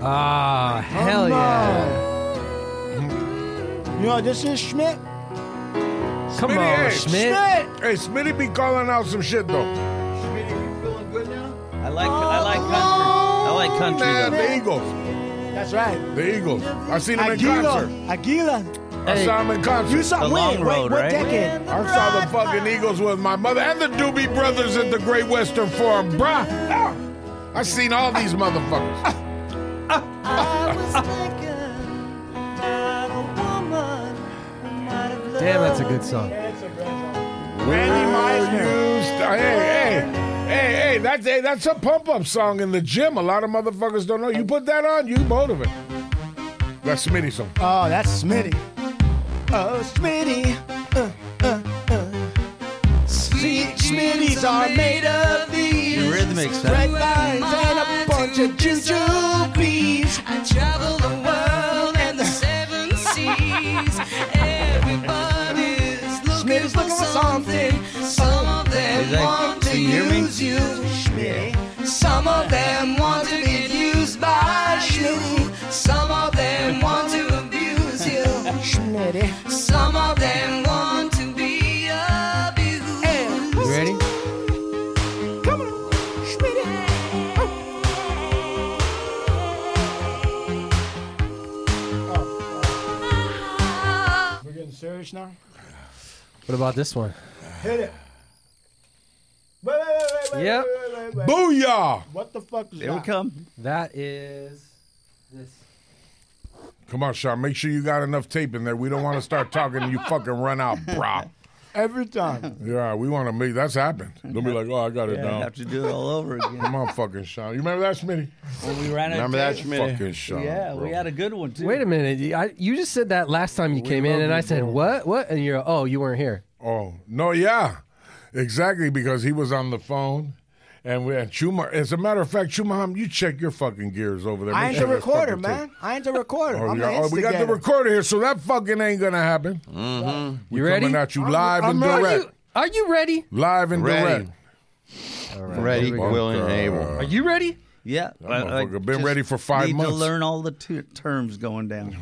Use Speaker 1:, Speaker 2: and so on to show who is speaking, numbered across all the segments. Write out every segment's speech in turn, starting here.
Speaker 1: Ah, hell yeah.
Speaker 2: You know, this is Schmidt.
Speaker 1: Come on,
Speaker 3: Smitty, hey,
Speaker 1: Schmidt.
Speaker 3: Hey, Smitty be calling out some shit though.
Speaker 4: I like I like country. I like country.
Speaker 3: Man,
Speaker 4: though.
Speaker 3: the Eagles.
Speaker 2: That's right.
Speaker 3: The Eagles. I seen them in
Speaker 2: Aguila.
Speaker 3: concert.
Speaker 2: Aguila.
Speaker 3: I
Speaker 1: Hey.
Speaker 3: saw them in concert.
Speaker 2: You saw
Speaker 4: The long
Speaker 2: when? Wait,
Speaker 4: road,
Speaker 2: what
Speaker 4: right?
Speaker 2: decade?
Speaker 3: I saw the fucking Eagles with my mother and the Doobie Brothers at the Great Western Forum, bruh. Ah, I seen all these motherfuckers.
Speaker 1: Damn, that's a good song.
Speaker 3: Randy Meisner. Hey, hey, hey, hey, that's, hey, that's a pump up song in the gym. A lot of motherfuckers don't know. You put that on, you motivate. That's Smitty song.
Speaker 2: Oh, that's Smitty. Oh, Smitty. Uh, uh, uh. Sweet Smitties are made of these.
Speaker 4: Eurythmics, huh?
Speaker 2: Red vines and a bunch of jujubes.
Speaker 5: I travel the world and the seven seas. Everybody's looking
Speaker 2: Schmidt is
Speaker 5: for
Speaker 2: looking for
Speaker 5: something. Some of them
Speaker 4: Is that-
Speaker 5: want to
Speaker 4: can you hear me?
Speaker 5: use you, Schmidt. Some of them want to get used by you. Some of them want to abuse you.
Speaker 2: Schmitty.
Speaker 5: Some of them want to be abused.
Speaker 1: You ready?
Speaker 2: We're getting serious now?
Speaker 1: What about this one?
Speaker 2: Hit it. Wait, wait, wait, wait, wait,
Speaker 1: Yep.
Speaker 2: wait, wait, wait, wait.
Speaker 3: Booyah!
Speaker 2: What the fuck is
Speaker 4: Here we
Speaker 2: that?
Speaker 4: come.
Speaker 1: That is this.
Speaker 3: Come on, Sean. Make sure you got enough tape in there. We don't want to start talking and you fucking run out, brah.
Speaker 2: Every time.
Speaker 3: Yeah, we want to make that's happened. Don't be like, oh, I got it
Speaker 4: Yeah, I
Speaker 3: down.
Speaker 4: have to do it all over again.
Speaker 3: Come on, fucking Sean. You remember that, Smitty?
Speaker 4: When we ran out of
Speaker 6: Remember that,
Speaker 4: tape.
Speaker 6: Schmidt?
Speaker 3: Fucking Sean.
Speaker 4: Yeah, we
Speaker 3: bro.
Speaker 4: had a good one too.
Speaker 1: Wait a minute. You, I, you just said that last time you came in, and I said, what? What? And you're, oh, you weren't here.
Speaker 3: Oh no, yeah, exactly because he was on the phone, and we had Chuma. As a matter of fact, Chumaham, you check your fucking gears over there.
Speaker 2: I
Speaker 3: Make
Speaker 2: ain't
Speaker 3: sure
Speaker 2: the
Speaker 3: that's
Speaker 2: recorder,
Speaker 3: fucking
Speaker 2: man.
Speaker 3: tape.
Speaker 2: I ain't the recorder.
Speaker 3: Oh,
Speaker 2: I'm
Speaker 3: we,
Speaker 2: the
Speaker 3: got, oh, we got the
Speaker 2: instigator.
Speaker 3: recorder here, so that fucking ain't gonna happen.
Speaker 1: You
Speaker 3: Coming
Speaker 1: ready?
Speaker 3: at you live
Speaker 2: I'm-
Speaker 3: and
Speaker 2: I'm-
Speaker 1: Are
Speaker 3: direct,
Speaker 1: you, are you ready?
Speaker 3: live and
Speaker 6: Ready.
Speaker 3: direct.
Speaker 6: Ready,
Speaker 1: Here we go.
Speaker 6: willing, and able.
Speaker 1: Are you ready?
Speaker 4: Uh, Yeah,
Speaker 3: motherfucker been ready for five
Speaker 4: need
Speaker 3: months.
Speaker 4: to learn all the t- terms going down.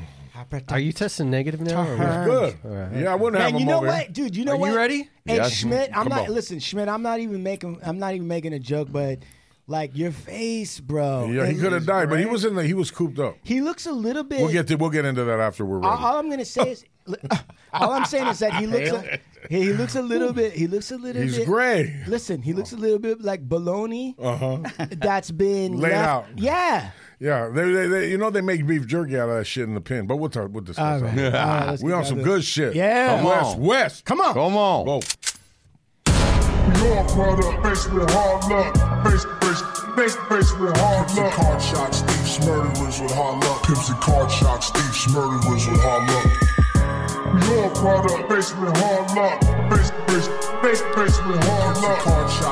Speaker 1: Are you testing negative now? or what?
Speaker 3: Good.
Speaker 1: right.
Speaker 3: Yeah, I wouldn't have
Speaker 2: Man,
Speaker 3: him
Speaker 2: you know
Speaker 3: over here.
Speaker 2: what, dude? You know
Speaker 1: Are you
Speaker 2: what?
Speaker 1: ready?
Speaker 2: Hey,
Speaker 6: Yes.
Speaker 2: Schmidt, I'm
Speaker 3: Come
Speaker 2: not.
Speaker 3: on.
Speaker 2: Listen, Schmidt, I'm not even making. I'm not even making a joke, but like your face, bro.
Speaker 3: Yeah, he
Speaker 2: It
Speaker 3: could have
Speaker 2: is
Speaker 3: died, but he
Speaker 2: great.
Speaker 3: was in the. He was cooped up.
Speaker 2: He looks a little bit.
Speaker 3: We'll get to, we'll get into that after we're
Speaker 2: all,
Speaker 3: ready.
Speaker 2: all I'm gonna say is, all I'm saying is that he looks. A, he he looks a little bit. He looks a little
Speaker 3: He's
Speaker 2: bit.
Speaker 3: gray.
Speaker 2: Listen, he looks a little bit like bologna
Speaker 3: Uh huh.
Speaker 2: that's been
Speaker 3: Laid
Speaker 2: left-
Speaker 3: out.
Speaker 2: Yeah.
Speaker 3: Yeah, they, they, they, you know they make beef jerky out of that shit in the pen, but we'll talk. We'll discuss
Speaker 2: All right.
Speaker 3: that.
Speaker 2: All right, let's
Speaker 3: We
Speaker 2: get
Speaker 3: on
Speaker 2: down
Speaker 3: some
Speaker 2: to-
Speaker 3: good shit.
Speaker 2: Yeah.
Speaker 3: From West
Speaker 6: on.
Speaker 3: West.
Speaker 2: Come on.
Speaker 6: Come on.
Speaker 3: Go.
Speaker 7: You're brought up faced with hard luck. Face, face, face, face with hard luck. Pimps and card shots, thieves, murderers with hard luck. Pimps and card shots, thieves, murderers with hard luck. You're brought up faced with hard luck. Face, face, face, face with hard luck. Pimps and card shots,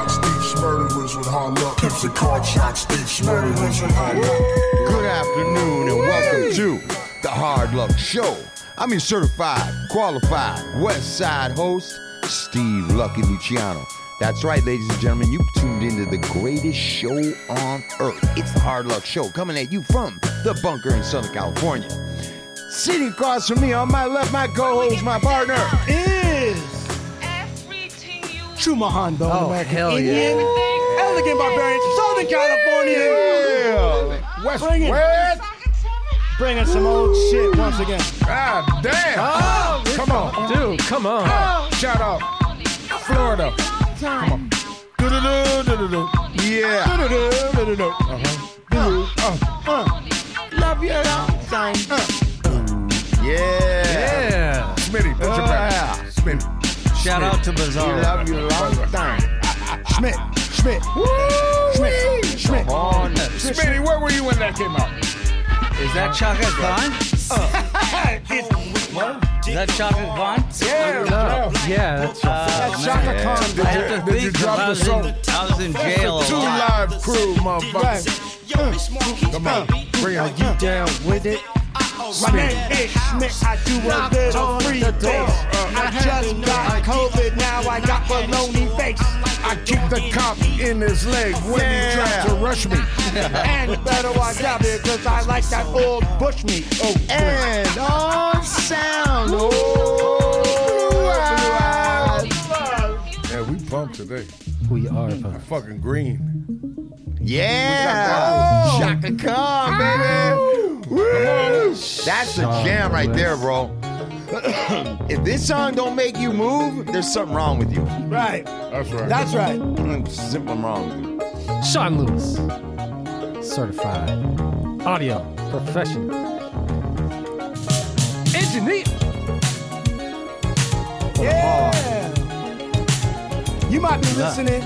Speaker 7: thieves, murderers with hard luck. Pimps and card shots, thieves, murderers with hard luck.
Speaker 6: Good afternoon and welcome to the Hard Luck Show. I'm your certified, qualified West Side host, Steve Lucky Luciano. That's right, ladies and gentlemen, you tuned into the greatest show on earth. It's the Hard Luck Show coming at you from the bunker in Southern California. Sitting across from me on my left, my co-host, my partner.
Speaker 2: Is
Speaker 5: Everything you
Speaker 2: Chumahan, the
Speaker 1: Oh,
Speaker 2: American
Speaker 1: hell yeah.
Speaker 2: Indian, elegant barbarian, from Southern California.
Speaker 6: Yeah.
Speaker 3: West
Speaker 2: Bring it.
Speaker 3: West.
Speaker 2: Bringing some old shit once again. Oh,
Speaker 3: God damn. Come on.
Speaker 1: Dude, come on.
Speaker 3: Shout out Florida. Come on. Do-do-do-do-do-do.
Speaker 6: Yeah.
Speaker 3: Do-do-do-do-do-do. Uh-huh.
Speaker 2: Love you long time.
Speaker 6: Yeah.
Speaker 1: Yeah.
Speaker 3: Smitty, put your back.
Speaker 2: Ah.
Speaker 6: Yeah.
Speaker 3: Smitty.
Speaker 4: Shout out to Bizarro.
Speaker 6: Love you long time.
Speaker 2: Schmidt, Schmidt, Schmidt, Schmidt.
Speaker 3: Oh,
Speaker 6: On the
Speaker 3: Smitty, where were you when that came out?
Speaker 4: Is that Chaka Khan? Is that Chaka Khan?
Speaker 3: Yeah.
Speaker 1: No. Yeah. That's
Speaker 2: That's Shaka
Speaker 6: yeah.
Speaker 2: Khan,
Speaker 3: Did
Speaker 2: dude.
Speaker 3: you-
Speaker 4: Have to
Speaker 3: Did you
Speaker 4: think, 'cause
Speaker 3: drop
Speaker 4: I
Speaker 3: the
Speaker 4: was
Speaker 3: song?
Speaker 4: in- I was in jail a
Speaker 3: Two
Speaker 4: lot.
Speaker 3: live crew, motherfucker.
Speaker 2: Right.
Speaker 3: Come on. Bring it.
Speaker 2: You down with it? My name is Schmidt. I do a little free base. I just got COVID. Now I got baloney face.
Speaker 3: I keep the cop in his leg when he tried to rush me.
Speaker 2: And better watch out because I like that old bush meat. Oh,
Speaker 6: And on sound. Oh, blue eyes.
Speaker 3: Yeah, we pumped today.
Speaker 1: We are pumped.
Speaker 3: Fucking green.
Speaker 6: Yeah. Shaka Khan, baby. Woo. That's a jam right there, bro. if this song don't make you move, there's something wrong with you.
Speaker 2: right.
Speaker 3: That's right.
Speaker 2: That's right.
Speaker 6: Something wrong with you.
Speaker 1: Sean Lewis, certified audio professional, engineer.
Speaker 2: Yeah. You might be listening.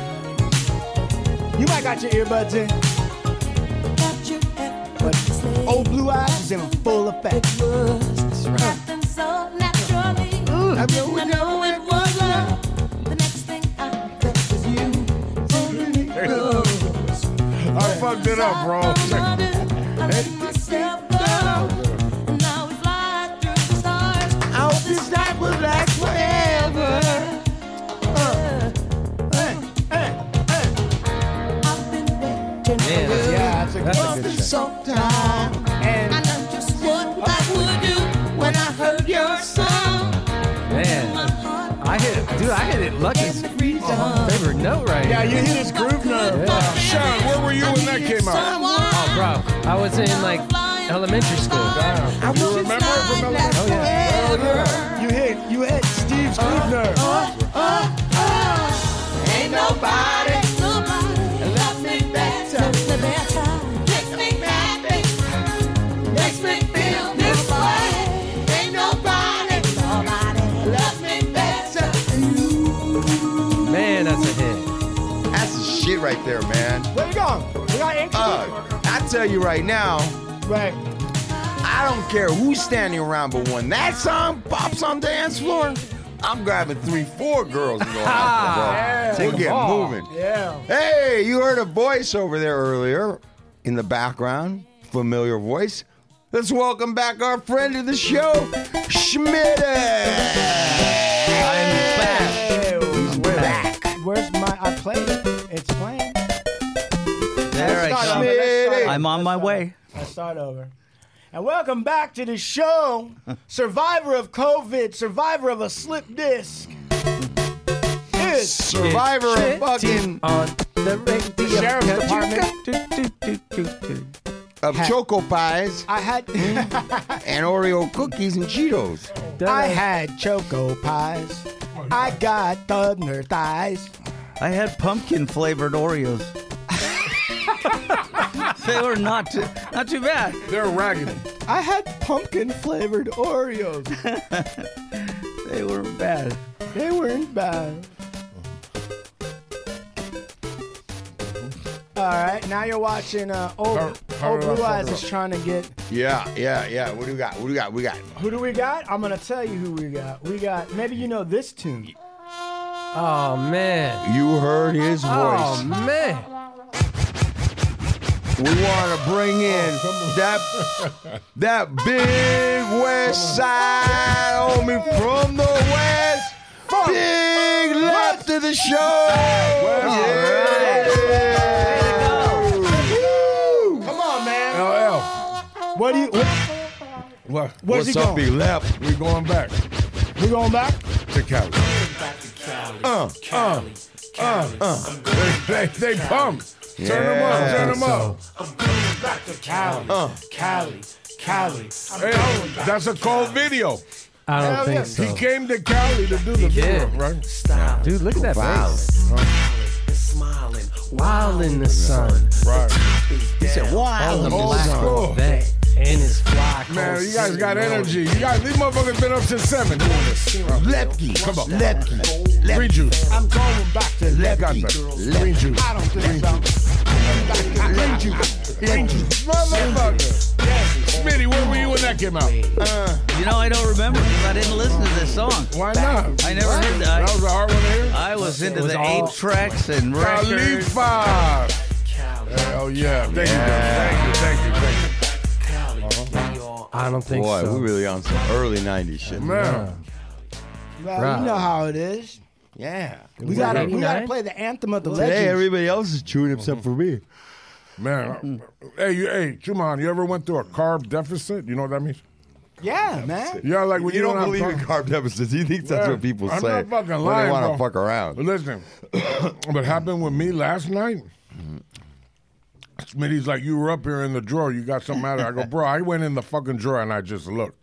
Speaker 2: You might got your earbuds in. But old blue eyes is in full effect.
Speaker 3: I fucked it up, bro. Uh,
Speaker 2: Yeah, that's a good one.
Speaker 6: Sometime.
Speaker 2: And
Speaker 1: Man, I hit it, dude. I hit it Lucky's favorite note right
Speaker 2: yeah,
Speaker 1: here.
Speaker 2: you hear this groove nerve.
Speaker 3: Sean, where were you when that came out?
Speaker 1: Oh, bro, I was in like elementary school.
Speaker 3: Damn. You remember it from elementary?
Speaker 1: Oh yeah.
Speaker 2: You hit, you hit Steve's
Speaker 4: Uh-huh.
Speaker 2: groove nerve.
Speaker 1: uh, Man, that's a hit.
Speaker 6: That's the shit right there, man.
Speaker 2: Where you going? We got ink?
Speaker 6: Uh, I tell you right now,
Speaker 2: Right.
Speaker 6: I don't care who's standing around, but when that song pops on dance floor, I'm grabbing three, four girls and going after them, bro. We'll get moving.
Speaker 2: Yeah.
Speaker 6: Hey, you heard a voice over there earlier in the background. Familiar voice. Let's welcome back our friend to the show, Schmidt. I'm back.
Speaker 2: Hey,
Speaker 6: We're back.
Speaker 2: Where's my? I played it. It's playing.
Speaker 4: There
Speaker 2: Let's
Speaker 4: I
Speaker 2: start
Speaker 4: come.
Speaker 2: over. Let's start over.
Speaker 4: I'm on my way.
Speaker 2: Let's start over. And welcome back to the show. Survivor of COVID, survivor of a slip disc. Is
Speaker 6: Survivor of fucking
Speaker 1: Team on the radio.
Speaker 2: Sheriff's
Speaker 1: Got you,
Speaker 2: Department.
Speaker 1: got you, do, do, do, do.
Speaker 6: of choco pies
Speaker 2: I had
Speaker 6: and Oreo cookies and Cheetos.
Speaker 2: I had choco pies. I got thunder thighs.
Speaker 4: I had pumpkin flavored Oreos. they were not too, not too bad.
Speaker 3: They're raggedy.
Speaker 2: I had pumpkin flavored Oreos.
Speaker 4: They weren't bad.
Speaker 2: They weren't bad. All right, now you're watching uh, old,
Speaker 3: Turn-
Speaker 2: old
Speaker 3: turn it up,
Speaker 2: Blue
Speaker 3: turn
Speaker 2: Eyes
Speaker 3: it
Speaker 2: is
Speaker 3: up.
Speaker 2: trying to get
Speaker 6: Yeah, yeah, yeah. What do we got? What do we got? We got.
Speaker 2: Who do we got? I'm gonna tell you who we got. We got maybe you know this tune.
Speaker 1: Oh man.
Speaker 6: You heard his voice.
Speaker 1: Oh man.
Speaker 6: We want to
Speaker 2: Oh,
Speaker 6: bring in that that big West Side homie from the West. Big left to the show. Yeah. Woo.
Speaker 2: Come on, man.
Speaker 3: LL.
Speaker 2: What do you? What,
Speaker 3: What?
Speaker 2: where's
Speaker 6: What's
Speaker 2: he
Speaker 6: up,
Speaker 2: going?
Speaker 6: big left?
Speaker 3: We going back
Speaker 2: We going back?
Speaker 3: to Cali.
Speaker 6: Uh,
Speaker 3: Uh, uh. They, they, they pumped. Turn them up,
Speaker 6: Yeah.
Speaker 3: turn them up.
Speaker 6: uh.
Speaker 3: Hey, that's a cold video.
Speaker 1: I don't think
Speaker 2: yeah.
Speaker 1: so.
Speaker 3: He came to Cali to do the video, right?
Speaker 1: Dude, look at that face. Wild in the sun.
Speaker 3: Right.
Speaker 6: He said, "Wow,
Speaker 3: Old school.
Speaker 1: That and his fly.
Speaker 3: Man, you guys got energy. You guys, these motherfuckers been up since seven.
Speaker 6: Oh, Lepke,
Speaker 3: Come on.
Speaker 6: Lepke, Lepke,
Speaker 3: Green juice.
Speaker 2: I'm going back to.
Speaker 3: Got that. Green juice.
Speaker 2: I don't think so.
Speaker 6: Lepke, Lepke."
Speaker 3: Motherfucker. Smitty, where were you when that came out?
Speaker 4: You know, I don't remember because I didn't listen to this song.
Speaker 3: Why not?
Speaker 4: I never heard that.
Speaker 3: That was a hard one to hear.
Speaker 4: I was into
Speaker 1: was
Speaker 4: the
Speaker 1: all-
Speaker 4: eight tracks and records.
Speaker 3: Khalifa. Hell yeah. Thank you, guys. Thank you, thank you, thank you.
Speaker 1: I don't think
Speaker 6: Boy,
Speaker 1: so.
Speaker 6: we really on some early 90s shit.
Speaker 3: Man.
Speaker 2: Well,
Speaker 1: Right.
Speaker 2: you know how it is.
Speaker 6: Yeah.
Speaker 2: We gotta, we gotta
Speaker 1: 89?
Speaker 2: play the anthem of the
Speaker 6: Hey,
Speaker 2: legends.
Speaker 6: everybody else is chewing except
Speaker 3: Mm-hmm.
Speaker 6: for me.
Speaker 3: Man. Hey, you, hey, Chuman, you ever went through a carb deficit? You know what that means?
Speaker 2: yeah, man.
Speaker 3: Yeah, like when
Speaker 6: you
Speaker 3: you,
Speaker 6: don't
Speaker 3: have
Speaker 6: believe in
Speaker 3: carb-
Speaker 6: carb deficits. You think that's
Speaker 3: Yeah.
Speaker 6: what people
Speaker 3: I'm
Speaker 6: say.
Speaker 3: not fucking
Speaker 6: when
Speaker 3: lying,
Speaker 6: They want
Speaker 3: bro.
Speaker 6: to fuck around.
Speaker 3: Listen, what happened with me last night? Smitty's like, you were up here in the drawer. You got something out of it. I go, bro, I went in the fucking drawer and I just looked.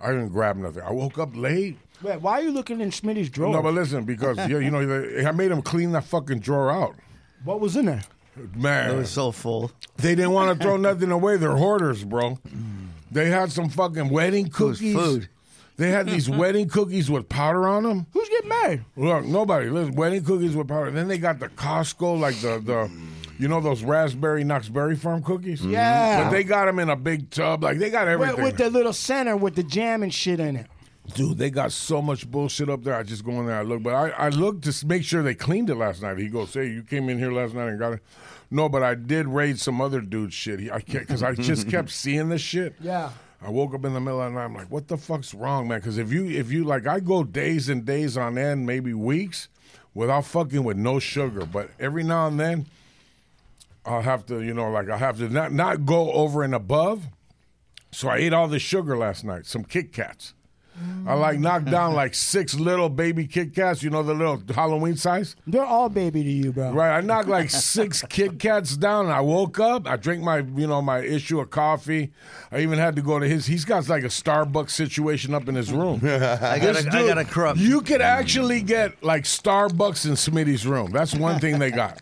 Speaker 3: I didn't grab nothing. I woke up late.
Speaker 2: Wait, why are you looking in Smitty's drawer?
Speaker 3: No, but listen, because yeah, you know, they- I made him clean that fucking drawer out.
Speaker 2: what was in there?
Speaker 3: Man,
Speaker 4: It was so full.
Speaker 3: they didn't want to throw nothing away. They're hoarders, bro. They had some fucking wedding
Speaker 4: was
Speaker 3: cookies.
Speaker 4: food.
Speaker 3: They had these wedding cookies with powder on them.
Speaker 2: Who's getting married?
Speaker 3: Look, nobody. Listen, wedding cookies with powder. Then they got the Costco, like the the, you know those raspberry Knox Berry Farm cookies.
Speaker 2: Yeah.
Speaker 3: but they got them in a big tub. Like they got
Speaker 2: With,
Speaker 3: everything.
Speaker 2: with the little center with the jam and shit in it.
Speaker 3: Dude, they got so much bullshit up there. I just go in there, I look, but I, I look to s- make sure they cleaned it last night. He goes, "Hey, you came in here last night and got it." No, but I did raid some other dude's shit. He, I can't because I just kept seeing this shit.
Speaker 2: Yeah.
Speaker 3: I woke up in the middle of the night. I'm like, "What the fuck's wrong, man?" Because if you if you like, I go days and days on end, maybe weeks, without fucking with no sugar. But every now and then, I'll have to, you know, like I have to not not go over and above. So I ate all the sugar last night, some Kit Kats. I like knocked down like six little baby Kit Kats, you know, the little Halloween size.
Speaker 2: They're all baby to you, bro.
Speaker 3: Right. I knocked like six Kit Kats down. And I woke up. I drank my, you know, my issue of coffee. I even had to go to his. He's got like a Starbucks situation up in his room.
Speaker 4: I got a, I got a corrupt.
Speaker 3: You could actually get like Starbucks in Smitty's room. That's one thing they got.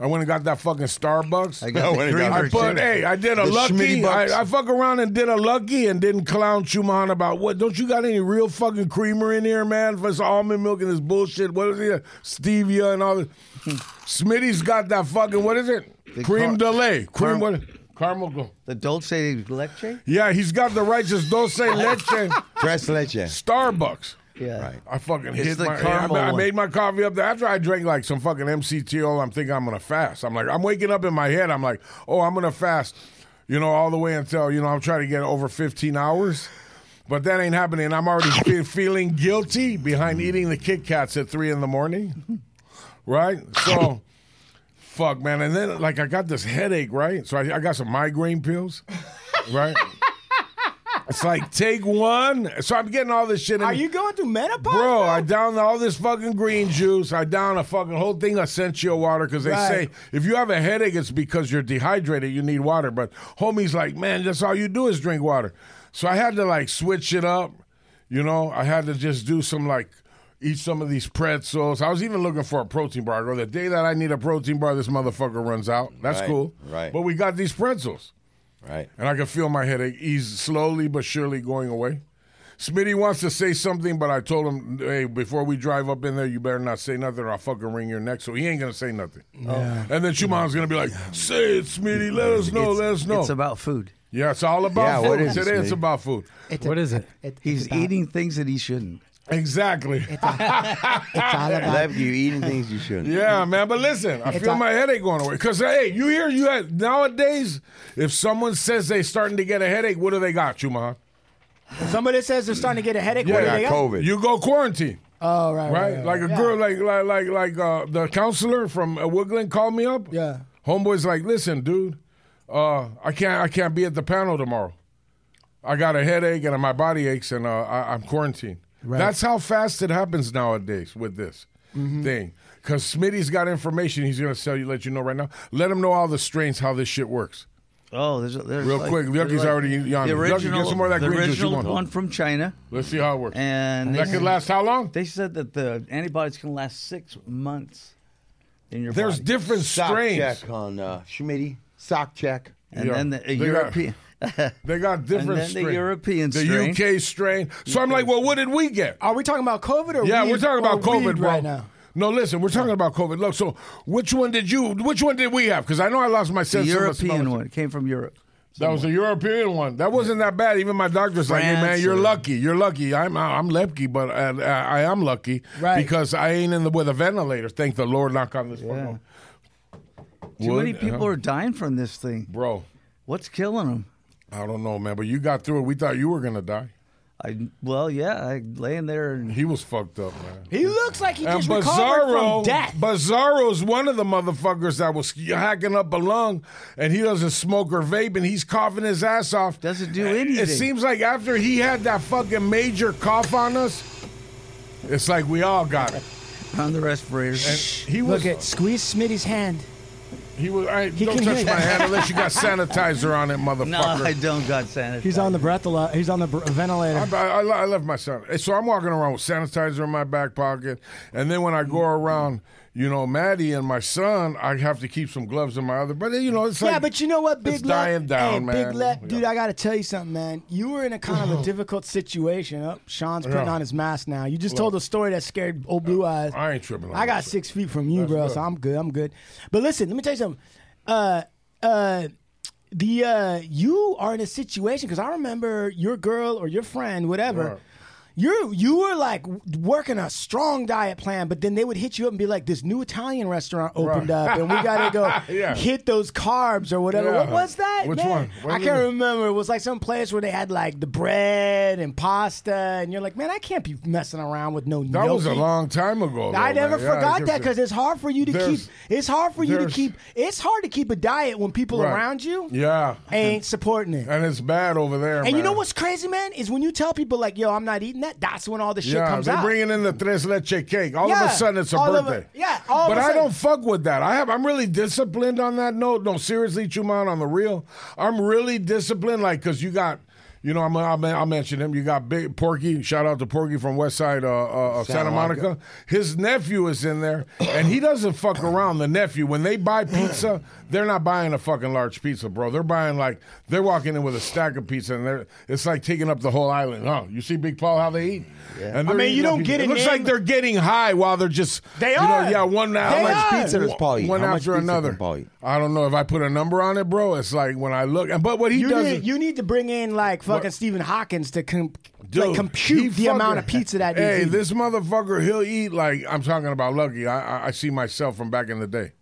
Speaker 3: I went and got that fucking Starbucks.
Speaker 4: I got
Speaker 6: No,
Speaker 4: the
Speaker 6: it ain't got
Speaker 3: I
Speaker 4: creamer
Speaker 6: it.
Speaker 3: put,
Speaker 4: too.
Speaker 3: hey, I did a
Speaker 6: The
Speaker 3: lucky.
Speaker 6: Schmitty Bucks.
Speaker 3: I, I fuck around and did a lucky and didn't clown Chumahan about what. Don't you got any real fucking creamer in here, man? For this almond milk and this bullshit. What is it? Stevia and all this. Smitty's got that fucking what is it?
Speaker 4: The
Speaker 3: Cream
Speaker 4: car-
Speaker 3: delay. Cream
Speaker 4: Carm-
Speaker 3: what? Caramel. gl-
Speaker 4: The Dolce Electric?
Speaker 3: Yeah, he's got the righteous dulce leche.
Speaker 6: Dress leche.
Speaker 3: Starbucks.
Speaker 4: Yeah.
Speaker 6: Right.
Speaker 3: I fucking
Speaker 4: It's
Speaker 3: hit
Speaker 4: the
Speaker 3: my. I,
Speaker 4: caramel
Speaker 3: I
Speaker 4: one.
Speaker 3: made my coffee up there after I drank like some fucking MCT I'm thinking I'm gonna fast. I'm like, I'm waking up in my head. I'm like, oh, I'm gonna fast. You know, all the way until you know I'm trying to get over 15 hours, but that ain't happening. I'm already fe- feeling guilty behind eating the Kit Kats at three in the morning, right? So. Fuck, man. And then, like, I got this headache, right? So I, I got some migraine pills, right? it's like, take one. So I'm getting all this shit. in
Speaker 2: Are
Speaker 3: me.
Speaker 2: you going through menopause?
Speaker 3: Bro, I downed all this fucking green juice. I downed a fucking whole thing of essential water because they
Speaker 2: Right.
Speaker 3: say if you have a headache, it's because you're dehydrated. You need water. But homie's like, man, that's all you do is drink water. So I had to like switch it up. You know, I had to just do some like eat some of these pretzels. I was even looking for a protein bar. I go, the day that I need a protein bar, this motherfucker runs out. That's
Speaker 6: Right,
Speaker 3: cool.
Speaker 6: right.
Speaker 3: But we got these pretzels
Speaker 6: Right.
Speaker 3: and I can feel my headache ease slowly but surely going away. Smitty wants to say something, but I told him, hey, before we drive up in there, you better not say nothing or I'll fucking wring your neck. So he ain't going to say nothing. Oh. And then Chuman's going to be like, say it, Smitty. Let us know. let us know.
Speaker 4: It's about food.
Speaker 3: yeah, it's all about
Speaker 6: Yeah,
Speaker 3: food.
Speaker 6: what is it,
Speaker 3: Today it's
Speaker 6: Smitty?
Speaker 3: about food.
Speaker 1: What is it?
Speaker 4: He's eating things that he shouldn't.
Speaker 3: Exactly.
Speaker 6: Left you eating things you shouldn't.
Speaker 3: Yeah, man. But listen, I feel
Speaker 2: a-
Speaker 3: my headache going away. Because, hey, you hear you had, nowadays, if someone says they starting to get a headache, what do they got, Chuman?
Speaker 2: Somebody says they're starting to get a headache. what do
Speaker 6: I
Speaker 2: they
Speaker 6: got
Speaker 2: got?
Speaker 6: COVID.
Speaker 3: You go quarantine.
Speaker 2: Oh, right, right,
Speaker 3: right?
Speaker 2: right,
Speaker 3: like a
Speaker 2: right.
Speaker 3: girl, like like like like uh, the counselor from uh, Woodland called me up.
Speaker 2: Yeah.
Speaker 3: homeboy's like, listen, dude, uh, I can't I can't be at the panel tomorrow. I got a headache and my body aches and uh, I, I'm quarantined. That's how fast it happens nowadays with this thing. Because Smitty's got information he's gonna sell you, let you know right now. Let him know all the strains, how this shit works.
Speaker 4: Oh, there's, there's
Speaker 3: Real
Speaker 4: like-
Speaker 3: quick,
Speaker 4: there's
Speaker 3: Yucky's
Speaker 4: like-
Speaker 3: already yawning.
Speaker 4: The
Speaker 3: Yucky,
Speaker 4: original,
Speaker 3: get some more of that
Speaker 4: the
Speaker 3: green juice you
Speaker 4: original
Speaker 3: want.
Speaker 4: one from China,
Speaker 3: Let's see how it works.
Speaker 4: and they,
Speaker 3: that could
Speaker 4: said-
Speaker 3: last how long?
Speaker 4: they said that the antibodies can last six months in your
Speaker 3: There's
Speaker 4: body.
Speaker 3: different
Speaker 6: Sock
Speaker 3: strains.
Speaker 6: check on uh, Schmitty. Sock check.
Speaker 4: and
Speaker 3: Yeah.
Speaker 4: then
Speaker 3: They
Speaker 4: the
Speaker 3: got-
Speaker 4: European.
Speaker 3: They got different
Speaker 4: then the
Speaker 3: strain.
Speaker 4: European
Speaker 3: the
Speaker 4: strain.
Speaker 3: UK strain. So I'm like, well, what did we get?
Speaker 2: Are we talking about COVID or
Speaker 3: Yeah,
Speaker 2: weed-
Speaker 3: we're talking about
Speaker 2: or
Speaker 3: COVID,
Speaker 2: weed
Speaker 3: bro.
Speaker 2: right now?
Speaker 3: No, listen, we're talking about COVID. Look, so which one did you? Which one did we have? Because I know I lost my
Speaker 4: the
Speaker 3: sense. of the smell.
Speaker 4: European one. It came from Europe.
Speaker 3: That was a European one. That wasn't that bad. Even my doctor's like, "Hey, man,
Speaker 4: France
Speaker 3: you're
Speaker 4: or-
Speaker 3: lucky. You're lucky. I'm I'm lucky, but uh, I am lucky
Speaker 2: Right.
Speaker 3: because I ain't in the with a ventilator. Thank the Lord. Knock on this one.
Speaker 4: Too many people
Speaker 3: uh-huh.
Speaker 4: are dying from this thing.
Speaker 3: bro.
Speaker 4: What's killing them?
Speaker 3: I don't know, man. But you got through it. We thought you were gonna die.
Speaker 4: I well, yeah, I laying there and
Speaker 3: He was fucked up, man.
Speaker 2: He looks like he
Speaker 3: And
Speaker 2: just recovered from
Speaker 3: Bizarro,
Speaker 2: death.
Speaker 3: Bizarro's one of the motherfuckers that was hacking up a lung, and he doesn't smoke or vape, and he's coughing his ass off.
Speaker 4: Doesn't do
Speaker 3: It-
Speaker 4: anything.
Speaker 3: It seems like after he had that fucking major cough on us, it's like we all got it.
Speaker 4: on the respirator.
Speaker 3: And he was
Speaker 2: Look at squeeze Smitty's hand.
Speaker 3: he was. I, don't
Speaker 2: can
Speaker 3: touch
Speaker 2: hear
Speaker 3: my
Speaker 2: you.
Speaker 3: hand unless you got sanitizer on it, motherfucker.
Speaker 4: No, I don't got sanitizer.
Speaker 2: He's on the breathalyzer. He's on the br- ventilator.
Speaker 3: I, I, I left my son. eh, So I'm walking around with sanitizer in my back pocket. And then when I go around, you know, Maddie and my son, I have to keep some gloves in my other. But, eh, you know, it's like.
Speaker 2: yeah, but you know what, Big
Speaker 3: it's
Speaker 2: Lep?
Speaker 3: dying down,
Speaker 2: hey,
Speaker 3: man.
Speaker 2: Big Lep, dude,
Speaker 3: Yeah.
Speaker 2: I gotta tell you something, man. You were in a kind of a difficult situation. Oh, Sean's putting
Speaker 3: Yeah.
Speaker 2: on his mask now. You just told a story that scared old blue eyes.
Speaker 3: I ain't tripping. on
Speaker 2: I got
Speaker 3: that shit.
Speaker 2: six feet from you, bro.
Speaker 3: good.
Speaker 2: So I'm good. I'm good. But listen, let me tell you something. Uh, uh, the uh, you are in a situation because I remember your girl or your friend, whatever.
Speaker 3: Right.
Speaker 2: You you were like working a strong diet plan, but then they would hit you up and be like, "This new Italian restaurant opened
Speaker 3: Right.
Speaker 2: up, and we gotta go
Speaker 3: Yeah.
Speaker 2: hit those carbs or whatever."
Speaker 3: Yeah.
Speaker 2: What was that?
Speaker 3: Which
Speaker 2: man?
Speaker 3: one? What
Speaker 2: I
Speaker 3: do
Speaker 2: can't
Speaker 3: you-
Speaker 2: remember. It was like some place where they had like the bread and pasta, and you're like, "Man, I can't be messing around with no."
Speaker 3: That was a
Speaker 2: gnocchi."
Speaker 3: long time ago.
Speaker 2: I
Speaker 3: though,
Speaker 2: never
Speaker 3: man. Yeah,
Speaker 2: forgot that
Speaker 3: it-
Speaker 2: because it's hard for you to keep.
Speaker 3: There's-
Speaker 2: It's hard for you to
Speaker 3: there's-
Speaker 2: keep. It's hard to keep a diet when people
Speaker 3: Right.
Speaker 2: around you
Speaker 3: Yeah.
Speaker 2: ain't supporting it.
Speaker 3: And it's bad over there.
Speaker 2: And you know what's crazy, man, is when you tell people like, "Yo, I'm not eating that." That's when all the shit
Speaker 3: yeah,
Speaker 2: comes
Speaker 3: they're
Speaker 2: out.
Speaker 3: bringing in the tres leche cake. All
Speaker 2: Yeah,
Speaker 3: of a sudden, it's a
Speaker 2: all of a-
Speaker 3: birthday.
Speaker 2: yeah, all of
Speaker 3: but
Speaker 2: a
Speaker 3: I
Speaker 2: sudden.
Speaker 3: don't fuck with that. I have. I'm really disciplined on that note. No, seriously, Chuman, on the real, I'm really disciplined. Like, cause you got, you know, I'm, I'm, I'll mention him. You got Big Porky. Shout out to Porky from West Side uh, uh, of Santa, Monica. His nephew is in there, and he doesn't fuck around. The nephew, when they buy pizza, they're not buying a fucking large pizza, bro. They're buying like they're walking in with a stack of pizza, and they're it's like taking up the whole island. Huh? You see, Big Paul, how they eat. And
Speaker 2: I
Speaker 3: they're
Speaker 2: mean, you
Speaker 3: eating up
Speaker 2: don't
Speaker 3: pizza.
Speaker 2: get
Speaker 3: It
Speaker 2: an
Speaker 3: looks like
Speaker 2: in-
Speaker 3: they're getting high while they're just.
Speaker 2: They
Speaker 3: you know,
Speaker 2: are.
Speaker 3: yeah, one now.
Speaker 2: They
Speaker 3: how
Speaker 2: are.
Speaker 3: much
Speaker 2: How much
Speaker 6: pizza does Paul eat?
Speaker 3: One
Speaker 6: How much
Speaker 3: after
Speaker 6: pizza does
Speaker 3: another.
Speaker 6: Paul eat?
Speaker 3: I don't know if I put a number on it, bro. It's like when I look, and but what he
Speaker 2: You
Speaker 3: does,
Speaker 2: need,
Speaker 3: is-
Speaker 2: you need to bring in like fucking
Speaker 3: What-
Speaker 2: Stephen Hawkins to com-
Speaker 3: Dude,
Speaker 2: like
Speaker 3: he
Speaker 2: compute the
Speaker 3: fucking-
Speaker 2: amount of pizza that.
Speaker 3: Hey,
Speaker 2: he's eating.
Speaker 3: this motherfucker, he'll eat like I'm talking about Lucky. I I, I see myself from back in the day.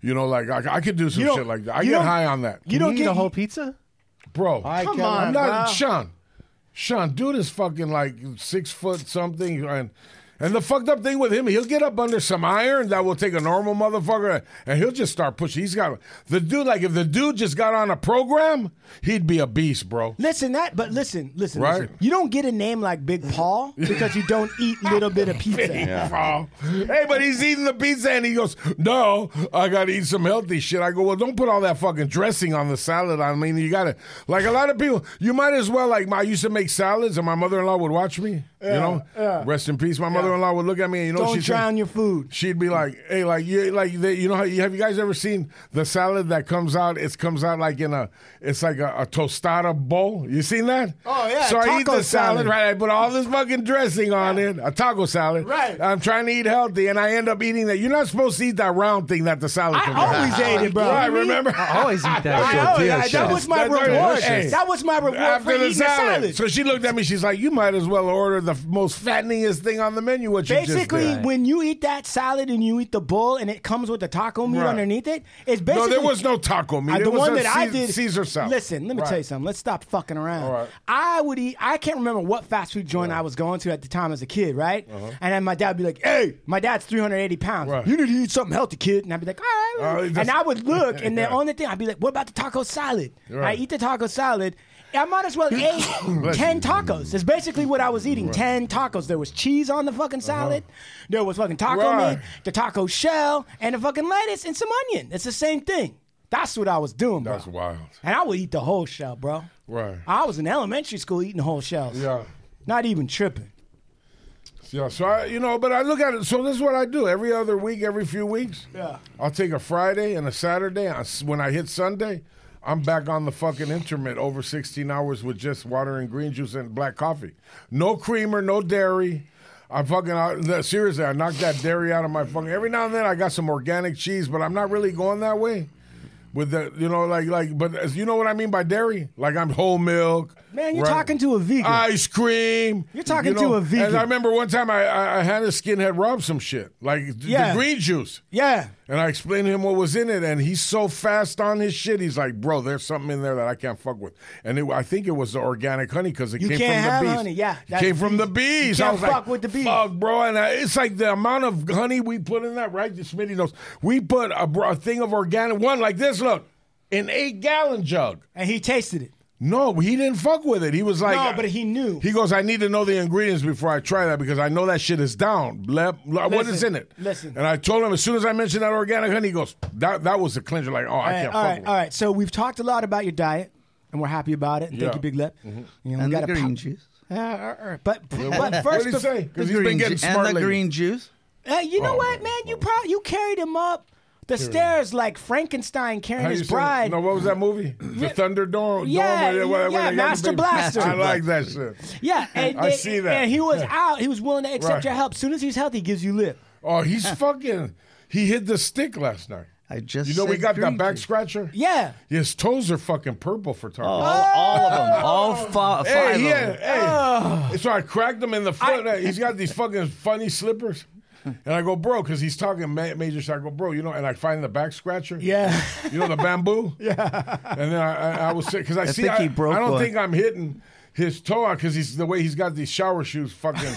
Speaker 3: You know, like I, I could do some
Speaker 2: You don't-
Speaker 3: shit like that. I
Speaker 2: you
Speaker 3: get
Speaker 2: don't-
Speaker 3: high on that,
Speaker 2: you don't
Speaker 1: eat
Speaker 2: get
Speaker 1: a whole pizza?
Speaker 3: bro.
Speaker 2: Come
Speaker 6: can't-
Speaker 2: on,
Speaker 3: I'm not
Speaker 2: bro.
Speaker 3: Sean. Sean, dude is fucking like six foot something, and and the fucked up thing with him, he'll get up under some iron that will take a normal motherfucker, and he'll just start pushing. He's got the dude like if the dude just got on a program, he'd be a beast, bro.
Speaker 2: Listen that, but listen, listen,
Speaker 3: Right.
Speaker 2: listen. You don't get a name like Big Paul because you don't eat little bit of pizza.
Speaker 3: Bro. Hey, but he's eating the pizza and he goes, No, I gotta eat some healthy shit. I go, Well, don't put all that fucking dressing on the salad. I mean, you gotta, like a lot of people, you might as well, like, my, I used to make salads and my mother in law would watch me, you know? Rest in peace. My mother in law would look at me and, you know,
Speaker 2: Don't
Speaker 3: she's
Speaker 2: drown your food.
Speaker 3: she'd be like, "Hey, like you, like they, you know, how, have you guys ever seen the salad that comes out? It comes out like in a, it's like a, a tostada bowl. You seen that?
Speaker 2: Oh, yeah,
Speaker 3: So I eat
Speaker 2: taco
Speaker 3: the salad,
Speaker 2: salad.
Speaker 3: right? I put all this fucking dressing on it, a taco salad.
Speaker 2: Right.
Speaker 3: I'm trying to eat healthy, and I end up eating that. You're not supposed to eat that round thing that the salad. comes out.
Speaker 2: I always ate it, bro.
Speaker 3: Right, remember?
Speaker 1: I always eat that.
Speaker 2: I
Speaker 1: shit.
Speaker 2: always-
Speaker 1: Yeah,
Speaker 2: I- oh, that
Speaker 1: shit.
Speaker 2: was my
Speaker 3: That's right.
Speaker 2: reward.
Speaker 3: Hey.
Speaker 2: That was my reward for
Speaker 3: After
Speaker 2: eating
Speaker 3: the salad.
Speaker 2: The salad.
Speaker 3: so she looked at me. She's like, "You might as well order the most fatteningest thing on the menu." What you
Speaker 2: Basically,
Speaker 3: just did.
Speaker 2: when you eat that salad and you eat the bowl and it comes with the taco meat
Speaker 3: Right.
Speaker 2: underneath it, it's
Speaker 3: no,
Speaker 2: basically
Speaker 3: there was no taco meat.
Speaker 2: Uh,
Speaker 3: It
Speaker 2: the
Speaker 3: was
Speaker 2: one
Speaker 3: a
Speaker 2: that I
Speaker 3: Caesar-
Speaker 2: did
Speaker 3: Caesar salad.
Speaker 2: Listen, let me
Speaker 3: Right.
Speaker 2: tell you something. Let's stop fucking around.
Speaker 3: All right.
Speaker 2: I would eat. I can't remember what fast food joint I was going to at the time as a kid, right? And then my dad would be like, "Hey, my dad's 380 pounds.
Speaker 3: Uh-huh. Right.
Speaker 2: You need to eat something healthy, kid." And I'd be like, "All
Speaker 3: All
Speaker 2: right."
Speaker 3: right,
Speaker 2: and
Speaker 3: that's-
Speaker 2: I would look, and the
Speaker 3: Yeah.
Speaker 2: only thing I'd be like, "What about the taco salad?"
Speaker 3: Right.
Speaker 2: I eat the taco salad. I might as well eat
Speaker 3: Bless
Speaker 2: ten tacos. That's basically what I was eating. Ten tacos. There was cheese on the fucking salad. There was fucking taco
Speaker 3: Uh-huh. Right.
Speaker 2: meat the taco shell, and the fucking lettuce and some onion. It's the same thing. That's what I was doing, bro.
Speaker 3: That's wild.
Speaker 2: and I would eat the whole shell, bro.
Speaker 3: Right.
Speaker 2: I was in elementary school eating whole shells.
Speaker 3: Yeah.
Speaker 2: Not even tripping.
Speaker 3: Yeah. So I, you know, but I look at it. So this is what I do every other week, every few weeks.
Speaker 2: Yeah.
Speaker 3: I'll take a Friday and a Saturday. I s when I hit Sunday, I'm back on the fucking intermittent over 16 hours with just water and green juice and black coffee. No creamer, no dairy. I'm fucking out. the- Seriously, I knocked that dairy out of my fucking. Every now and then, I got some organic cheese, but I'm not really going that way. With the, you know, like, like, but as- you know what I mean by dairy? Like, I'm whole milk.
Speaker 2: Man, you're
Speaker 3: right?
Speaker 2: talking to a vegan.
Speaker 3: ice cream.
Speaker 2: You're talking to a vegan.
Speaker 3: And I remember one time I, I, I had a skinhead rob some shit, like th-
Speaker 2: Yeah.
Speaker 3: the green juice.
Speaker 2: yeah.
Speaker 3: And I explained to him what was in it, and he's so fast on his shit. He's like, "Bro, there's something in there that I can't fuck with." And it, I think it was the organic honey because it
Speaker 2: You
Speaker 3: came
Speaker 2: can't
Speaker 3: from the
Speaker 2: have
Speaker 3: bees.
Speaker 2: honey, yeah,
Speaker 3: It
Speaker 2: that's
Speaker 3: came
Speaker 2: the
Speaker 3: from the
Speaker 2: bees. You
Speaker 3: bees. I
Speaker 2: can't
Speaker 3: was like,
Speaker 2: fuck with the bees.
Speaker 3: "Fuck, bro!" And I, it's like the amount of honey we put in that, right? Smitty knows. We put a, bro- a thing of organic one like this. Look, an eight gallon jug.
Speaker 2: and he tasted it.
Speaker 3: No, he didn't fuck with it. He was like,
Speaker 2: no, but he knew.
Speaker 3: He goes, I need to know the ingredients before I try that because I know that shit is down. Lep- le- what is
Speaker 2: Listen,
Speaker 3: in it?
Speaker 2: listen.
Speaker 3: And I told him as soon as I mentioned that organic honey, he goes, that that was the clincher. Like, oh, I
Speaker 2: all right,
Speaker 3: can't
Speaker 2: all
Speaker 3: fuck
Speaker 2: right,
Speaker 3: with
Speaker 2: all
Speaker 3: it.
Speaker 2: right. So we've talked a lot about your diet, and we're happy about it. And Thank
Speaker 3: Yeah. Mm-hmm.
Speaker 2: you, Big Lip. You know,
Speaker 4: And
Speaker 2: we
Speaker 4: the
Speaker 2: got a
Speaker 4: green
Speaker 2: pop-
Speaker 4: juice.
Speaker 2: Uh, But
Speaker 3: What
Speaker 2: but
Speaker 3: did
Speaker 2: first,
Speaker 3: he
Speaker 2: bef-
Speaker 3: say?
Speaker 4: The
Speaker 3: Because he's been
Speaker 4: green
Speaker 3: getting
Speaker 4: ju- and
Speaker 3: smart
Speaker 4: the
Speaker 3: lately.
Speaker 4: green juice.
Speaker 2: Hey, you know
Speaker 3: Oh,
Speaker 2: what, man? You pro- you carried him up the stairs like Frankenstein carrying
Speaker 3: How you
Speaker 2: his
Speaker 3: say-
Speaker 2: bride.
Speaker 3: No, what was that movie? The Thunderdome.
Speaker 2: Yeah,
Speaker 3: Dome, where they- where they-
Speaker 2: yeah,
Speaker 3: where they got the
Speaker 2: Master
Speaker 3: big-
Speaker 2: Blaster.
Speaker 3: I like that shit.
Speaker 2: Yeah, and
Speaker 3: I
Speaker 2: they-
Speaker 3: see that.
Speaker 2: And he was out. He was willing to accept
Speaker 3: Right.
Speaker 2: your help. soon as he's healthy, he gives you lip.
Speaker 3: Oh, he's fucking. He hit the stick last night.
Speaker 4: I just
Speaker 3: You know, we
Speaker 4: said
Speaker 3: got that
Speaker 4: green
Speaker 3: back
Speaker 4: juice.
Speaker 3: scratcher.
Speaker 2: Yeah.
Speaker 3: His toes are fucking purple for time.
Speaker 4: All, all of them. All fi- five
Speaker 3: Oh! Hey,
Speaker 4: of
Speaker 3: yeah,
Speaker 4: them.
Speaker 3: hey. So I cracked him in the foot. he's got these fucking funny slippers. And I go, bro, because he's talking ma- major. So I go, bro, you know, and I find the back scratcher.
Speaker 2: Yeah.
Speaker 3: You know, the bamboo? yeah. And then I, I, I was, because I, see,
Speaker 4: think
Speaker 3: I,
Speaker 4: he broke
Speaker 3: I don't
Speaker 4: one.
Speaker 3: think I'm hitting his toe because he's the way he's got these shower shoes fucking.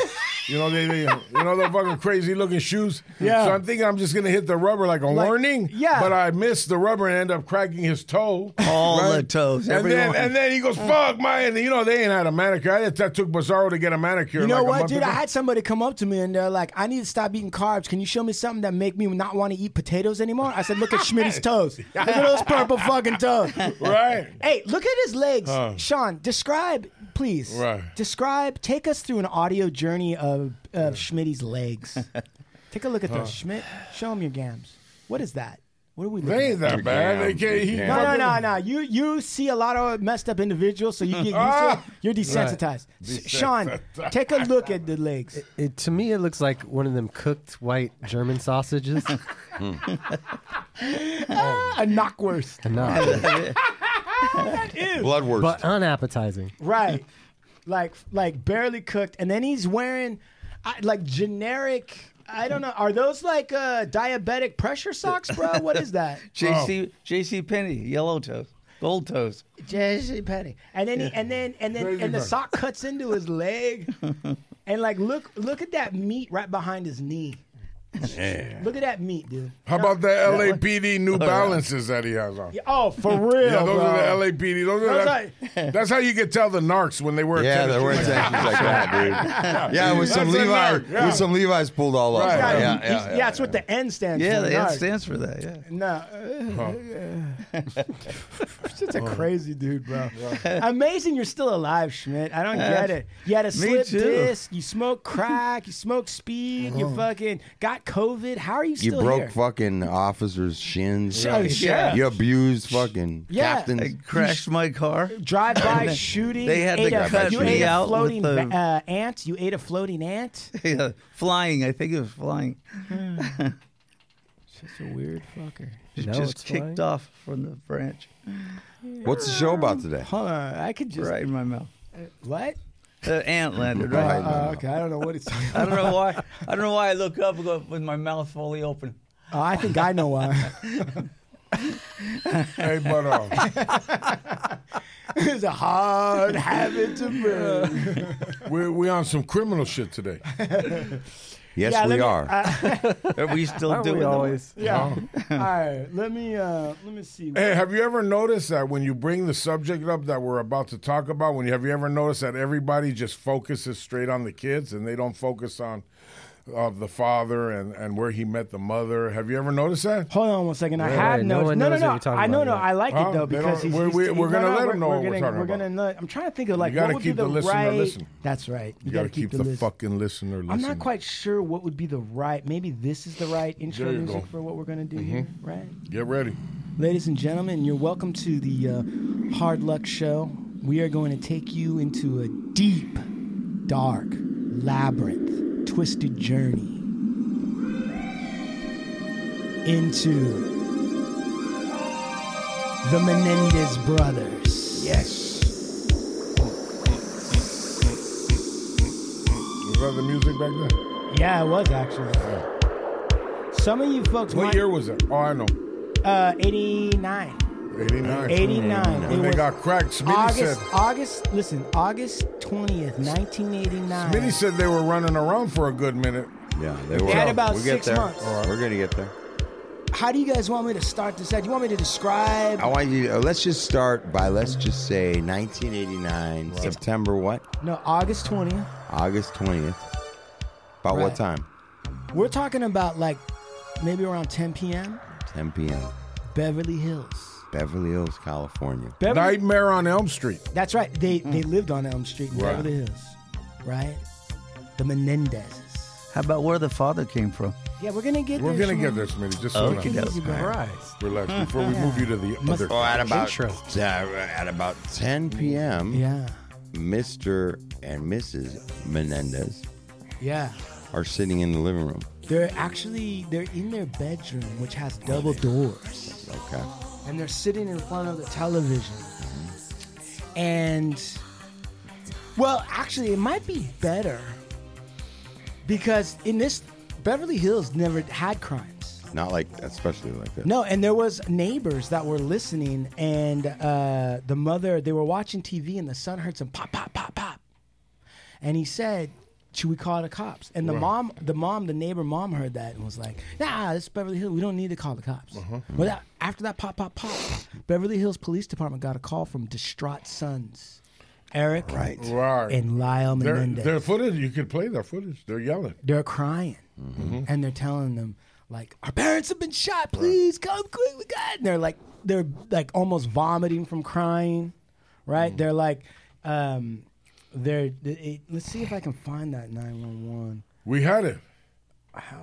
Speaker 3: You know they, they, you know the fucking crazy looking shoes.
Speaker 2: Yeah.
Speaker 3: So I'm thinking I'm just gonna hit the rubber like a warning.
Speaker 2: yeah.
Speaker 3: But I missed the rubber and end up cracking his toe.
Speaker 4: All
Speaker 3: Right?
Speaker 4: the toes.
Speaker 3: And
Speaker 4: everyone.
Speaker 3: then, and then he goes,
Speaker 2: Mm.
Speaker 3: "Fuck my!" And you know they ain't had a manicure. I, that took Bizarro to get a manicure.
Speaker 2: You know
Speaker 3: like a
Speaker 2: what,
Speaker 3: month
Speaker 2: dude?
Speaker 3: ago.
Speaker 2: I had somebody come up to me and they're like, "I need to stop eating carbs. Can you show me something that make me not want to eat potatoes anymore?" I said, "Look at Schmitty's toes. Look at those purple fucking toes.
Speaker 3: right.
Speaker 2: Hey, look at his legs,
Speaker 3: Huh.
Speaker 2: Sean. Describe, please.
Speaker 3: Right.
Speaker 2: Describe. Take us through an audio journey of of Schmitty's legs. take a look at those, Schmidt. Show him your gams. What is that? What are we looking
Speaker 3: They ain't
Speaker 2: at?
Speaker 3: that bad. They can't. He
Speaker 2: No, no,
Speaker 3: fucking-
Speaker 2: no, no. You you see a lot of messed up individuals, so you get used to
Speaker 3: Ah!
Speaker 2: it. You're desensitized. S- Sean,
Speaker 3: Desensitized.
Speaker 2: take a look at the legs.
Speaker 1: It, to me, it looks like one of them cooked white German sausages.
Speaker 2: A knockwurst.
Speaker 1: Enough,
Speaker 6: Bloodwurst.
Speaker 1: but unappetizing.
Speaker 2: Right. Like like barely cooked, and then he's wearing I, like generic. I don't know. Are those like uh, diabetic pressure socks, bro? What is that?
Speaker 4: JC, JC Penny, yellow toes, gold toes.
Speaker 2: Jesse Penny. And then he, and then and then
Speaker 3: Crazy
Speaker 2: and the
Speaker 3: bro.
Speaker 2: sock cuts into his leg. and like look look at that meat right behind his knee. Look at that meat, dude.
Speaker 3: How about the LAPD New Balances that he has on? Yeah,
Speaker 2: Oh, for real.
Speaker 3: those
Speaker 2: bro.
Speaker 3: are the LAPD. Those
Speaker 2: Those
Speaker 3: are that, that's how you could tell the narcs when they wear.
Speaker 6: yeah,
Speaker 3: tennis
Speaker 6: there were
Speaker 3: shoes.
Speaker 6: tensions like that, dude. Yeah, with some
Speaker 3: That's a
Speaker 6: Levi's,
Speaker 3: nerd, yeah.
Speaker 6: with some Levi's pulled all up.
Speaker 3: Right.
Speaker 6: Yeah,
Speaker 2: Yeah,
Speaker 6: yeah,
Speaker 2: he's-
Speaker 6: yeah,
Speaker 2: yeah, it's what the N stands
Speaker 4: Yeah,
Speaker 2: for.
Speaker 4: that
Speaker 2: Narc.
Speaker 4: stands for that. Yeah.
Speaker 2: No, uh, such
Speaker 3: Oh.
Speaker 2: a crazy dude, bro. Amazing, you're still alive, Schmidt. I don't get it. You had a slip
Speaker 4: too.
Speaker 2: disc. You smoked crack. You smoked speed.
Speaker 3: Oh.
Speaker 2: You fucking got COVID. How are you
Speaker 6: You
Speaker 2: still
Speaker 6: broke
Speaker 2: here?
Speaker 6: fucking officers' shins.
Speaker 2: Oh, yeah.
Speaker 6: You abused fucking
Speaker 2: Yeah.
Speaker 6: captains.
Speaker 4: I crashed my car.
Speaker 2: Drive-by shooting.
Speaker 4: they had to
Speaker 2: ate a,
Speaker 6: cut
Speaker 2: you
Speaker 6: me
Speaker 2: ate a
Speaker 4: out with
Speaker 2: floating
Speaker 4: the-
Speaker 2: ba- uh, ant. You ate a floating ant.
Speaker 4: Yeah, uh, flying. I think it was flying.
Speaker 2: Such a weird fucker.
Speaker 4: It
Speaker 1: No,
Speaker 4: just
Speaker 1: it's
Speaker 4: kicked
Speaker 1: flying.
Speaker 4: off from the branch,
Speaker 6: What's the show about today?
Speaker 2: Hold on, I could just
Speaker 4: right in my mouth.
Speaker 2: what?
Speaker 4: The ant landed right.
Speaker 6: Right.
Speaker 2: Uh, okay, I don't know what it's.
Speaker 4: I don't know why. I don't know why I look up and go, with my mouth fully open.
Speaker 2: Oh, I think I know why.
Speaker 3: Hey, but uh,
Speaker 2: it's a hard habit to break.
Speaker 3: we we on some criminal shit today.
Speaker 6: Yes,
Speaker 2: Yeah, let
Speaker 6: we
Speaker 2: me- uh,
Speaker 6: are.
Speaker 4: Are we still doing
Speaker 1: we
Speaker 4: the-
Speaker 1: always?
Speaker 2: Yeah. All right. Let me uh let me see.
Speaker 3: Hey, have you ever noticed that when you bring the subject up that we're about to talk about, when you have you ever noticed that everybody just focuses straight on the kids and they don't focus on of the father and and where he met the mother? Have you ever noticed that?
Speaker 2: Hold on one second. I
Speaker 1: Wait,
Speaker 2: have
Speaker 1: wait,
Speaker 2: no.
Speaker 1: no one
Speaker 2: no, no,
Speaker 1: knows
Speaker 2: no.
Speaker 1: what you're talking
Speaker 2: I know,
Speaker 1: about
Speaker 2: no.
Speaker 1: yet.
Speaker 2: I like
Speaker 3: Huh?
Speaker 2: it though
Speaker 3: They
Speaker 2: because
Speaker 3: don't-
Speaker 2: he's,
Speaker 3: we're-
Speaker 2: he's-
Speaker 3: we're- we're
Speaker 2: no,
Speaker 3: gonna
Speaker 2: no,
Speaker 3: let
Speaker 2: we're-
Speaker 3: him know what we're
Speaker 2: gonna-
Speaker 3: talking about.
Speaker 2: gonna let- I'm trying to think of like
Speaker 3: gotta
Speaker 2: what would
Speaker 3: keep
Speaker 2: be
Speaker 3: the listener
Speaker 2: right.
Speaker 3: listening.
Speaker 2: That's right.
Speaker 3: You got to keep the,
Speaker 2: list.
Speaker 3: fucking listener listening.
Speaker 2: I'm not quite sure what would be the right. Maybe this is the right intro
Speaker 3: There you
Speaker 2: music
Speaker 3: go. Mm-hmm.
Speaker 2: for what we're gonna do here, right?
Speaker 3: Get ready.
Speaker 2: Ladies and gentlemen, you're welcome to the uh, Hard Luck Show. We are going to take you into a deep, dark, labyrinth, twisted journey into the Menendez brothers.
Speaker 3: Yes. Was that the music back then?
Speaker 2: Yeah, it was actually. Some of you folks
Speaker 3: What
Speaker 2: might,
Speaker 3: year was it? Oh, I know.
Speaker 2: Uh, 89. 89.
Speaker 3: 89.
Speaker 2: It
Speaker 3: When Oh they
Speaker 2: was
Speaker 3: got cracked, Smitty said.
Speaker 2: August, August, listen, August 20th, 1989.
Speaker 3: Smitty said they were running around for a good minute.
Speaker 6: Yeah, they were.
Speaker 2: They had about
Speaker 6: we'll get
Speaker 2: six
Speaker 6: there.
Speaker 2: months. All right.
Speaker 6: We're gonna get there.
Speaker 2: How do you guys want me to start this out? Do you want me to describe?
Speaker 6: I want you. To, uh, let's just start by let's just say 1989, September what?
Speaker 2: No, August 20th.
Speaker 6: August 20th. About
Speaker 2: Right.
Speaker 6: what time?
Speaker 2: We're talking about like maybe around 10 p.m.
Speaker 6: 10 p.m.
Speaker 2: Beverly Hills.
Speaker 6: Beverly Hills, California.
Speaker 2: Beverly,
Speaker 3: Nightmare on Elm Street.
Speaker 2: That's right. They they lived on Elm Street in
Speaker 6: Right.
Speaker 2: Beverly Hills, right? The Menendezes.
Speaker 4: How about where the father came from?
Speaker 2: Yeah, we're gonna get
Speaker 3: We're
Speaker 2: there.
Speaker 3: going to get
Speaker 2: Shmuel.
Speaker 3: there, Smitty. Just
Speaker 4: Okay.
Speaker 3: slow down.
Speaker 2: Take it easy, bro.
Speaker 3: Relax before we move you to the other.
Speaker 6: Oh, at about
Speaker 1: Intro.
Speaker 6: uh, at about 10 p.m.
Speaker 2: Yeah,
Speaker 6: Mr. and Mrs. Menendez
Speaker 2: yeah.
Speaker 6: are sitting in the living room.
Speaker 2: They're actually they're in their bedroom, which has double doors,
Speaker 6: Okay.
Speaker 2: and they're sitting in front of the television. And well, actually, it might be better because in this Beverly Hills never had crimes.
Speaker 6: Not like, especially like this.
Speaker 2: No, and there was neighbors that were listening, and uh, the mother they were watching TV, and the son heard some pop, pop, pop, pop, and he said, "Should we call the cops?" And the mom, the mom, the neighbor mom heard that and was like, "Nah, this is Beverly Hills. We don't need to call the cops." Well, that, after that pop, pop, pop, Beverly Hills Police Department got a call from distraught sons, Eric,
Speaker 6: Right.
Speaker 3: Right.
Speaker 2: and Lyle
Speaker 3: Their,
Speaker 2: Menendez.
Speaker 3: their footage, you could play their footage. They're yelling.
Speaker 2: they're crying
Speaker 3: Mm-hmm.
Speaker 2: and they're telling them like our parents have been shot please come quick we got and they're like they're like almost vomiting from crying
Speaker 3: Mm-hmm.
Speaker 2: right they're like um they're it, it- let's see if i can find that 911
Speaker 3: We had it.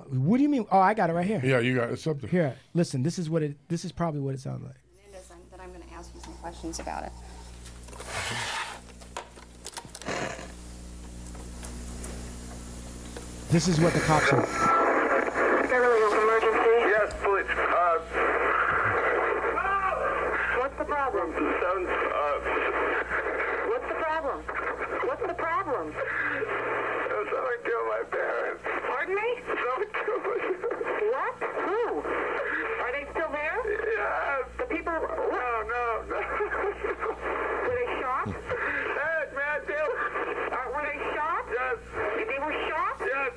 Speaker 2: what do you mean oh i got it right here
Speaker 3: Yeah, you got it. Something.
Speaker 2: here listen this is what it this is probably what it sounds like
Speaker 8: Hernandez, I'm- that I'm going to ask you some questions about it.
Speaker 2: this is what the cops are
Speaker 9: Beverly Hills emergency. Yes, please. Uh, What's the problem? Sounds, uh, What's the problem? What's the problem? Someone killed my parents. Pardon me? Someone killed my What? Who? Are they still there? Yeah. The people... No, no, no. Were they shot? Yes, man, they uh, Were they shot? Yes. They were shot? Yes.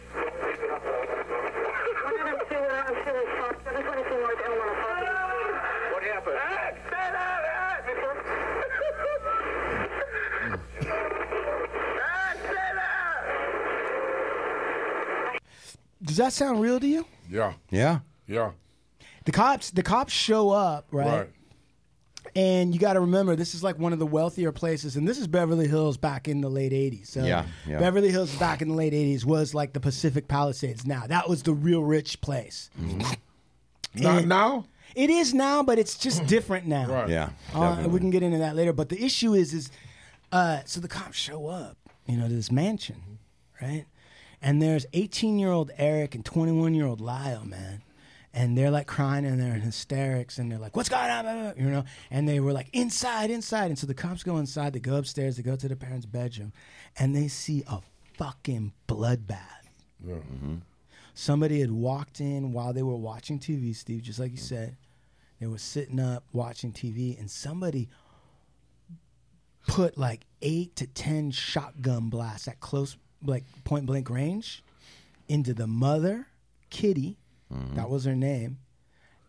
Speaker 9: One of them two, one of them two was shot. The other one is in North Elmore. What happened?
Speaker 2: does that sound real to you
Speaker 3: Yeah.
Speaker 6: Yeah.
Speaker 3: Yeah.
Speaker 2: the cops the cops show up
Speaker 3: Right.
Speaker 2: And you got to remember, this is like one of the wealthier places, and this is Beverly Hills back in the late '80s. So
Speaker 6: Yeah, yeah.
Speaker 2: Beverly Hills back in the late '80s was like the Pacific Palisades. Now that was the real rich place.
Speaker 6: Mm.
Speaker 3: Not now?
Speaker 2: It is now, but it's just different now.
Speaker 3: Right.
Speaker 6: Yeah.
Speaker 2: Uh,
Speaker 6: definitely.
Speaker 2: we can get into that later. But the issue is, is uh, so the cops show up, you know, to this mansion, right? And there's 18 year old Eric and 21 year old Lyle, man. And they're like crying and they're in hysterics and they're like, what's going on? Blah, blah, blah, You know, and they were like, inside, inside. And so the cops go inside, they go upstairs, they go to the parents' bedroom, and they see a fucking bloodbath somebody had walked in while they were watching TV, Steve, just like you said. They were sitting up watching TV, and somebody put like eight to ten shotgun blasts at close, like point blank range, into the mother, Kitty, that was her name,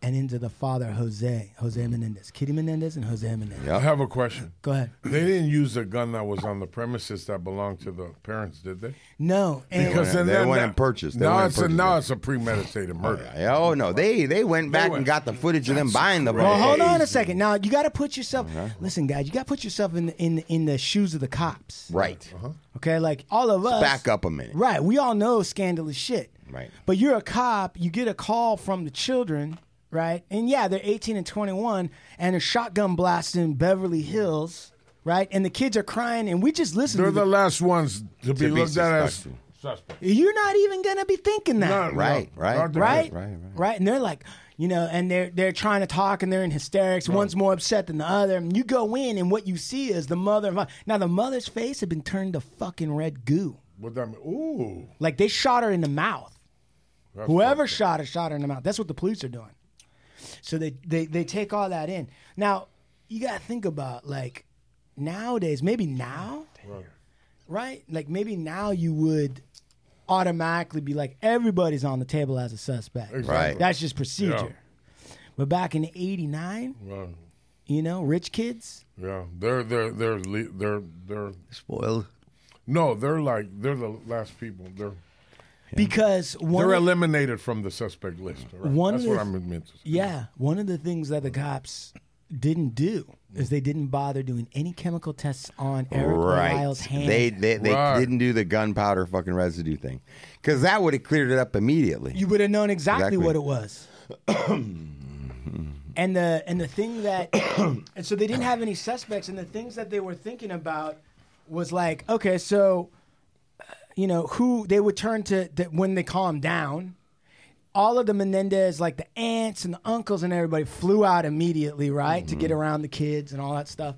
Speaker 2: and into the father, Jose, Jose Menendez, Kitty Menendez, and Jose Menendez.
Speaker 3: I have a question.
Speaker 2: Go ahead.
Speaker 3: They didn't use the gun that was on the premises that belonged to the parents, did they?
Speaker 2: No, and
Speaker 6: Because- They went and purchased. They
Speaker 3: now
Speaker 6: went and
Speaker 3: it's a
Speaker 6: purchased
Speaker 3: now
Speaker 6: it.
Speaker 3: it's a premeditated murder.
Speaker 6: Yeah, oh no, they they went back
Speaker 3: went-
Speaker 6: and got the footage of them buying the.
Speaker 2: Well,
Speaker 6: bra-
Speaker 2: hold on a second. Now you got to put yourself. Listen, guys, you got to put yourself in the, in the, in the shoes of the cops.
Speaker 6: Right.
Speaker 3: Uh-huh.
Speaker 2: Okay, like all of us.
Speaker 6: Back up a minute.
Speaker 2: Right, we all know scandalous shit.
Speaker 6: Right.
Speaker 2: But you're a cop, you get a call from the children, right? And yeah, they're 18 and 21, and a shotgun blast in Beverly Hills, right? And the kids are crying, and we just listen
Speaker 3: They're
Speaker 2: to
Speaker 3: the last ones to be
Speaker 6: be
Speaker 3: looked at as
Speaker 6: suspected.
Speaker 3: suspect.
Speaker 2: the- You're not even going to be thinking that.
Speaker 3: Not-
Speaker 6: Right,
Speaker 3: no,
Speaker 6: right,
Speaker 3: not the-
Speaker 2: right?
Speaker 6: Right, right.
Speaker 2: And they're like, you know, and they're they're trying to talk and they're in hysterics. One's more upset than the other. And you go in and what you see is the mother. and fa- Now the mother's face had been turned to fucking red goo.
Speaker 3: What that mean? Ooh.
Speaker 2: Like they shot her in the mouth. Whoever shot her shot her in the mouth. That's what the police are doing. So they, they, they take all that in. Now, you got to think about like nowadays, maybe now, right? Like maybe now you would automatically be like, everybody's on the table as a suspect.
Speaker 6: Right.
Speaker 2: That's just procedure. But back in 89,
Speaker 3: Well,
Speaker 2: you know, rich kids,
Speaker 3: yeah, they're they're they're le- they're they're
Speaker 4: Spoiled.
Speaker 3: no, they're like they're the last people. They're
Speaker 2: because one,
Speaker 3: they're
Speaker 2: of-
Speaker 3: eliminated from the suspect list. all Right?
Speaker 2: One
Speaker 3: That's
Speaker 2: of
Speaker 3: what
Speaker 2: the-
Speaker 3: I'm meant to. Say.
Speaker 2: yeah, one of the things that the cops didn't do is they didn't bother doing any chemical tests on Eric
Speaker 6: Right.
Speaker 2: Lyle's hand.
Speaker 6: They they, they
Speaker 3: Right.
Speaker 6: didn't do the gunpowder fucking residue thing, because that would have cleared it up immediately.
Speaker 2: you would have known exactly,
Speaker 6: Exactly.
Speaker 2: what it was. and the and the thing that and so they didn't have any suspects and the things that they were thinking about was like okay so uh, you know who they would turn to that when they calm down all of the Menendez, like the aunts and the uncles and everybody, flew out immediately, right, to get around the kids and all that stuff.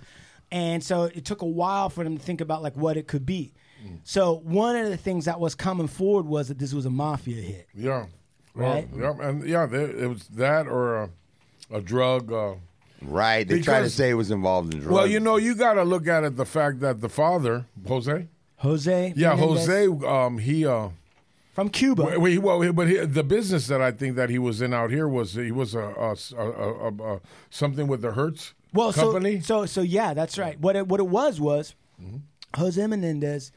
Speaker 2: And so it took a while for them to think about like what it could be. So one of the things that was coming forward was that this was a mafia hit.
Speaker 3: Yeah.
Speaker 2: Right.
Speaker 3: Well, yeah, and yeah, they, it was that or a, a drug. Uh,
Speaker 6: right. They tried to
Speaker 3: Because-
Speaker 6: say it was involved in drugs.
Speaker 3: well, you know, you got to look at it the fact that the father, Jose,
Speaker 2: Jose.
Speaker 3: yeah,
Speaker 2: Menendez
Speaker 3: Jose, um, he, uh,
Speaker 2: from Cuba.
Speaker 3: well, he, well, he- but he, the business that I think that he was in out here was he was a, a, a, a, a something with the Hertz
Speaker 2: well,
Speaker 3: company.
Speaker 2: so so so yeah, that's right. What it, what it was was
Speaker 3: Mm-hmm.
Speaker 2: Jose Menendez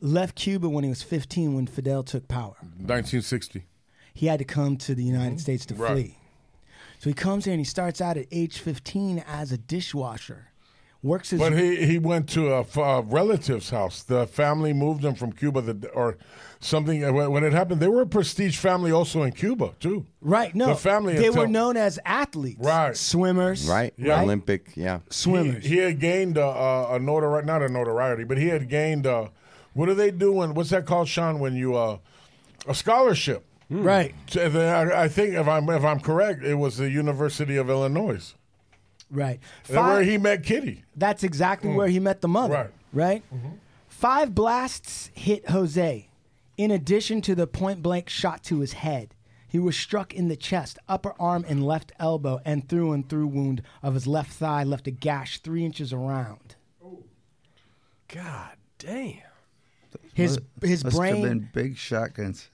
Speaker 2: left Cuba when he was 15 when Fidel took power.
Speaker 3: 1960.
Speaker 2: He had to come to the United States to
Speaker 3: Mm-hmm. Right.
Speaker 2: flee. So he comes here and he starts out at age 15 as a dishwasher. Works his
Speaker 3: But he, he went to a, f- a relative's house. The family moved him from Cuba the, or something. And When when it happened, they were a prestige family also in Cuba, too.
Speaker 2: right. No,
Speaker 3: the family
Speaker 2: They
Speaker 3: until-
Speaker 2: were known as athletes,
Speaker 3: Right.
Speaker 2: Swimmers,
Speaker 6: right?
Speaker 3: Yeah.
Speaker 6: Olympic. Yeah.
Speaker 3: He,
Speaker 2: Swimmers.
Speaker 3: he had gained a, a, a notoriety, not a notoriety, but he had gained. A, what do they do when? What's that called, Sean? When you uh, a scholarship?
Speaker 2: Right,
Speaker 3: So the- I I think if I'm if I'm correct, it was the University of Illinois Hmm.
Speaker 2: right.
Speaker 3: That's where
Speaker 2: Five-
Speaker 3: he met Kitty.
Speaker 2: That's
Speaker 1: Mm.
Speaker 2: exactly where he met the mother.
Speaker 3: Right.
Speaker 2: Right.
Speaker 1: Mm-hmm.
Speaker 2: Five blasts hit Jose, in addition to the point blank shot to his head. He was struck in the chest, upper arm, and left elbow, and through and through wound of his left thigh left a gash three inches around.
Speaker 1: God damn.
Speaker 2: His his
Speaker 4: Must have
Speaker 2: brain.
Speaker 4: been big shotguns.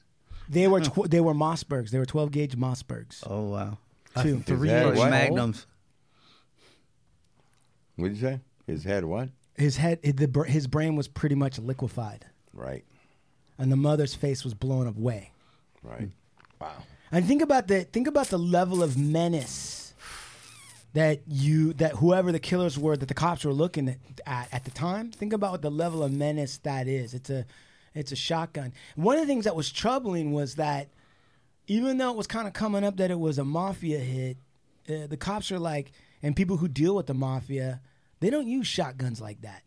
Speaker 2: They were tw- they were Mossbergs. They were twelve gauge Mossbergs.
Speaker 4: Oh wow.
Speaker 2: Two.
Speaker 6: His head,
Speaker 4: Those
Speaker 6: what?
Speaker 4: magnums.
Speaker 6: What'd you say? His head. What?
Speaker 2: His head, the, br- his brain was pretty much liquefied,
Speaker 6: Right.
Speaker 2: and the mother's face was blown away.
Speaker 3: Hmm.
Speaker 6: Right.
Speaker 2: And think about the think about the level of menace that you that whoever the killers were that the cops were looking at at, at the time. Think about what the level of menace that is. It's a it's a shotgun. One of the things that was troubling was that even though it was kind of coming up that it was a mafia hit, uh, the cops are like and people who deal with the mafia, they don't use shotguns like that.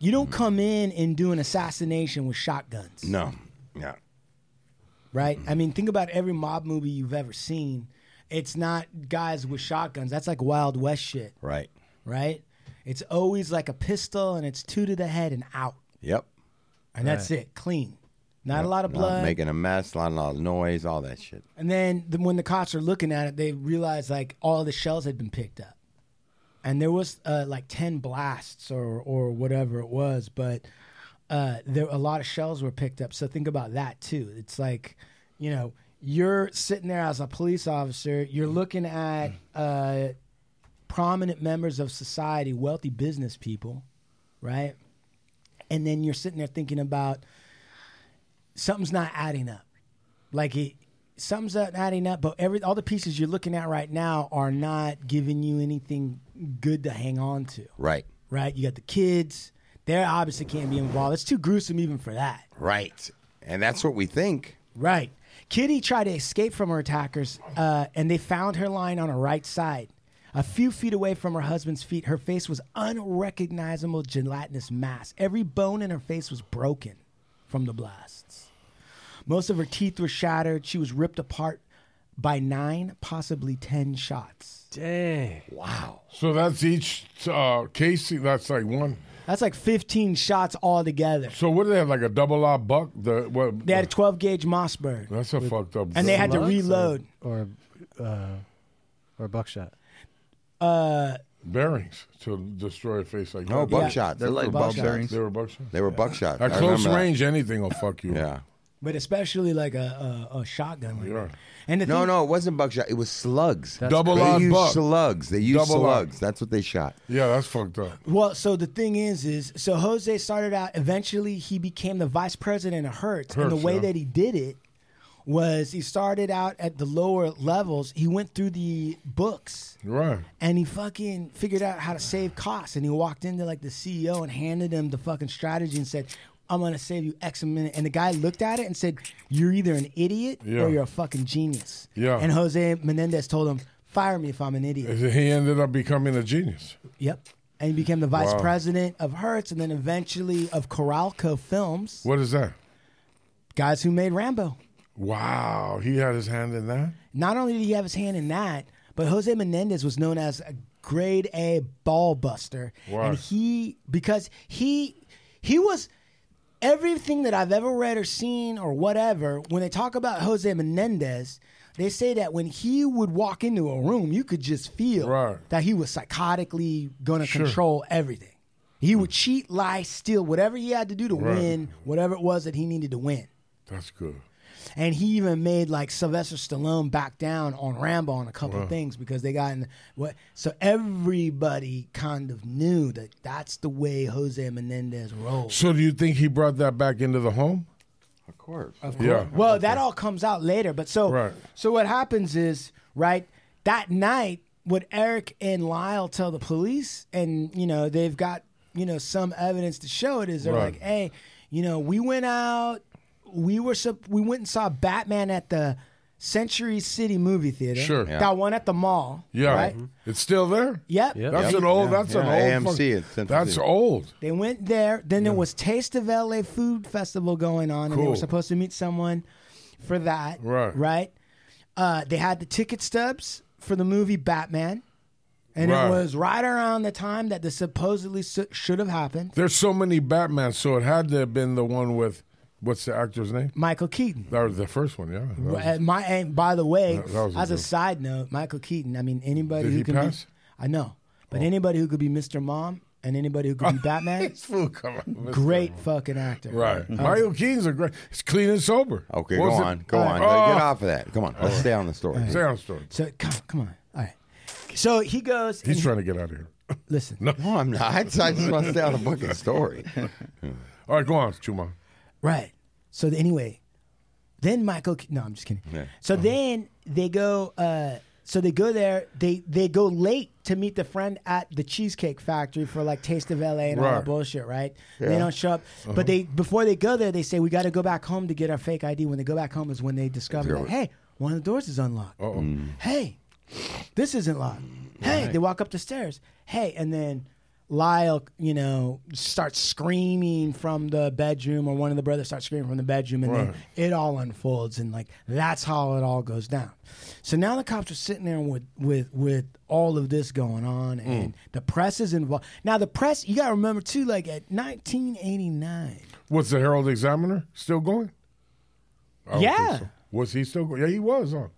Speaker 2: You don't come in and do an assassination with shotguns
Speaker 6: No. Yeah.
Speaker 2: right?
Speaker 6: Mm-hmm.
Speaker 2: I mean, think about every mob movie you've ever seen. It's not guys with shotguns. That's like Wild West shit,
Speaker 6: Right.
Speaker 2: right? It's always like a pistol and it's two to the head and out.
Speaker 6: Yep.
Speaker 2: And that's it, clean. Not a lot of
Speaker 6: Not
Speaker 2: blood.
Speaker 6: making a mess, lot of noise, all that shit.
Speaker 2: and then the, when the cops are looking at it, they realize like all the shells had been picked up. And there was uh, like 10 blasts or, or whatever it was, but uh, there a lot of shells were picked up. So think about that too. It's like, you know, you're sitting there as a police officer, you're looking at uh, prominent members of society, wealthy business people, right? And then you're sitting there thinking about something's not adding up. Like it, something's not adding up, but every all the pieces you're looking at right now are not giving you anything good to hang on to.
Speaker 6: Right.
Speaker 2: Right? You got the kids. They obviously can't be involved. It's too gruesome even for that.
Speaker 6: Right. And that's what we think.
Speaker 2: Right. Kitty tried to escape from her attackers, uh, and they found her lying on her right side. A few feet away from her husband's feet, her face was unrecognizable gelatinous mass. Every bone in her face was broken from the blasts. Most of her teeth were shattered. She was ripped apart by nine, possibly ten shots.
Speaker 1: Dang.
Speaker 3: So that's each uh, case. That's like one.
Speaker 2: That's like 15 shots all together.
Speaker 3: So what do they have? Like a double R buck? The what?
Speaker 2: They had a 12 gauge Mossberg,
Speaker 3: that's a fucked up.
Speaker 2: and they had to
Speaker 3: gun.
Speaker 2: reload.
Speaker 10: or uh, or buckshot.
Speaker 2: Uh,
Speaker 3: bearings to destroy a face like
Speaker 6: No,
Speaker 3: that.
Speaker 6: buckshot.
Speaker 4: They're
Speaker 6: They
Speaker 4: like
Speaker 6: were
Speaker 4: buckshot.
Speaker 3: They were buckshot.
Speaker 6: They were buckshot.
Speaker 3: At
Speaker 6: I
Speaker 3: close
Speaker 6: remember that.
Speaker 3: range, anything will fuck you.
Speaker 6: Yeah.
Speaker 2: but especially like a a, a shotgun. Like
Speaker 3: Yeah.
Speaker 2: that. And the
Speaker 6: No,
Speaker 2: thing,
Speaker 6: no, it wasn't buckshot. It was slugs.
Speaker 3: Double
Speaker 6: they
Speaker 3: odd
Speaker 6: used
Speaker 3: buck.
Speaker 6: slugs. They used
Speaker 3: Double odd.
Speaker 6: slugs. That's what they shot.
Speaker 3: Yeah, that's fucked up.
Speaker 2: Well, so the thing is, is so Jose started out. Eventually, he became the vice president of Hertz, and the
Speaker 3: Hertz,
Speaker 2: way
Speaker 3: yeah.
Speaker 2: that he did it was he started out at the lower levels. He went through the books.
Speaker 3: Right.
Speaker 2: And he fucking figured out how to save costs. And he walked into like the CEO and handed him the fucking strategy and said, I'm gonna save you X a minute. And the guy looked at it and said, You're either an idiot
Speaker 3: Yeah.
Speaker 2: or you're a fucking genius.
Speaker 3: Yeah.
Speaker 2: And Jose Menendez told him, Fire me if I'm an idiot.
Speaker 3: He ended up becoming a genius.
Speaker 2: Yep. And he became the vice
Speaker 3: Wow.
Speaker 2: president of Hertz and then eventually of Coralco Films.
Speaker 3: What is that?
Speaker 2: Guys who made Rambo.
Speaker 3: Wow, he had his hand in that.
Speaker 2: Not only did he have his hand in that, but Jose Menendez was known as a grade A ball buster.
Speaker 3: Wow.
Speaker 2: And he because he he was everything that I've ever read or seen or whatever, when they talk about Jose Menendez, they say that when he would walk into a room, you could just feel
Speaker 3: Right.
Speaker 2: that he was psychotically gonna
Speaker 3: Sure.
Speaker 2: control everything. He would cheat, lie, steal, whatever he had to do to
Speaker 3: Right.
Speaker 2: win, whatever it was that he needed to win.
Speaker 3: That's good.
Speaker 2: And he even made like Sylvester Stallone back down on Rambo on a couple things because they got in what. So everybody kind of knew that that's the way Jose Menendez rolled.
Speaker 3: So do you think he brought that back into the home?
Speaker 6: Of course.
Speaker 3: Yeah.
Speaker 2: Well, that all comes out later. But so,
Speaker 3: Right.
Speaker 2: so what happens is right that night, what Eric and Lyle tell the police, and you know they've got you know some evidence to show it is they're
Speaker 3: Right.
Speaker 2: like, hey, you know, we went out, we were sup- we went and saw Batman at the Century City movie theater.
Speaker 3: Sure. Yeah.
Speaker 2: got one at the mall.
Speaker 3: Yeah.
Speaker 2: right.
Speaker 3: It's still there?
Speaker 2: Yep.
Speaker 3: That's an old that's
Speaker 6: Yeah,
Speaker 3: an old
Speaker 6: AMC
Speaker 3: fuck-
Speaker 6: at Central
Speaker 3: That's
Speaker 6: City.
Speaker 3: old.
Speaker 2: They went there. Then there was Taste of LA Food Festival going on, and they
Speaker 3: Cool.
Speaker 2: were supposed to meet someone for that.
Speaker 3: Right.
Speaker 2: Right. Uh, they had the ticket stubs for the movie Batman, and
Speaker 3: Right.
Speaker 2: it was right around the time that this supposedly su- should have happened.
Speaker 3: There's so many Batman, so it had to have been the one with what's the actor's name?
Speaker 2: Michael Keaton.
Speaker 3: That was the first one, yeah. That
Speaker 2: Uh,
Speaker 3: was-
Speaker 2: my and by the way,
Speaker 3: That- that was a
Speaker 2: as a
Speaker 3: joke.
Speaker 2: side note, Michael Keaton. I mean, anybody
Speaker 3: Did
Speaker 2: who
Speaker 3: he
Speaker 2: can
Speaker 3: pass? Oh.
Speaker 2: be, I know, but anybody who could be Mr. Mom and anybody who could be Batman,
Speaker 3: This fool come out with-
Speaker 2: great Uh-huh. fucking actor.
Speaker 3: Right. Mario Keane's a great he's clean and sober.
Speaker 6: Okay,
Speaker 3: What was
Speaker 6: go
Speaker 3: it?
Speaker 6: on. Go on.
Speaker 3: Oh.
Speaker 6: Get off of that. Come on. Let's stay on the story.
Speaker 3: Sound story.
Speaker 2: So come, come on. All right. So he goes. and
Speaker 3: He's trying to get out of here.
Speaker 2: Listen.
Speaker 6: No, I'm not. I just want to stay on the fucking story.
Speaker 3: All right, go on, Chuma.
Speaker 2: Right. So the, anyway, then Michael. Ke- No, I'm just kidding.
Speaker 6: Yeah.
Speaker 2: So then they go. Uh, so they go there. They they go late to meet the friend at the Cheesecake Factory for like Taste of LA and all
Speaker 3: Right.
Speaker 2: that bullshit. Right. They don't show up. But they before they go there, they say we got to go back home to get our fake ID. When they go back home is when they discover
Speaker 6: Zero.
Speaker 2: like, hey, one of the doors is unlocked.
Speaker 3: Uh-oh.
Speaker 2: hey, this isn't Lyle. Hey, they walk up the stairs. Hey, and then Lyle, you know, starts screaming from the bedroom, or one of the brothers starts screaming from the bedroom, and
Speaker 3: Right.
Speaker 2: then it all unfolds, and like that's how it all goes down. So now the cops are sitting there with with with all of this going on, and the press is involved. Now the press, you got to remember too, like at 1989.
Speaker 3: What's the Herald Examiner still going? I don't
Speaker 2: Yeah.
Speaker 3: think so. Was he still going? Yeah, he was on.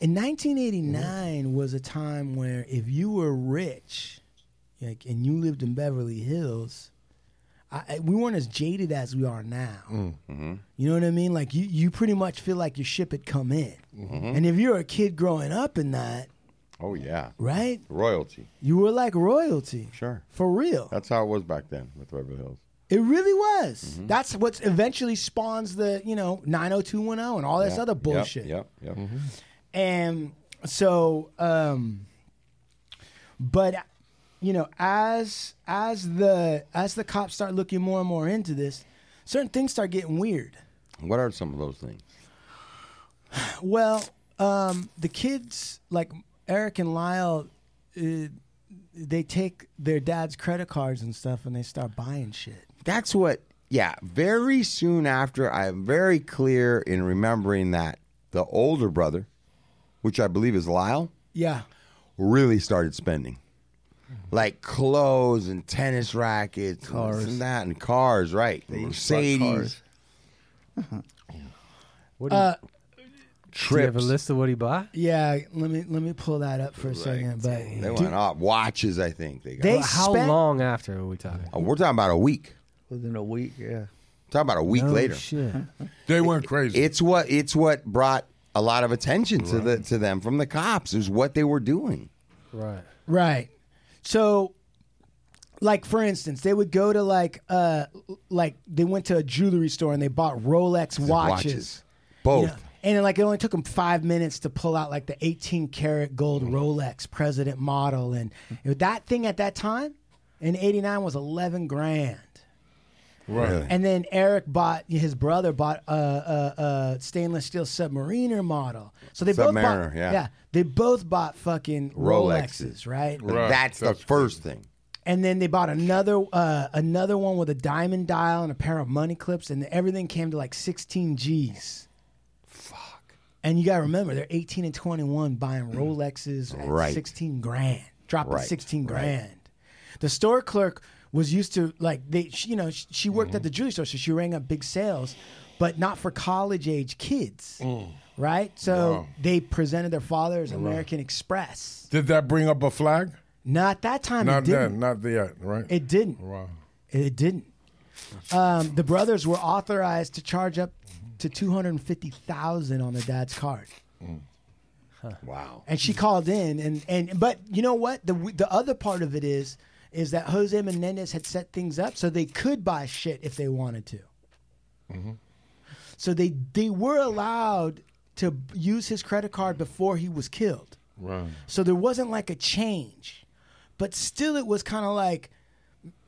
Speaker 2: In 1989 was a time where if you were rich, like, and you lived in Beverly Hills, I, I- we weren't as jaded as we are now.
Speaker 6: Mm-hmm.
Speaker 2: You know what I mean? Like you, you pretty much feel like your ship had come in.
Speaker 6: Mm-hmm.
Speaker 2: And if you were a kid growing up in that,
Speaker 6: Oh, yeah.
Speaker 2: right,
Speaker 6: Royalty.
Speaker 2: you were like royalty.
Speaker 6: Sure.
Speaker 2: For real.
Speaker 6: That's how it was back then with Beverly Hills.
Speaker 2: It really was.
Speaker 6: Mm-hmm.
Speaker 2: That's what eventually spawns the, you know, 90210 and all this
Speaker 6: Yeah.
Speaker 2: other
Speaker 6: Yep,
Speaker 2: bullshit.
Speaker 6: Yep. Yep.
Speaker 2: And so, um, but you know, as as the as the cops start looking more and more into this, certain things start getting weird.
Speaker 6: What are some of those things?
Speaker 2: Well, um, the kids like Eric and Lyle, uh, they take their dad's credit cards and stuff, and they start buying shit.
Speaker 6: That's what, yeah. Very soon after, I am very clear in remembering that the older brother, which I believe is Lyle,
Speaker 2: Yeah,
Speaker 6: really started spending. like clothes and tennis rackets, cars, and, this and that, and cars. Right, Mercedes.
Speaker 10: cars. What do you,
Speaker 2: Uh,
Speaker 10: do you have a
Speaker 6: trips.
Speaker 10: list of what he bought?
Speaker 2: yeah, let me let me pull that up for a second. But
Speaker 6: They
Speaker 2: dude,
Speaker 6: went off watches. I think they got.
Speaker 2: They
Speaker 10: How
Speaker 2: spent-
Speaker 10: long after are we talking?
Speaker 6: Oh, we're talking about a week.
Speaker 4: Within a week, yeah.
Speaker 6: Talking about a week
Speaker 10: No
Speaker 6: later.
Speaker 10: Shit.
Speaker 3: They went crazy.
Speaker 6: It's what it's what brought a lot of attention to the to them from the cops is what they were doing.
Speaker 10: Right.
Speaker 2: Right. So, like for instance, they would go to like uh like they went to a jewelry store and they bought Rolex watches. Oh.
Speaker 6: both.
Speaker 2: Yeah. And then, like it only took them five minutes to pull out like the 18 karat gold Rolex President model, and you know, that thing at that time in '89 was 11 grand.
Speaker 3: Right.
Speaker 2: And then Eric bought his brother bought a, a, a stainless steel submariner model. So they both
Speaker 6: Submariner,
Speaker 2: bought,
Speaker 6: yeah.
Speaker 2: they both bought fucking
Speaker 6: Rolexes.
Speaker 2: Rolexes, right?
Speaker 6: And
Speaker 3: Right.
Speaker 6: That's,
Speaker 3: That's
Speaker 6: the first thing.
Speaker 2: and then they bought another uh, another one with a diamond dial and a pair of money clips, and everything came to like 16 G's. Fuck. And you gotta remember, they're 18 and 21 buying Rolexes at
Speaker 6: Mm. Right.
Speaker 2: 16 grand, dropping
Speaker 6: Right,
Speaker 2: 16 grand. The store clerk was used to like they, she, you know, she, she worked
Speaker 6: Mm-hmm.
Speaker 2: at the jewelry store, so she rang up big sales, but not for college age kids,
Speaker 6: Mm.
Speaker 2: right? So they presented their father as American Express.
Speaker 3: Did that bring up a flag?
Speaker 2: Not that time.
Speaker 3: Not
Speaker 2: it didn't.
Speaker 3: then. Not yet. Right.
Speaker 2: It didn't.
Speaker 3: wow.
Speaker 2: It didn't. Um, the brothers were authorized to charge up to two hundred and fifty thousand on the dad's card,
Speaker 6: Wow.
Speaker 2: and she called in and and but you know what the the other part of it is is that Jose Menendez had set things up so they could buy shit if they wanted to.
Speaker 3: Mm-hmm.
Speaker 2: So they they were allowed to use his credit card before he was killed.
Speaker 3: Right.
Speaker 2: So there wasn't like a change, but still it was kind of like,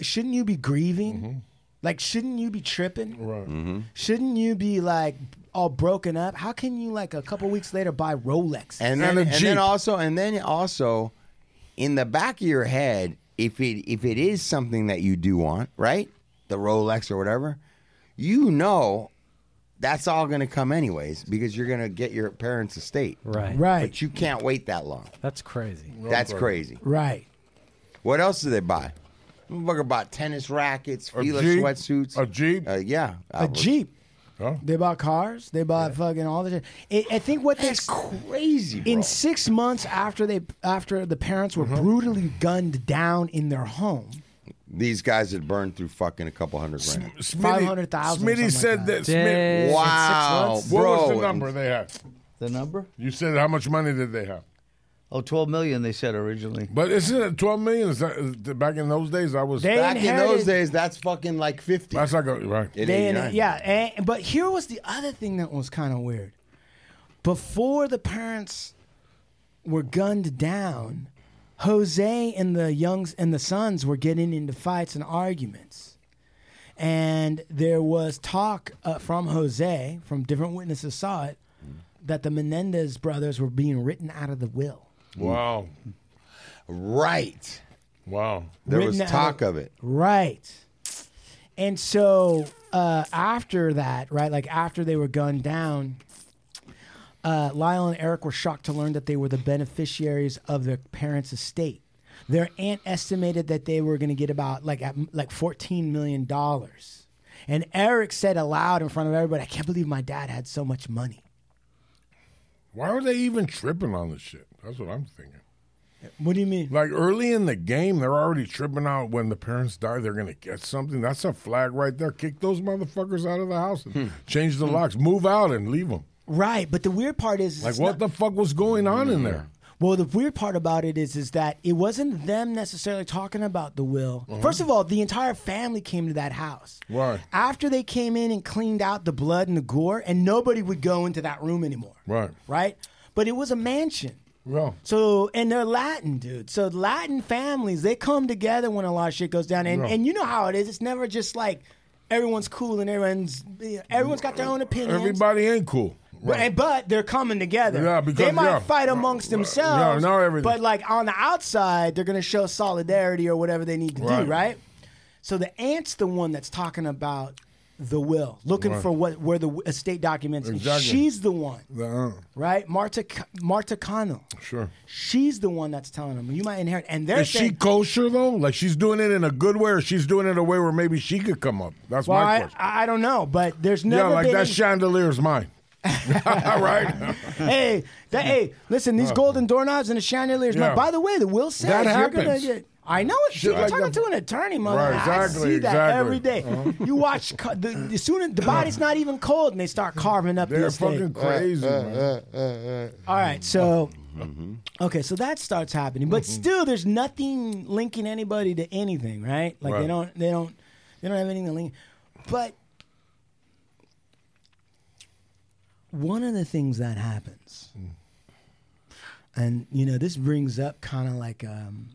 Speaker 2: shouldn't you be grieving? Like, shouldn't you be tripping?
Speaker 3: Mm-hmm. Right.
Speaker 2: Shouldn't you be like all broken up? How can you like a couple weeks later buy Rolex?
Speaker 3: And
Speaker 6: And then
Speaker 3: a
Speaker 6: and,
Speaker 3: Jeep.
Speaker 6: then also and then also in the back of your head, if it if it is something that you do want, right? The Rolex or whatever, you know that's all gonna come anyways because you're gonna get your parents' estate.
Speaker 10: Right.
Speaker 2: right,
Speaker 6: But you can't wait that long.
Speaker 10: That's crazy.
Speaker 3: Oh,
Speaker 6: That's crazy.
Speaker 2: right.
Speaker 6: What else did they buy? Motherfucker bought tennis rackets,
Speaker 3: A
Speaker 6: Fila
Speaker 3: Jeep?
Speaker 6: sweatsuits.
Speaker 3: A Jeep?
Speaker 6: Uh, yeah.
Speaker 2: A Jeep.
Speaker 6: Oh.
Speaker 3: Huh?
Speaker 2: They bought cars. They bought fucking all the shit. It, I think what they
Speaker 6: That's crazy, bro. Mm-hmm.
Speaker 2: in six months after they after the parents were brutally gunned down in their home.
Speaker 6: These guys had burned through fucking a couple hundred grand.
Speaker 3: Smitty-
Speaker 2: 500,000 or
Speaker 3: Smitty
Speaker 2: something
Speaker 3: said
Speaker 2: like
Speaker 3: that.
Speaker 2: that.
Speaker 10: Dang. In
Speaker 3: Smitty,
Speaker 10: six
Speaker 2: Oh,
Speaker 6: Wow,
Speaker 10: months?
Speaker 3: what
Speaker 6: bro.
Speaker 3: was the number they had?
Speaker 4: The number?
Speaker 3: You said how much money did they have?
Speaker 4: Oh, 12 million, they said originally.
Speaker 3: But isn't it twelve million? Is that, is that- back in those days, I was.
Speaker 2: They
Speaker 6: Back in those
Speaker 2: inherited-
Speaker 6: days, that's fucking like fifty.
Speaker 3: that's like a right.
Speaker 6: In
Speaker 2: They
Speaker 6: 89.
Speaker 2: and, yeah, and, but here was the other thing that was kind of weird. Before the parents were gunned down, Jose and the youngs and the sons were getting into fights and arguments. And there was talk uh, from Jose, from different witnesses saw it, that the Menendez brothers were being written out of the will.
Speaker 3: Wow.
Speaker 6: Right.
Speaker 3: Wow.
Speaker 6: There
Speaker 2: Written
Speaker 6: was
Speaker 2: out
Speaker 6: talk of it.
Speaker 2: Right. And so uh, after that, right, like after they were gunned down, uh, Lyle and Eric were shocked to learn that they were the beneficiaries of their parents' estate. Their aunt estimated that they were going to get about like at, like fourteen million dollars, and Eric said aloud in front of everybody, "I can't believe my dad had so much money."
Speaker 3: Why were they even tripping on this shit? That's what I'm thinking.
Speaker 2: What do you mean?
Speaker 3: Like early in the game, they're already tripping out when the parents die, they're going to get something. That's a flag right there. Kick those motherfuckers out of the house and change the locks. Move out and leave them.
Speaker 2: Right, but the weird part is,
Speaker 3: Like,
Speaker 2: it's
Speaker 3: what the fuck was going on in there?
Speaker 2: Well, the weird part about it is, is that it wasn't them necessarily talking about the will. First of all, the entire family came to that house.
Speaker 3: Mm-hmm. Right.
Speaker 2: After they came in and cleaned out the blood and the gore, and nobody would go into that room anymore.
Speaker 3: Right.
Speaker 2: Right. But it was a mansion.
Speaker 3: Well,
Speaker 2: So and they're Latin, dude. So Latin families they come together when a lot of shit goes down, and
Speaker 3: Yeah.
Speaker 2: and you know how it is. It's never just like everyone's cool and everyone's everyone's got their own opinions.
Speaker 3: everybody ain't cool.
Speaker 2: But, but they're coming together.
Speaker 3: Yeah, because-
Speaker 2: they might
Speaker 3: yeah.
Speaker 2: fight amongst
Speaker 3: Yeah,
Speaker 2: themselves.
Speaker 3: no, everything.
Speaker 2: But like on the outside, they're gonna show solidarity or whatever they need to
Speaker 3: Right.
Speaker 2: do, right? So the aunt's the one that's talking about the will, looking
Speaker 3: Right.
Speaker 2: for what where the w- estate documents. and
Speaker 3: Exactly.
Speaker 2: She's the one,
Speaker 3: The, uh,
Speaker 2: right? Marta C- Marta Cano.
Speaker 3: sure.
Speaker 2: She's the one that's telling them you might inherit, and they're
Speaker 3: Is she
Speaker 2: saying,
Speaker 3: kosher though? Like she's doing it in a good way, or she's doing it a way where maybe she could come up. That's
Speaker 2: "Well,
Speaker 3: my
Speaker 2: I,
Speaker 3: question.
Speaker 2: I I don't know, but there's
Speaker 3: Yeah,
Speaker 2: never
Speaker 3: like
Speaker 2: been
Speaker 3: that
Speaker 2: any-
Speaker 3: chandelier is mine. All right.
Speaker 2: hey, that, hey, listen, these
Speaker 3: Uh,
Speaker 2: golden doorknobs and the chandeliers.
Speaker 3: yeah.
Speaker 2: Now, by the way, the will says
Speaker 3: That
Speaker 2: you're gonna
Speaker 3: happens.
Speaker 2: get. I know it.
Speaker 3: Shit
Speaker 2: You're
Speaker 3: like
Speaker 2: talking
Speaker 3: that-
Speaker 2: to an attorney, mother.
Speaker 3: Right,
Speaker 2: I
Speaker 3: exactly,
Speaker 2: see that
Speaker 3: exactly.
Speaker 2: every day.
Speaker 3: Uh-huh.
Speaker 2: You watch ca- the, the soon the body's not even cold, and they start carving up
Speaker 3: They're
Speaker 2: the estate.
Speaker 3: fucking crazy,
Speaker 2: Uh,
Speaker 3: man.
Speaker 2: All
Speaker 3: Mm-hmm.
Speaker 2: right, so okay, so that starts happening, but still, there's nothing linking anybody to anything, right? Like
Speaker 3: Right.
Speaker 2: they don't, they don't, they don't have anything to link. But one of the things that happens,
Speaker 3: Mm.
Speaker 2: and you know, this brings up kind of like um,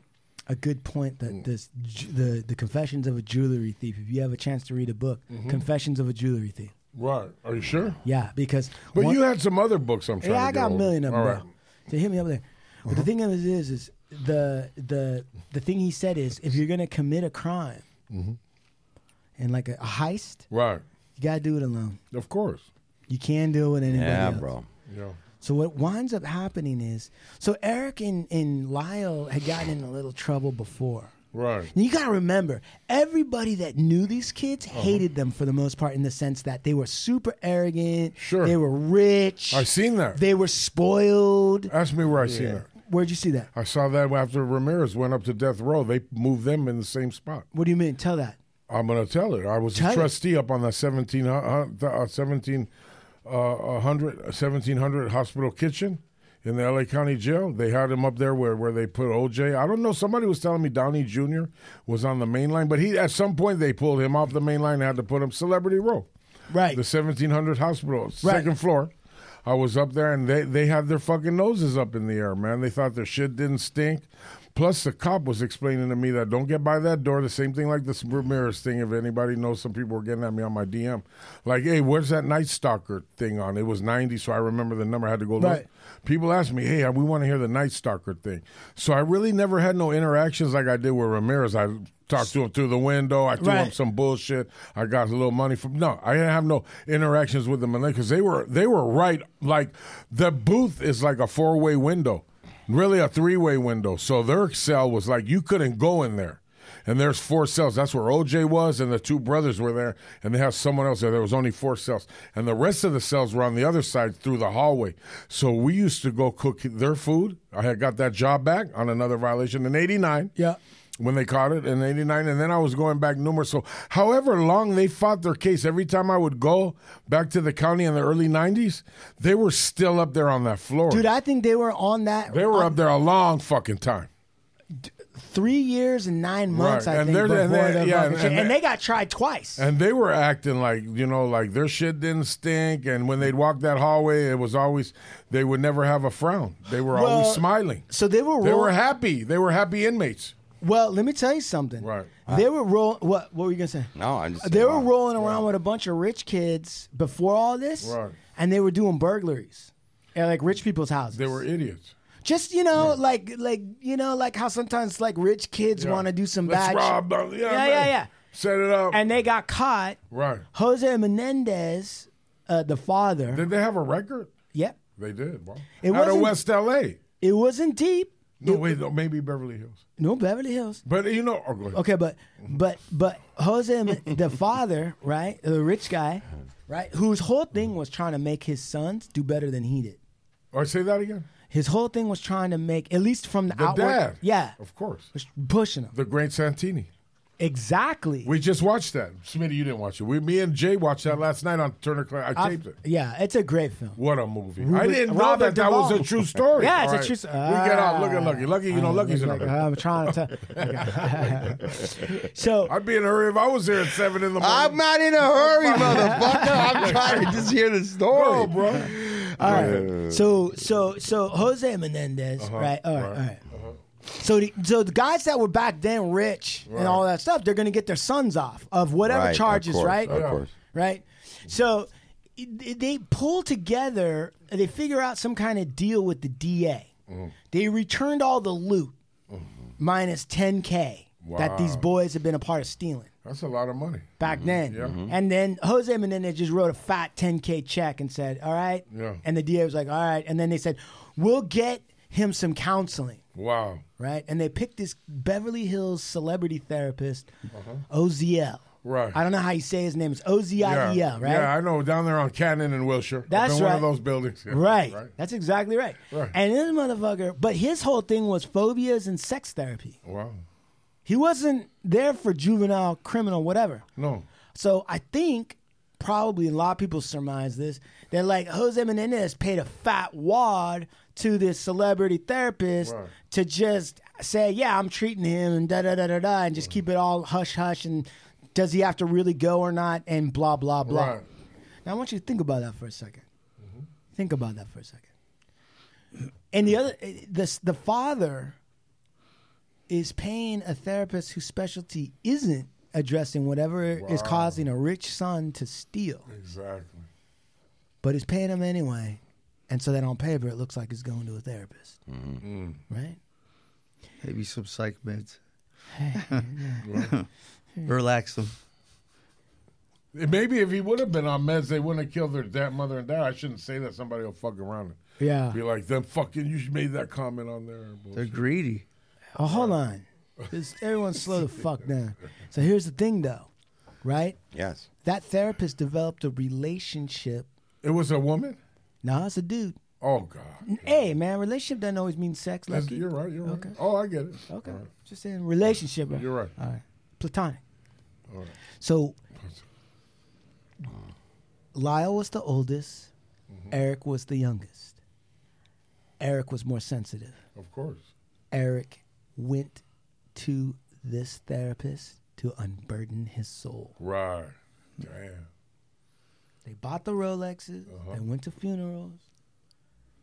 Speaker 2: a good point
Speaker 3: Mm.
Speaker 2: that this ju- the the Confessions of a Jewelry Thief. If you have a chance to read a book,
Speaker 3: Mm-hmm.
Speaker 2: Confessions of a Jewelry Thief,
Speaker 3: Right. Are you sure?
Speaker 2: yeah, because
Speaker 3: But
Speaker 2: one-
Speaker 3: you had some other books. I'm trying.
Speaker 2: yeah,
Speaker 3: to
Speaker 2: I
Speaker 3: get
Speaker 2: got a
Speaker 3: hold of.
Speaker 2: million of them.
Speaker 3: All
Speaker 2: bro.
Speaker 3: right. Uh-huh.
Speaker 2: They hit me up there. But the thing of it is, is the the the thing he said is if you're gonna commit a crime
Speaker 3: Mm-hmm.
Speaker 2: and like a, a heist,
Speaker 3: Right.
Speaker 2: you gotta do it alone.
Speaker 3: Of course.
Speaker 2: You can't do it with anybody
Speaker 6: Yeah,
Speaker 2: else.
Speaker 6: bro.
Speaker 3: Yeah.
Speaker 2: So what winds up happening is, so Eric and, and Lyle had gotten in a little trouble before.
Speaker 3: Right.
Speaker 2: And you gotta remember, everybody that knew these kids
Speaker 3: Uh-huh.
Speaker 2: hated them for the most part, in the sense that they were super arrogant.
Speaker 3: Sure.
Speaker 2: They were rich.
Speaker 3: I seen that.
Speaker 2: They were spoiled.
Speaker 3: Ask me where I seen that.
Speaker 2: Where'd you see that?
Speaker 3: I saw that after Ramirez went up to death row. They moved them in the same spot.
Speaker 2: What do you mean? Tell that.
Speaker 3: I'm gonna tell it. I was
Speaker 2: Tell
Speaker 3: a
Speaker 2: it.
Speaker 3: trustee up on that 17, uh, uh, 17 uh, 100, 1700 hospital kitchen in the LA County Jail. They had him up there where, where they put OJ. I don't know. Somebody was telling me Downey Jr. was on the main line, but he at some point they pulled him off the main line and had to put him Celebrity Row.
Speaker 2: Right.
Speaker 3: The 1700 hospital,
Speaker 2: Right.
Speaker 3: second floor. I was up there and they, they had their fucking noses up in the air, man. They thought their shit didn't stink. Plus, the cop was explaining to me that don't get by that door. The same thing like this Ramirez thing. If anybody knows, some people were getting at me on my DM. Like, hey, where's that Night Stalker thing on? It was 90, so I remember the number. I had to go look.
Speaker 2: Right.
Speaker 3: People ask me, hey, we want to hear the Night Stalker thing. So I really never had no interactions like I did with Ramirez. I talked to him through the window. I threw him
Speaker 2: Right.
Speaker 3: some bullshit. I got a little money from. No, I didn't have no interactions with them because they were they were right. Like the booth is like a four way window, really a three way window. So their cell was like you couldn't go in there. And there's four cells. That's where OJ was, and the two brothers were there, and they have someone else there. There was only four cells, and the rest of the cells were on the other side through the hallway. So we used to go cook their food. I had got that job back on another violation in '89
Speaker 2: Yeah.
Speaker 3: when they caught it in 89 and then i was going back numerous so however long they fought their case every time i would go back to the county in the early 90s they were still up there on that floor
Speaker 2: Dude, I think they were on that
Speaker 3: they were up there a long fucking time
Speaker 2: three years and nine months,
Speaker 3: Right.
Speaker 2: I
Speaker 3: And
Speaker 2: think.
Speaker 3: they're-
Speaker 2: before
Speaker 3: and they-
Speaker 2: the
Speaker 3: yeah,
Speaker 2: fucking
Speaker 3: and-
Speaker 2: shit.
Speaker 3: and
Speaker 2: and they got tried twice.
Speaker 3: and they were acting like you know like their shit didn't stink and when they'd walk that hallway it was always they would never have a frown they were
Speaker 2: Well,
Speaker 3: always smiling
Speaker 2: so they were
Speaker 3: they
Speaker 2: roll-
Speaker 3: were happy they were happy inmates
Speaker 2: well, let me tell you something.
Speaker 3: Right.
Speaker 2: They were rolling. What, what were you going to say?
Speaker 6: No, I'm just.
Speaker 2: They were rolling around with a bunch of rich kids before all this,
Speaker 3: Right.
Speaker 2: and they were doing burglaries at like rich people's houses.
Speaker 3: they were idiots
Speaker 2: just you know, like like you know, like how sometimes like rich kids
Speaker 3: Yeah.
Speaker 2: want to do some
Speaker 3: Let's
Speaker 2: bad.
Speaker 3: rob
Speaker 2: shit.
Speaker 3: them. yeah
Speaker 2: Yeah,
Speaker 3: man.
Speaker 2: yeah, yeah.
Speaker 3: set it up
Speaker 2: And they got caught.
Speaker 3: right
Speaker 2: Jose Menendez, uh, the father.
Speaker 3: did they have a record
Speaker 2: yep.
Speaker 3: They did, bro.
Speaker 2: It
Speaker 3: Out of
Speaker 2: wasn't-
Speaker 3: West L.A.
Speaker 2: It wasn't deep.
Speaker 3: No, wait, no, maybe Beverly Hills.
Speaker 2: No, Beverly Hills.
Speaker 3: But you know, oh, go ahead.
Speaker 2: Okay, but but but Jose, M- the father, right, the rich guy, right, whose whole thing was trying to make his sons do better than he did.
Speaker 3: Or say that again.
Speaker 2: His whole thing was trying to make, at least from the,
Speaker 3: The
Speaker 2: outward,
Speaker 3: dad.
Speaker 2: yeah,
Speaker 3: Of course.
Speaker 2: was pushing them
Speaker 3: The Great Santini.
Speaker 2: exactly.
Speaker 3: We just watched that. Smitty, you didn't watch it. We, me and Jay watched that last night on Turner Class. I
Speaker 2: I-
Speaker 3: taped it.
Speaker 2: yeah, it's a great film.
Speaker 3: What a movie! I
Speaker 2: Ruben-
Speaker 3: didn't know
Speaker 2: Robert
Speaker 3: that that was a
Speaker 2: Duvall.
Speaker 3: true story.
Speaker 2: Yeah, it's
Speaker 3: All
Speaker 2: a true s-
Speaker 3: we get
Speaker 2: Ah.
Speaker 3: out. Look at Lucky. Lucky, you know, Lucky's in
Speaker 2: Like,
Speaker 3: a.
Speaker 2: I'm trying to tell. okay. so
Speaker 3: I'd be in a hurry if I was there at seven in the morning.
Speaker 6: I'm not in a hurry, motherfucker. I'm trying to just hear the
Speaker 3: Go,
Speaker 6: story.
Speaker 3: bro.
Speaker 2: All right. So so so Jose Menendez, right? All right, all right. So the so the guys that were back then rich and all that stuff, they're gonna get their sons off of whatever
Speaker 6: Right, of
Speaker 2: charges,
Speaker 6: course,
Speaker 2: right?
Speaker 6: of course.
Speaker 2: Right. So i- they pull together. They figure out some kind of deal with the DA. They returned all the loot minus 10k that these boys have been a part of stealing.
Speaker 3: That's a lot of money.
Speaker 2: back then.
Speaker 3: Yeah. Mhm.
Speaker 2: And then Jose Menendez just wrote a fat 10K check and said, All right.
Speaker 3: Yeah.
Speaker 2: And the DA was like, All right. And then they said, We'll get him some counseling,
Speaker 3: Wow.
Speaker 2: right? And they picked this Beverly Hills celebrity therapist,
Speaker 3: Uh-huh.
Speaker 2: OZL.
Speaker 3: Right.
Speaker 2: I don't know how you say his name. It's O Z I E L, right?
Speaker 3: Yeah, I know. Down there on Cannon and Wilshire. Up
Speaker 2: That's
Speaker 3: in One
Speaker 2: right.
Speaker 3: of those buildings. Yeah,
Speaker 2: Right. That's exactly right.
Speaker 3: Right.
Speaker 2: And this motherfucker, but his whole thing was phobias and sex therapy.
Speaker 3: Wow.
Speaker 2: He wasn't there for juvenile, criminal, whatever.
Speaker 3: No.
Speaker 2: So I think probably a lot of people surmise this. They're like, Jose Menendez paid a fat wad to this celebrity therapist
Speaker 5: Right.
Speaker 2: to just say, yeah, I'm treating him and da da da da da, and just keep it all hush hush. And does he have to really go or not? And blah, blah, blah.
Speaker 5: Right.
Speaker 2: Now I want you to think about that for a 2nd Think about that for a second. And the other, the, the father is paying a therapist whose specialty isn't addressing whatever is
Speaker 3: Wow.
Speaker 2: causing a rich son to steal,
Speaker 3: Exactly.
Speaker 2: but is paying him anyway. And so then on paper, it looks like he's going to a therapist, right?
Speaker 11: Maybe some psych meds.
Speaker 2: Right.
Speaker 11: Relax them.
Speaker 3: Maybe if he would have been on meds, they wouldn't have killed their dad, mother and dad. I shouldn't say that. Somebody will fuck around and
Speaker 2: Yeah.
Speaker 3: be like, "Them fucking you made that comment on there."
Speaker 11: They're greedy.
Speaker 2: Oh, hold on. Just everyone slow the fuck down. So here's the thing, though, right?
Speaker 6: Yes.
Speaker 2: That therapist developed a relationship.
Speaker 3: It was a woman?
Speaker 2: No, it's a dude.
Speaker 3: Oh, God.
Speaker 2: Hey, man, relationship doesn't always mean sex.
Speaker 3: That's-
Speaker 2: Lucky.
Speaker 3: you're right. You're right.
Speaker 2: Okay.
Speaker 3: Oh, I get it.
Speaker 2: Okay.
Speaker 3: All right.
Speaker 2: Just saying, relationship. Bro.
Speaker 3: You're right.
Speaker 2: All right. Platonic.
Speaker 3: All right.
Speaker 2: So Lyle was the oldest,
Speaker 3: Mm-hmm.
Speaker 2: Eric was the youngest. Eric was more sensitive.
Speaker 3: Of course.
Speaker 2: Eric went to this therapist to unburden his soul.
Speaker 3: Right. Damn.
Speaker 2: They bought the Rolexes,
Speaker 3: Uh-huh.
Speaker 2: they went to funerals,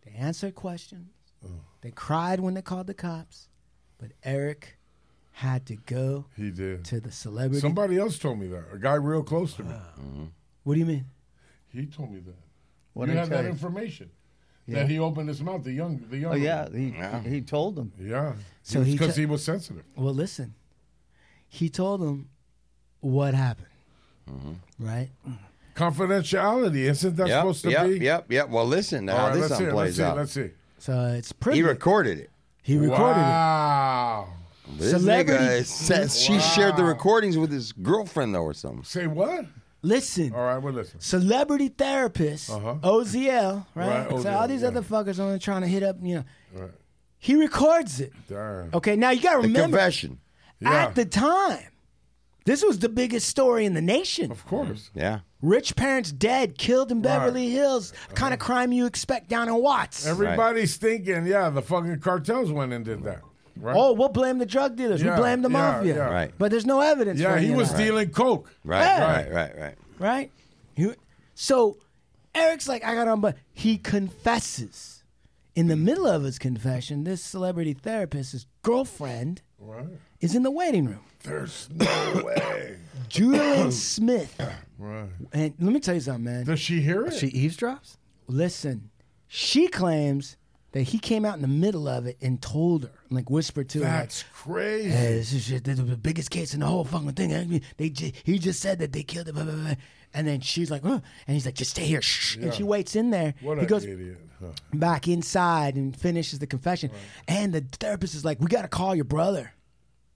Speaker 2: they answered questions,
Speaker 3: Uh.
Speaker 2: they cried when they called the cops, but Eric had to go
Speaker 3: He did.
Speaker 2: to the celebrity.
Speaker 3: Somebody else told me that. A guy real close to me.
Speaker 2: What do you mean?
Speaker 3: He told me that.
Speaker 4: What
Speaker 3: you
Speaker 4: did I
Speaker 3: had
Speaker 4: tell
Speaker 3: that
Speaker 4: you?
Speaker 3: information.
Speaker 4: Yeah.
Speaker 3: That he opened his mouth. The young, the young.
Speaker 4: Oh yeah, he he told them.
Speaker 3: Yeah.
Speaker 2: So
Speaker 3: So
Speaker 2: he
Speaker 3: because
Speaker 2: t-
Speaker 3: he was sensitive.
Speaker 2: Well, listen, he told him what happened,
Speaker 3: Mm-hmm.
Speaker 2: right?
Speaker 3: Confidentiality isn't that
Speaker 6: yep,
Speaker 3: supposed to
Speaker 6: yep,
Speaker 3: be?
Speaker 6: Yep, yep. Well, listen now.
Speaker 3: All
Speaker 6: how
Speaker 3: right,
Speaker 6: this
Speaker 3: let's
Speaker 6: one
Speaker 3: see it, let's
Speaker 6: plays
Speaker 3: see it,
Speaker 6: out.
Speaker 3: let's see.
Speaker 2: So it's pretty.
Speaker 6: He recorded it.
Speaker 2: He recorded
Speaker 3: wow.
Speaker 6: it. This
Speaker 2: Celebrity-
Speaker 6: nigga says she shared the recordings with his girlfriend though, or something.
Speaker 3: Say what?
Speaker 2: Listen.
Speaker 3: All right, well, listen.
Speaker 2: Celebrity therapist,
Speaker 6: Uh-huh.
Speaker 2: OZL, right?
Speaker 6: Right,
Speaker 2: so
Speaker 6: OZL,
Speaker 2: all these other fuckers only trying to hit up, you know.
Speaker 3: Right.
Speaker 2: He records it.
Speaker 3: Darn.
Speaker 2: Okay, now you got to
Speaker 6: The
Speaker 2: remember.
Speaker 6: confession.
Speaker 3: Yeah.
Speaker 2: At the time, this was the biggest story in the nation.
Speaker 3: Of course.
Speaker 6: Yeah.
Speaker 2: Rich parents dead, killed in Beverly Hills. Kind of crime you expect down in Watts.
Speaker 3: Everybody's thinking, yeah, the fucking cartels went and did that. Right?
Speaker 2: Oh, we'll blame the drug dealers.
Speaker 3: Yeah,
Speaker 2: we blame the
Speaker 3: yeah,
Speaker 2: mafia.
Speaker 3: yeah. Right.
Speaker 2: But there's no evidence. for
Speaker 3: yeah, he
Speaker 2: any of
Speaker 3: was
Speaker 2: that.
Speaker 3: dealing coke.
Speaker 6: Right,
Speaker 2: Yeah.
Speaker 6: right, right, right.
Speaker 2: Right? He- so Eric's like, I got on, but he confesses. In
Speaker 3: Hmm.
Speaker 2: the middle of his confession, this celebrity therapist's girlfriend
Speaker 3: Right.
Speaker 2: is in the waiting room.
Speaker 3: There's no way.
Speaker 2: Judalyn Smith.
Speaker 3: Right.
Speaker 2: And let me tell you something, man.
Speaker 3: Does she hear it?
Speaker 2: She eavesdrops? Listen, she claims that he came out in the middle of it and told her, like whispered to her.
Speaker 3: That's
Speaker 2: like,
Speaker 3: crazy.
Speaker 2: Hey, this is shit. This is the biggest case in the whole fucking thing. I mean, They ju- he just said that they killed him. Blah, blah, blah. And then she's like, huh. and he's like, just stay here. Shh.
Speaker 3: Yeah.
Speaker 2: And she waits in there.
Speaker 3: What
Speaker 2: he
Speaker 3: an
Speaker 2: goes
Speaker 3: idiot. Huh.
Speaker 2: back inside and finishes the confession. And the therapist is like, we got to call your brother,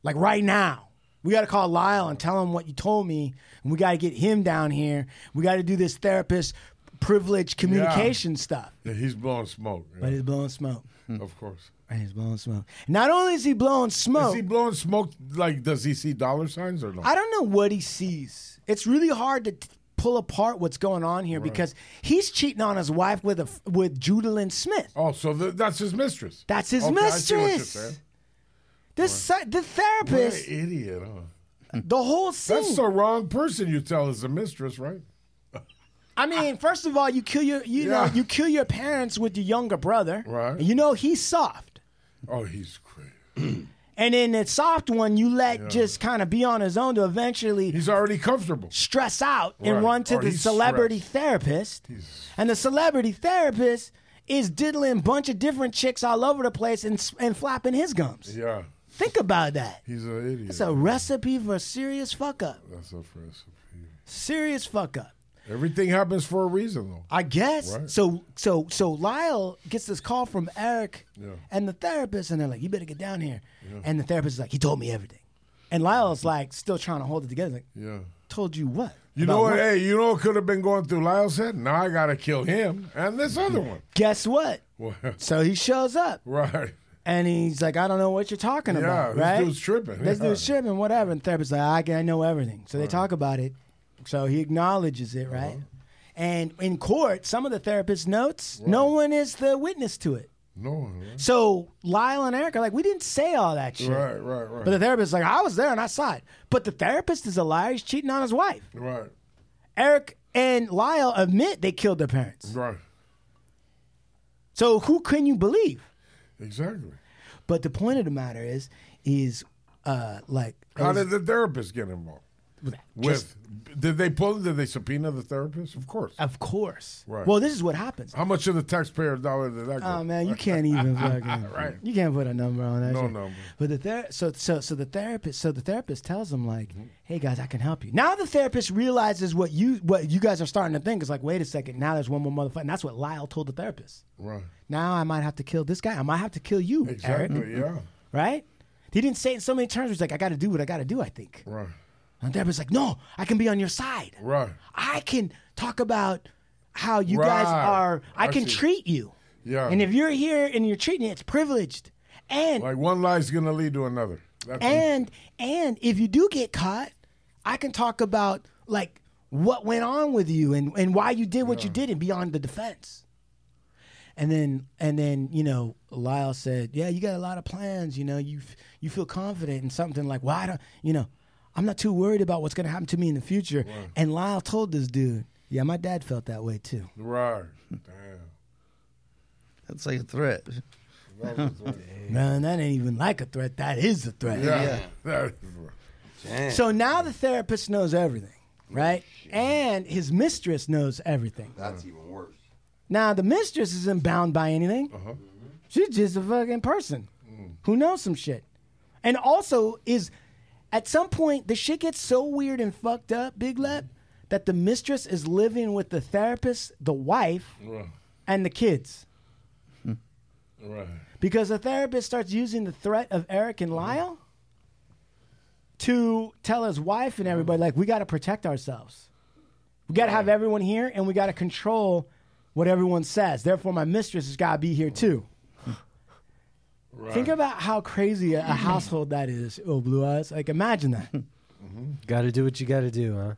Speaker 2: like right now. We got to call Lyle and tell him what you told me. And we got to get him down here. We got to do this therapist privilege communication stuff.
Speaker 3: Yeah, he's blowing smoke. yeah.
Speaker 2: But he's blowing smoke.
Speaker 3: Of course.
Speaker 2: And he's blowing smoke. Not only is he blowing smoke,
Speaker 3: Is he blowing smoke? Like, does he see dollar signs or no?
Speaker 2: Oh. I don't know what he sees. It's really hard to t- pull apart what's going on here because he's cheating on his wife with a f- with Judalyn Smith.
Speaker 3: Oh, so th- that's his mistress.
Speaker 2: That's his
Speaker 3: Okay, I see what you're
Speaker 2: mistress.
Speaker 3: saying.
Speaker 2: This si- the
Speaker 3: What an
Speaker 2: therapist,
Speaker 3: idiot, huh?
Speaker 2: the whole scene.
Speaker 3: That's the wrong person you tell is a mistress, right?
Speaker 2: I mean, first of all, you kill your you know
Speaker 3: Yeah.
Speaker 2: you kill your parents with your younger brother.
Speaker 3: Right.
Speaker 2: And You know he's soft,
Speaker 3: Oh, he's crazy.
Speaker 2: and then the soft one you let
Speaker 3: Yeah.
Speaker 2: just kind of be on his own to eventually
Speaker 3: He's already comfortable.
Speaker 2: stress out
Speaker 3: Right.
Speaker 2: and run to
Speaker 3: Or
Speaker 2: the
Speaker 3: he's
Speaker 2: celebrity therapist. And the celebrity therapist is diddling a bunch of different chicks all over the place and, s- and flapping his gums.
Speaker 3: Yeah.
Speaker 2: Think about that.
Speaker 3: He's an idiot.
Speaker 2: It's a recipe for a serious fuck up.
Speaker 3: That's a first.
Speaker 2: Serious fuck up.
Speaker 3: Everything happens for a reason, though.
Speaker 2: I guess.
Speaker 3: Right.
Speaker 2: So so so Lyle gets this call from Eric
Speaker 3: Yeah.
Speaker 2: and the therapist, and they're like, "You better get down here." And the therapist is like, "He told me everything," and Lyle's like, still trying to hold it together. Like,
Speaker 3: Yeah.
Speaker 2: told you what?
Speaker 3: You
Speaker 2: About
Speaker 3: know what? Hey, you know what could have been going through Lyle's head? Now I gotta kill him and this other one.
Speaker 2: Guess what? So he shows up.
Speaker 3: Right.
Speaker 2: And he's like, I don't know what you're talking
Speaker 3: Yeah,
Speaker 2: about.
Speaker 3: this
Speaker 2: right?
Speaker 3: dude's tripping.
Speaker 2: This
Speaker 3: Yeah.
Speaker 2: dude's tripping, whatever. And the therapist's like, I, can- I know everything. So they talk about it. So he acknowledges it, right?
Speaker 3: Uh-huh.
Speaker 2: And in court, some of the therapist notes, no one is the witness to it.
Speaker 3: No one. right?
Speaker 2: So Lyle and Eric are like, we didn't say all that shit.
Speaker 3: Right, right, right.
Speaker 2: But the therapist's like, I was there and I saw it. But the therapist is a liar. He's cheating on his wife.
Speaker 3: Right.
Speaker 2: Eric and Lyle admit they killed their parents.
Speaker 3: Right.
Speaker 2: So who can you believe?
Speaker 3: Exactly.
Speaker 2: But the point of the matter is, is uh, like
Speaker 3: How
Speaker 2: is-
Speaker 3: did the therapist get involved? With did they pull? Did they subpoena the therapist? Of course.
Speaker 2: Of course.
Speaker 3: Right.
Speaker 2: Well, this is what happens.
Speaker 3: How much of the taxpayer dollar did that? go?
Speaker 2: Oh man, you can't even fucking
Speaker 3: Right.
Speaker 2: You can't put a number on that.
Speaker 3: No
Speaker 2: shit.
Speaker 3: number.
Speaker 2: But the ther- so so so the therapist so the therapist tells him like,
Speaker 3: Mm-hmm.
Speaker 2: hey guys, I can help you. Now the therapist realizes what you what you guys are starting to think is like, wait a second, now there's one more motherfucker. And that's what Lyle told the therapist.
Speaker 3: Right.
Speaker 2: Now I might have to kill this guy. I might have to kill you,
Speaker 3: Exactly.
Speaker 2: Eric.
Speaker 3: Yeah.
Speaker 2: Right? He didn't say it in so many terms. He's like, I got to do what I got to do. I think.
Speaker 3: Right.
Speaker 2: And the therapist's like, no, I can be on your side.
Speaker 3: Right.
Speaker 2: I can talk about how you guys
Speaker 3: Right.
Speaker 2: are. I,
Speaker 3: I
Speaker 2: can
Speaker 3: see.
Speaker 2: treat you.
Speaker 3: Yeah.
Speaker 2: And if you're here and you're treating it, it's privileged. And
Speaker 3: like one lie's gonna lead to another. That's
Speaker 2: and and if you do get caught, I can talk about like what went on with you and and why you did what you did and be on the defense. And then and then you know Lyle said, "Yeah, you got a lot of plans. You know, you f- you feel confident in something like why don't you know? I'm not too worried about what's going to happen to me in the future." And Lyle told this dude, "Yeah, my dad felt that way too."
Speaker 3: right. Damn.
Speaker 11: That's like a threat.
Speaker 3: That was like-
Speaker 2: Man, that ain't even like a threat. That is a threat.
Speaker 3: Yeah. That is
Speaker 2: So now the therapist knows everything, right? And his mistress knows everything.
Speaker 6: That's
Speaker 3: Mm.
Speaker 6: even worse.
Speaker 2: Now the mistress isn't bound by anything. She's just a fucking person who knows some shit. And also is at some point the shit gets so weird and fucked up, Big Lep, that the mistress is living with the therapist, the wife,
Speaker 3: right.
Speaker 2: and the kids.
Speaker 3: Right.
Speaker 2: Because the therapist starts using the threat of Eric and Lyle to tell his wife and everybody, like, we got to protect ourselves. We got to have everyone here and we got to control what everyone says. Therefore, my mistress has got to be here too.
Speaker 3: Right.
Speaker 2: Think about how crazy a, a household that is, oh, Blue Eyes. Like, imagine that.
Speaker 10: Got to do what you got to do, huh?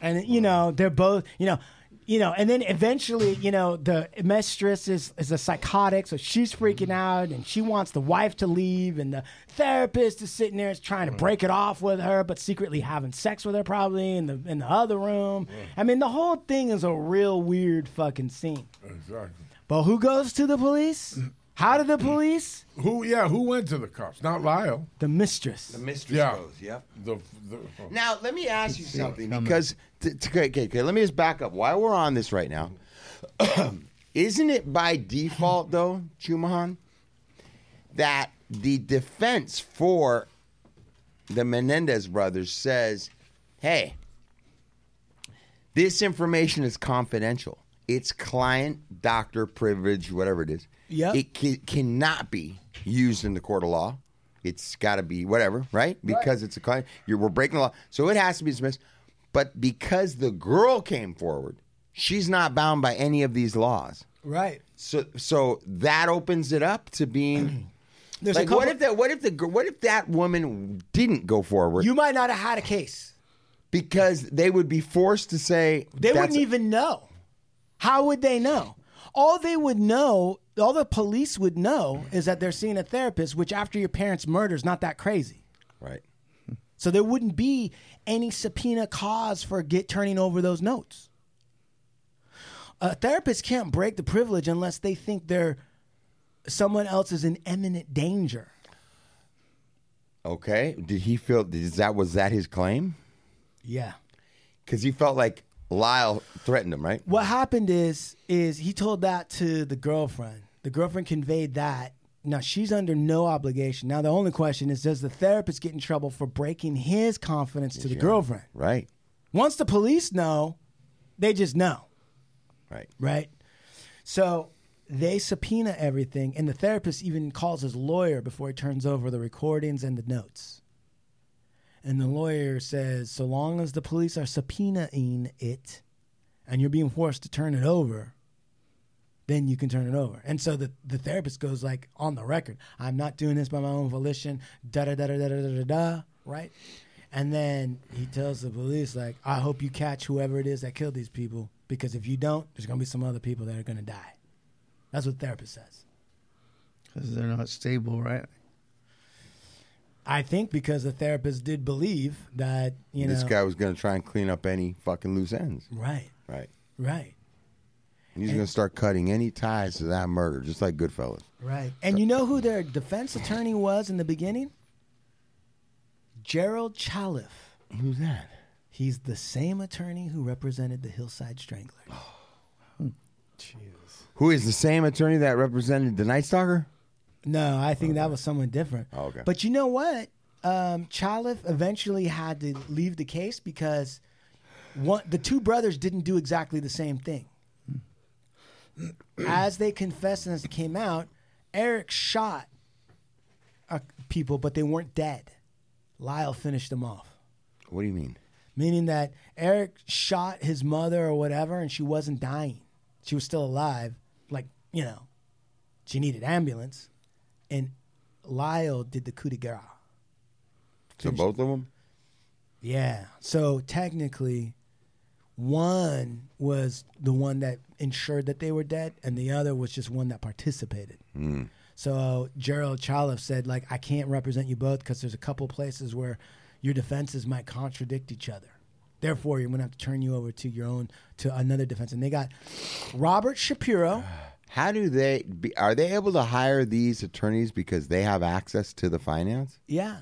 Speaker 2: and you know they're both you know you know and then eventually you know the mistress is is a psychotic so she's freaking out and she wants the wife to leave and the therapist is sitting there is trying to break it off with her but secretly having sex with her probably in the in the other room i mean the whole thing is a real weird fucking scene
Speaker 3: Exactly.
Speaker 2: but who goes to the police how did the police
Speaker 3: Who? Yeah. Who went to the cops? Not Lyle.
Speaker 2: the mistress
Speaker 6: The mistress
Speaker 3: Yeah.
Speaker 6: goes, yep.
Speaker 3: The, the,
Speaker 6: Now, let me ask you
Speaker 3: See it
Speaker 6: something
Speaker 3: coming.
Speaker 6: because, t- t- okay, okay, okay, let me just back up. While we're on this right now, isn't it by default, though, Chumahan, that the defense for the Menendez brothers says, hey, this information is confidential. It's client, doctor, privilege, whatever it is.
Speaker 2: Yep.
Speaker 6: It ca- cannot be used in the court of law. It's got to be whatever, right? Because it's a client. You're, we're breaking the law. So it has to be dismissed. But because the girl came forward, she's not bound by any of these laws.
Speaker 2: right
Speaker 6: So, so that opens it up to being.
Speaker 2: There's a
Speaker 6: like, what
Speaker 2: couple-
Speaker 6: if that? What if the? gir- What if that woman didn't go forward
Speaker 2: you might not have had a case
Speaker 6: because they would be forced to say
Speaker 2: They
Speaker 6: "That's-
Speaker 2: wouldn't even know. How would they know? All they would know, all the police would know, is that they're seeing a therapist, which after your parents' murder is not that crazy.
Speaker 6: right."
Speaker 2: So there wouldn't be any subpoena cause for get turning over those notes. A therapist can't break the privilege unless they think they're someone else is in imminent danger.
Speaker 6: Okay. Did he feel? Is that was that his claim?
Speaker 2: Yeah.
Speaker 6: Because he felt like Lyle threatened him, right?
Speaker 2: What happened is is he told that to the girlfriend. The girlfriend conveyed that Now she's under no obligation. Now the only question is, does the therapist get in trouble for breaking his confidence to the girlfriend?
Speaker 6: Right.
Speaker 2: Once the police know, they just know.
Speaker 6: Right.
Speaker 2: Right. So they subpoena everything, and the therapist even calls his lawyer before he turns over the recordings and the notes. And the lawyer says, so long as the police are subpoenaing it and you're being forced to turn it over, then you can turn it over. And so the, the therapist goes like on the record, I'm not doing this by my own volition, da da da da da da da da da, right? And then he tells the police like, I hope you catch whoever it is that killed these people because if you don't, there's gonna be some other people that are gonna die. That's what the therapist says.
Speaker 11: Because they're not stable, right?
Speaker 2: I think because the therapist did believe that you know
Speaker 6: this guy was going to try and clean up any fucking loose ends.
Speaker 2: right,
Speaker 6: Right.
Speaker 2: right.
Speaker 6: And he's going to start cutting any ties to that murder, just like Goodfellas.
Speaker 2: Right. And you know who their defense attorney was in the beginning? Gerald Chaliff.
Speaker 6: Who's that?
Speaker 2: He's the same attorney who represented the Hillside Strangler.
Speaker 6: Who is the same attorney that represented the Night Stalker?
Speaker 2: No, I think that was someone different.
Speaker 6: Oh, okay.
Speaker 2: But you know what? Um, Chaliff eventually had to leave the case because one, the two brothers didn't do exactly the same thing. Hmm. As they confessed and as it came out, Eric shot uh, people, but they weren't dead. Lyle finished them off.
Speaker 6: What do you mean?
Speaker 2: meaning that Eric shot his mother or whatever, and she wasn't dying. She was still alive. Like, you know, she needed ambulance. And Lyle did the coup de grace.
Speaker 6: So both of them?
Speaker 2: Yeah. So technically, one was the one that ensured that they were dead, and the other was just one that participated.
Speaker 6: Mm.
Speaker 2: So Gerald Chaliff said, like, I can't represent you both because there's a couple places where your defenses might contradict each other. Therefore, you're going to have to turn you over to your own to another defense. And they got Robert Shapiro.
Speaker 6: How do they be, are they able to hire these attorneys because they have access to the finance?
Speaker 2: Yeah.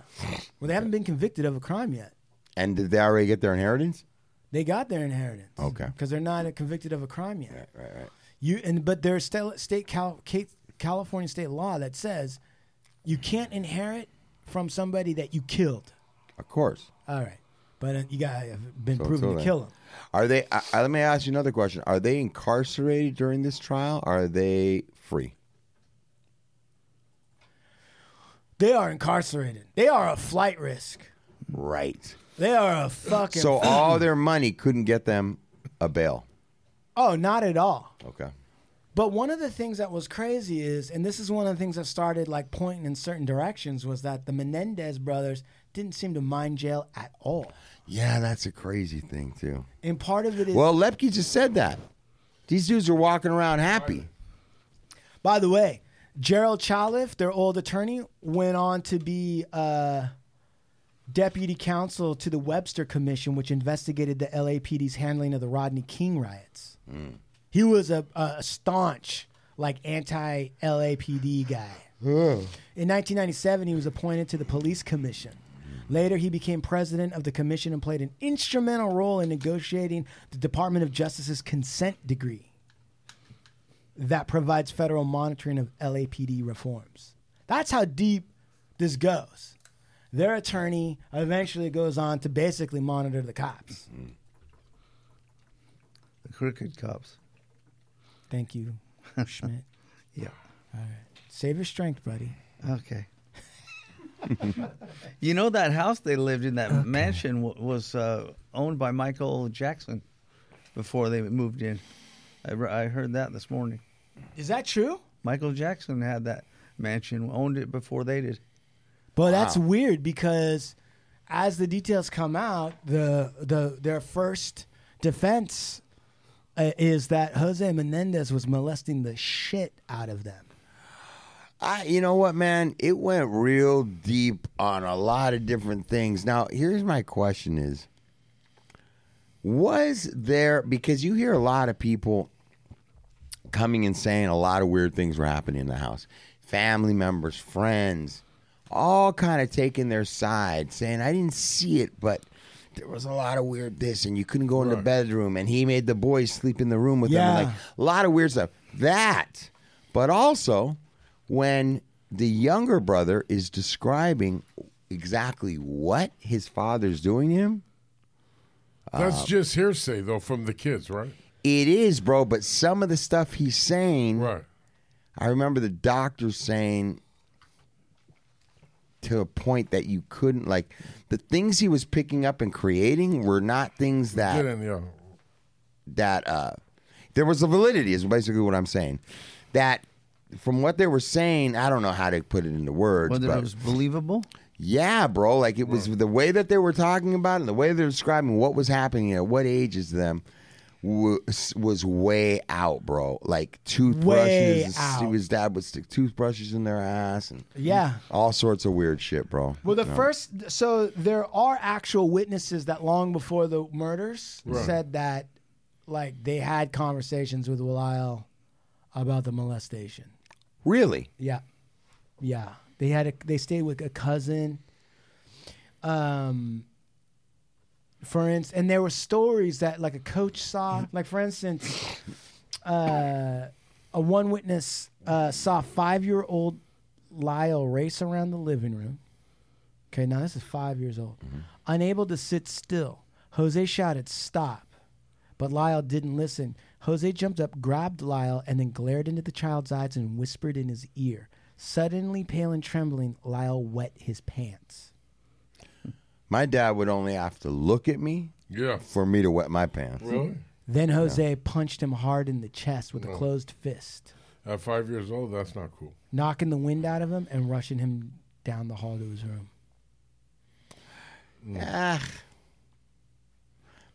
Speaker 2: Well, they haven't been convicted of a crime yet.
Speaker 6: And did they already get their inheritance?
Speaker 2: They got their inheritance.
Speaker 6: Okay.
Speaker 2: Because they're not convicted of a crime yet. Right,
Speaker 6: right, right.
Speaker 2: You and but there's still state Cal, Ca- California state law that says you can't inherit from somebody that you killed.
Speaker 6: Of course.
Speaker 2: All right, but uh, you got to have been
Speaker 6: So until
Speaker 2: proven to
Speaker 6: then.
Speaker 2: kill him.
Speaker 6: Are they I, I- let me ask you another question. Are they incarcerated during this trial? Are they free?
Speaker 2: They are incarcerated. They are a flight risk.
Speaker 6: Right.
Speaker 2: They are a fucking.
Speaker 6: So all their money couldn't get them a bail.
Speaker 2: oh, not at all.
Speaker 6: Okay.
Speaker 2: But one of the things that was crazy is, and this is one of the things that started like pointing in certain directions, was that the Menendez brothers didn't seem to mind jail at all.
Speaker 6: Yeah, that's a crazy thing too.
Speaker 2: And part of it is
Speaker 6: Well, Lepke just said that. These dudes are walking around happy.
Speaker 2: By the way, Gerald Chaliff, their old attorney, went on to be uh, deputy counsel to the Webster Commission, which investigated the LAPD's handling of the Rodney King riots. He was a, a staunch, like, anti LAPD guy. In 1997, he was appointed to the police commission. Later, he became president of the commission and played an instrumental role in negotiating the Department of Justice's consent degree that provides federal monitoring of LAPD reforms. That's how deep this goes. Their attorney eventually goes on to basically monitor the cops.
Speaker 11: The crooked cops.
Speaker 2: Thank you, Schmidt.
Speaker 11: Yeah.
Speaker 2: All right. Save your strength, buddy.
Speaker 11: Okay. You know that house they lived in, that mansion w- was uh, owned by Michael Jackson before they moved in. I, re- I heard that this morning.
Speaker 2: Is that true?
Speaker 11: Michael Jackson had that mansion, owned it before they did.
Speaker 2: But that's
Speaker 11: Wow.
Speaker 2: weird because as the details come out, the the their first defense uh, is that Jose Menendez was molesting the shit out of them.
Speaker 6: I, you know what, man? It went real deep on a lot of different things. Now, here's my question: Is was there because you hear a lot of people coming and saying a lot of weird things were happening in the house, family members, friends, all kind of taking their side, saying I didn't see it, but. There was a lot of weird this, and you couldn't go in the bedroom, and he made the boys sleep in the room with them, and
Speaker 2: Yeah.
Speaker 6: like a lot of weird stuff. That, but also when the younger brother is describing exactly what his father's doing to him.
Speaker 3: That's
Speaker 6: Uh,
Speaker 3: just hearsay, though, from the kids, right?
Speaker 6: It is, bro, but some of the stuff he's saying.
Speaker 3: Right.
Speaker 6: I remember the doctor saying to a point that you couldn't like the things he was picking up and creating were not things
Speaker 2: Uh,
Speaker 6: that
Speaker 3: Didn't, yeah.
Speaker 6: that uh there was a validity is basically what I'm saying. That from what they were saying, I don't know how to put it into words.
Speaker 11: Whether
Speaker 6: but
Speaker 11: it was believable?
Speaker 6: yeah, bro. Like it
Speaker 2: Hmm.
Speaker 6: was the way that they were talking about it and the way they're describing what was happening at what ages to them was, was way out, bro. Like
Speaker 2: Way
Speaker 6: toothbrushes.
Speaker 2: out.
Speaker 6: He was dad would stick toothbrushes in their ass and
Speaker 2: Yeah.
Speaker 6: all sorts of weird shit, bro.
Speaker 2: Well, the
Speaker 6: You know?
Speaker 2: first, so there are actual witnesses that long before the murders
Speaker 6: Right.
Speaker 2: said that, like, they had conversations with Walil about the molestation.
Speaker 6: really
Speaker 2: Yeah, yeah. They had a they stayed with a cousin. Um, for instance, and there were stories that like a coach saw. Like for instance, uh, a one witness uh, saw five year old Lyle race around the living room. Okay, now this is five years old, unable to sit still. Jose shouted, "Stop!" But Lyle didn't listen. Jose jumped up, grabbed Lyle, and then glared into the child's eyes and whispered in his ear. Suddenly, pale and trembling, Lyle wet his pants.
Speaker 6: my dad would only have to look at me
Speaker 3: yeah.
Speaker 6: for me to wet my pants.
Speaker 3: Really?
Speaker 2: Then Jose punched him hard in the chest with
Speaker 3: No.
Speaker 2: a closed fist,
Speaker 3: At five years old, that's not cool.
Speaker 2: knocking the wind out of him and rushing him down the hall to his room.
Speaker 6: Ah. Maybe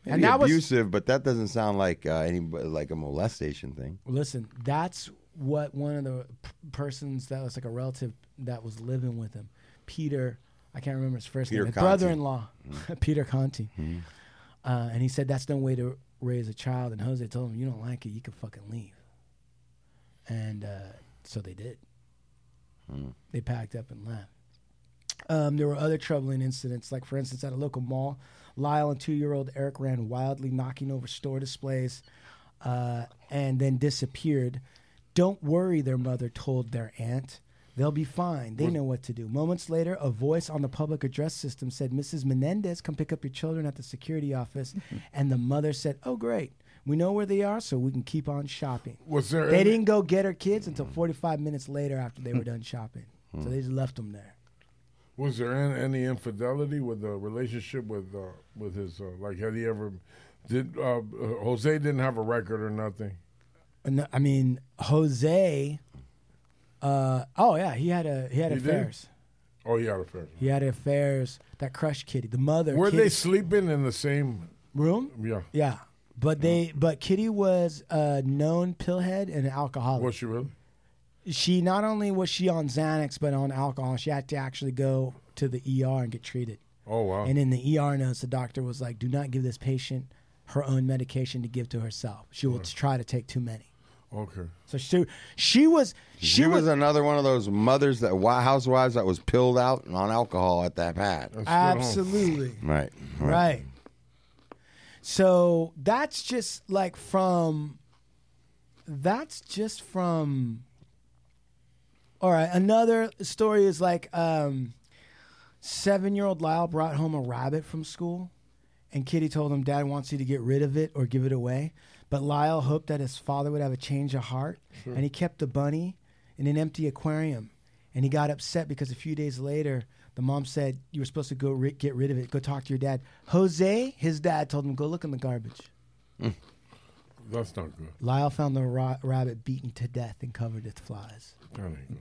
Speaker 2: Hmm. And that was-
Speaker 6: abusive, but that doesn't sound like uh, any like a molestation thing.
Speaker 2: Listen, that's what one of the p- persons that was like a relative that was living with him, Peter, I can't remember his first
Speaker 6: Peter
Speaker 2: name, his
Speaker 6: Conti. Mm. Mm-hmm.
Speaker 2: brother-in-law, Peter Conti, uh, and he said that's no way to raise a child. And Jose told him, "You don't like it, you can fucking leave." And uh, so they did. They packed up and left. Um, there were other troubling incidents, like for instance, at a local mall, Lyle and two-year-old Eric ran wildly, knocking over store displays, uh, and then disappeared. Don't worry, their mother told their aunt. They'll be fine. They know what to do. Moments later, a voice on the public address system said, "Mrs. Menendez, come pick up your children at the security office." and the mother said, "Oh, great. We know where they are, so we can keep on shopping."
Speaker 3: Was there
Speaker 2: They
Speaker 3: any-
Speaker 2: didn't go get her kids until 45 minutes later after they were done shopping. So they just left them there.
Speaker 3: Was there an- any infidelity with the relationship with uh, with his uh, like? Had he ever did uh, uh, Jose didn't have a record or nothing?
Speaker 2: And, I mean, Jose. Uh, oh yeah, he had a he had
Speaker 3: He did?
Speaker 2: affairs.
Speaker 3: Oh, he had affairs.
Speaker 2: He had affairs that crushed Kitty, the mother.
Speaker 3: Were they
Speaker 2: Kitty-
Speaker 3: sleeping in the same
Speaker 2: room?
Speaker 3: Yeah.
Speaker 2: Yeah, but they but Kitty was a known pillhead and an alcoholic.
Speaker 3: Was she really?
Speaker 2: She not only was she on Xanax, but on alcohol. She had to actually go to the ER and get treated.
Speaker 3: Oh wow.
Speaker 2: And in the ER notes, the doctor was like, "Do not give this patient her own medication to give to herself. She
Speaker 6: Hmm.
Speaker 2: will try to take too many."
Speaker 3: Okay.
Speaker 2: So she she was
Speaker 6: She, was, another one of those mothers that wi- housewives that was pilled out on alcohol at that pad.
Speaker 2: absolutely
Speaker 6: Right.
Speaker 2: right. So that's just like from. That's just from. All right, another story is like um, seven-year-old Lyle brought home a rabbit from school, and Kitty told him Dad wants you to get rid of it or give it away. But Lyle hoped that his father would have a change of heart,
Speaker 5: Sure.
Speaker 2: and he kept the bunny in an empty aquarium. And he got upset because a few days later, the mom said, You were supposed to go ri- get rid of it. Go talk to your dad. Jose, his dad, told him, Go look in the garbage.
Speaker 3: That's not good.
Speaker 2: Lyle found the ra- rabbit beaten to death and covered with flies.
Speaker 3: That ain't good.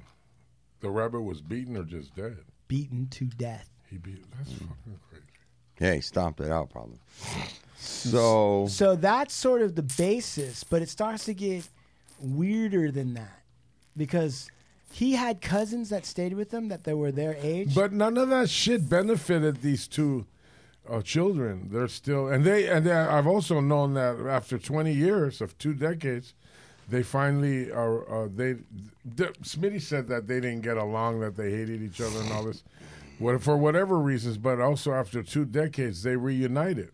Speaker 3: The rabbit was beaten or just dead.
Speaker 2: Beaten to death.
Speaker 3: He beat. That's fucking crazy.
Speaker 6: Yeah, he stomped it out probably. So
Speaker 2: So that's sort of the basis, but it starts to get weirder than that because he had cousins that stayed with him that they were their age.
Speaker 3: But none of that shit benefited these two uh, children. They're still and they and they, I've also known that after 20 years of two decades, they finally are. Uh, they th- Smitty said that they didn't get along, that they hated each other and all this, what, for whatever reasons. But also after two decades, they reunited.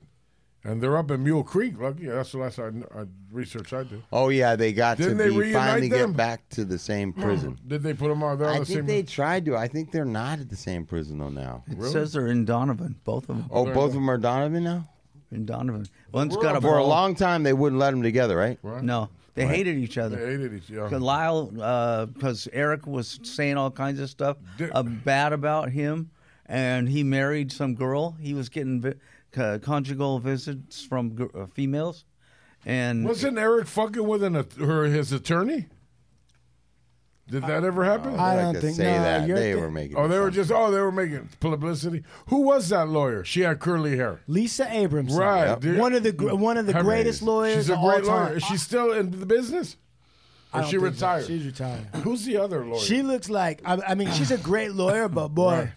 Speaker 3: And they're up in Mule Creek. Lucky that's the last I, I research I did.
Speaker 6: Oh yeah, they got
Speaker 3: Didn't
Speaker 6: to
Speaker 3: they
Speaker 6: be
Speaker 3: reunite
Speaker 6: finally
Speaker 3: them?
Speaker 6: get back to the same prison.
Speaker 3: Did they put them on? They're on
Speaker 6: I
Speaker 3: the
Speaker 6: think
Speaker 3: same.
Speaker 6: they tried to. I think they're not at the same prison though now.
Speaker 11: It says they're in Donovan, both of them.
Speaker 6: Oh, both of them are Donovan now.
Speaker 11: In Donovan, one's got a
Speaker 6: for a
Speaker 11: ball.
Speaker 6: long time they wouldn't let them together, right?
Speaker 11: No, they
Speaker 6: Right.
Speaker 11: hated each other.
Speaker 3: They hated each other.
Speaker 11: 'Cause Lyle, because uh, Eric was saying all kinds of stuff uh, bad about him, and he married some girl. He was getting vi- co- conjugal visits from gr- uh, females, and
Speaker 3: Wasn't Eric fucking with an, att- her his attorney? Did that ever happen?
Speaker 6: I don't I could think- say no, that. you're They thi- were making
Speaker 3: Oh, they were just. Oh, they were making publicity. Who was that lawyer? She had curly hair.
Speaker 2: Lisa Abrams,
Speaker 3: Right. dude.
Speaker 2: One of the gr- one of the
Speaker 3: Her-
Speaker 2: greatest lawyers.
Speaker 3: She's a
Speaker 2: of
Speaker 3: great
Speaker 2: all
Speaker 3: lawyer.
Speaker 2: time.
Speaker 3: Is she still in the business?
Speaker 2: I
Speaker 3: Or
Speaker 2: don't
Speaker 3: she
Speaker 2: think so.
Speaker 3: retired?
Speaker 2: She's retired.
Speaker 3: Who's the other lawyer?
Speaker 2: She looks like I, I mean she's a great lawyer, but boy,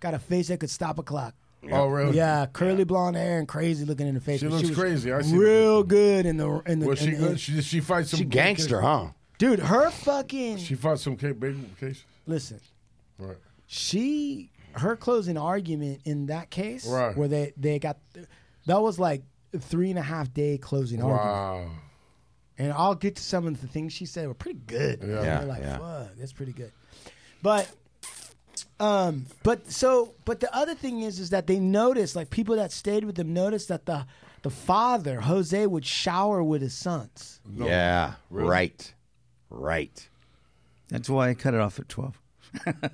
Speaker 2: got a face that could stop a clock.
Speaker 3: Oh, really?
Speaker 2: Yeah, curly blonde hair and crazy looking in the face.
Speaker 3: She
Speaker 2: but
Speaker 3: looks
Speaker 2: was
Speaker 3: crazy. I see.
Speaker 2: real good in the in the.
Speaker 3: was
Speaker 2: in
Speaker 3: she
Speaker 2: the-
Speaker 3: good? She did she fight some
Speaker 6: She
Speaker 3: big
Speaker 6: gangster,
Speaker 3: cases?
Speaker 6: huh?
Speaker 2: Dude, her fucking
Speaker 3: She fought some ca- big cases.
Speaker 2: listen.
Speaker 3: Right.
Speaker 2: She her closing argument in that case
Speaker 3: Right.
Speaker 2: where they they got that was like three and a half day closing argument.
Speaker 3: Wow.
Speaker 2: And I'll get to some of the things she said were pretty good.
Speaker 3: Yeah.
Speaker 2: And
Speaker 3: Yeah,
Speaker 2: you're like,
Speaker 3: yeah.
Speaker 2: fuck, that's pretty good. But um but so but the other thing is is that they noticed like people that stayed with them noticed that the the father, Jose, would shower with his sons.
Speaker 6: Yeah, right, right.
Speaker 11: that's why I cut it off at twelve.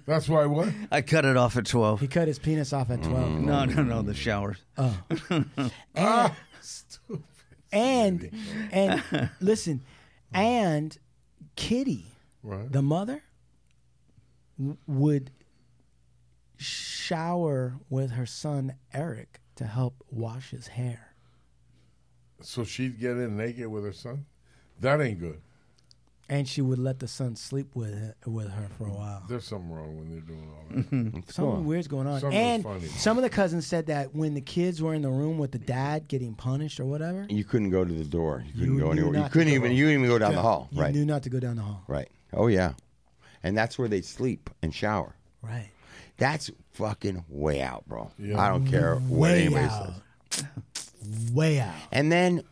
Speaker 3: That's why what?
Speaker 11: I cut it off at twelve.
Speaker 2: He cut his penis off at
Speaker 3: Mm.
Speaker 2: twelve.
Speaker 11: No, no, no, the showers.
Speaker 2: Oh. And, and and listen, and Kitty,
Speaker 3: Right.
Speaker 2: the mother, w- would shower with her son Eric to help wash his hair.
Speaker 3: So she'd get in naked with her son. That ain't good.
Speaker 2: And she would let the son sleep with her, with her for a while.
Speaker 3: There's something wrong when they're doing all that.
Speaker 2: Something weird's going on.
Speaker 3: Something's
Speaker 2: and
Speaker 3: funny.
Speaker 2: some of the cousins said that when the kids were in the room with the dad getting punished or whatever,
Speaker 6: You couldn't go to the door. You couldn't
Speaker 2: You
Speaker 6: go
Speaker 2: knew
Speaker 6: anywhere.
Speaker 2: not
Speaker 6: You
Speaker 2: to
Speaker 6: couldn't
Speaker 2: go
Speaker 6: even.
Speaker 2: out.
Speaker 6: You didn't even go down
Speaker 2: Yeah,
Speaker 6: the hall.
Speaker 2: you
Speaker 6: right.
Speaker 2: knew not to go down the hall.
Speaker 6: Right. Oh yeah, and that's where they sleep and shower.
Speaker 2: Right.
Speaker 6: That's fucking way out, bro.
Speaker 3: Yeah.
Speaker 6: I don't care what
Speaker 2: Way
Speaker 6: anybody
Speaker 2: out.
Speaker 6: says.
Speaker 2: Way out.
Speaker 6: And then,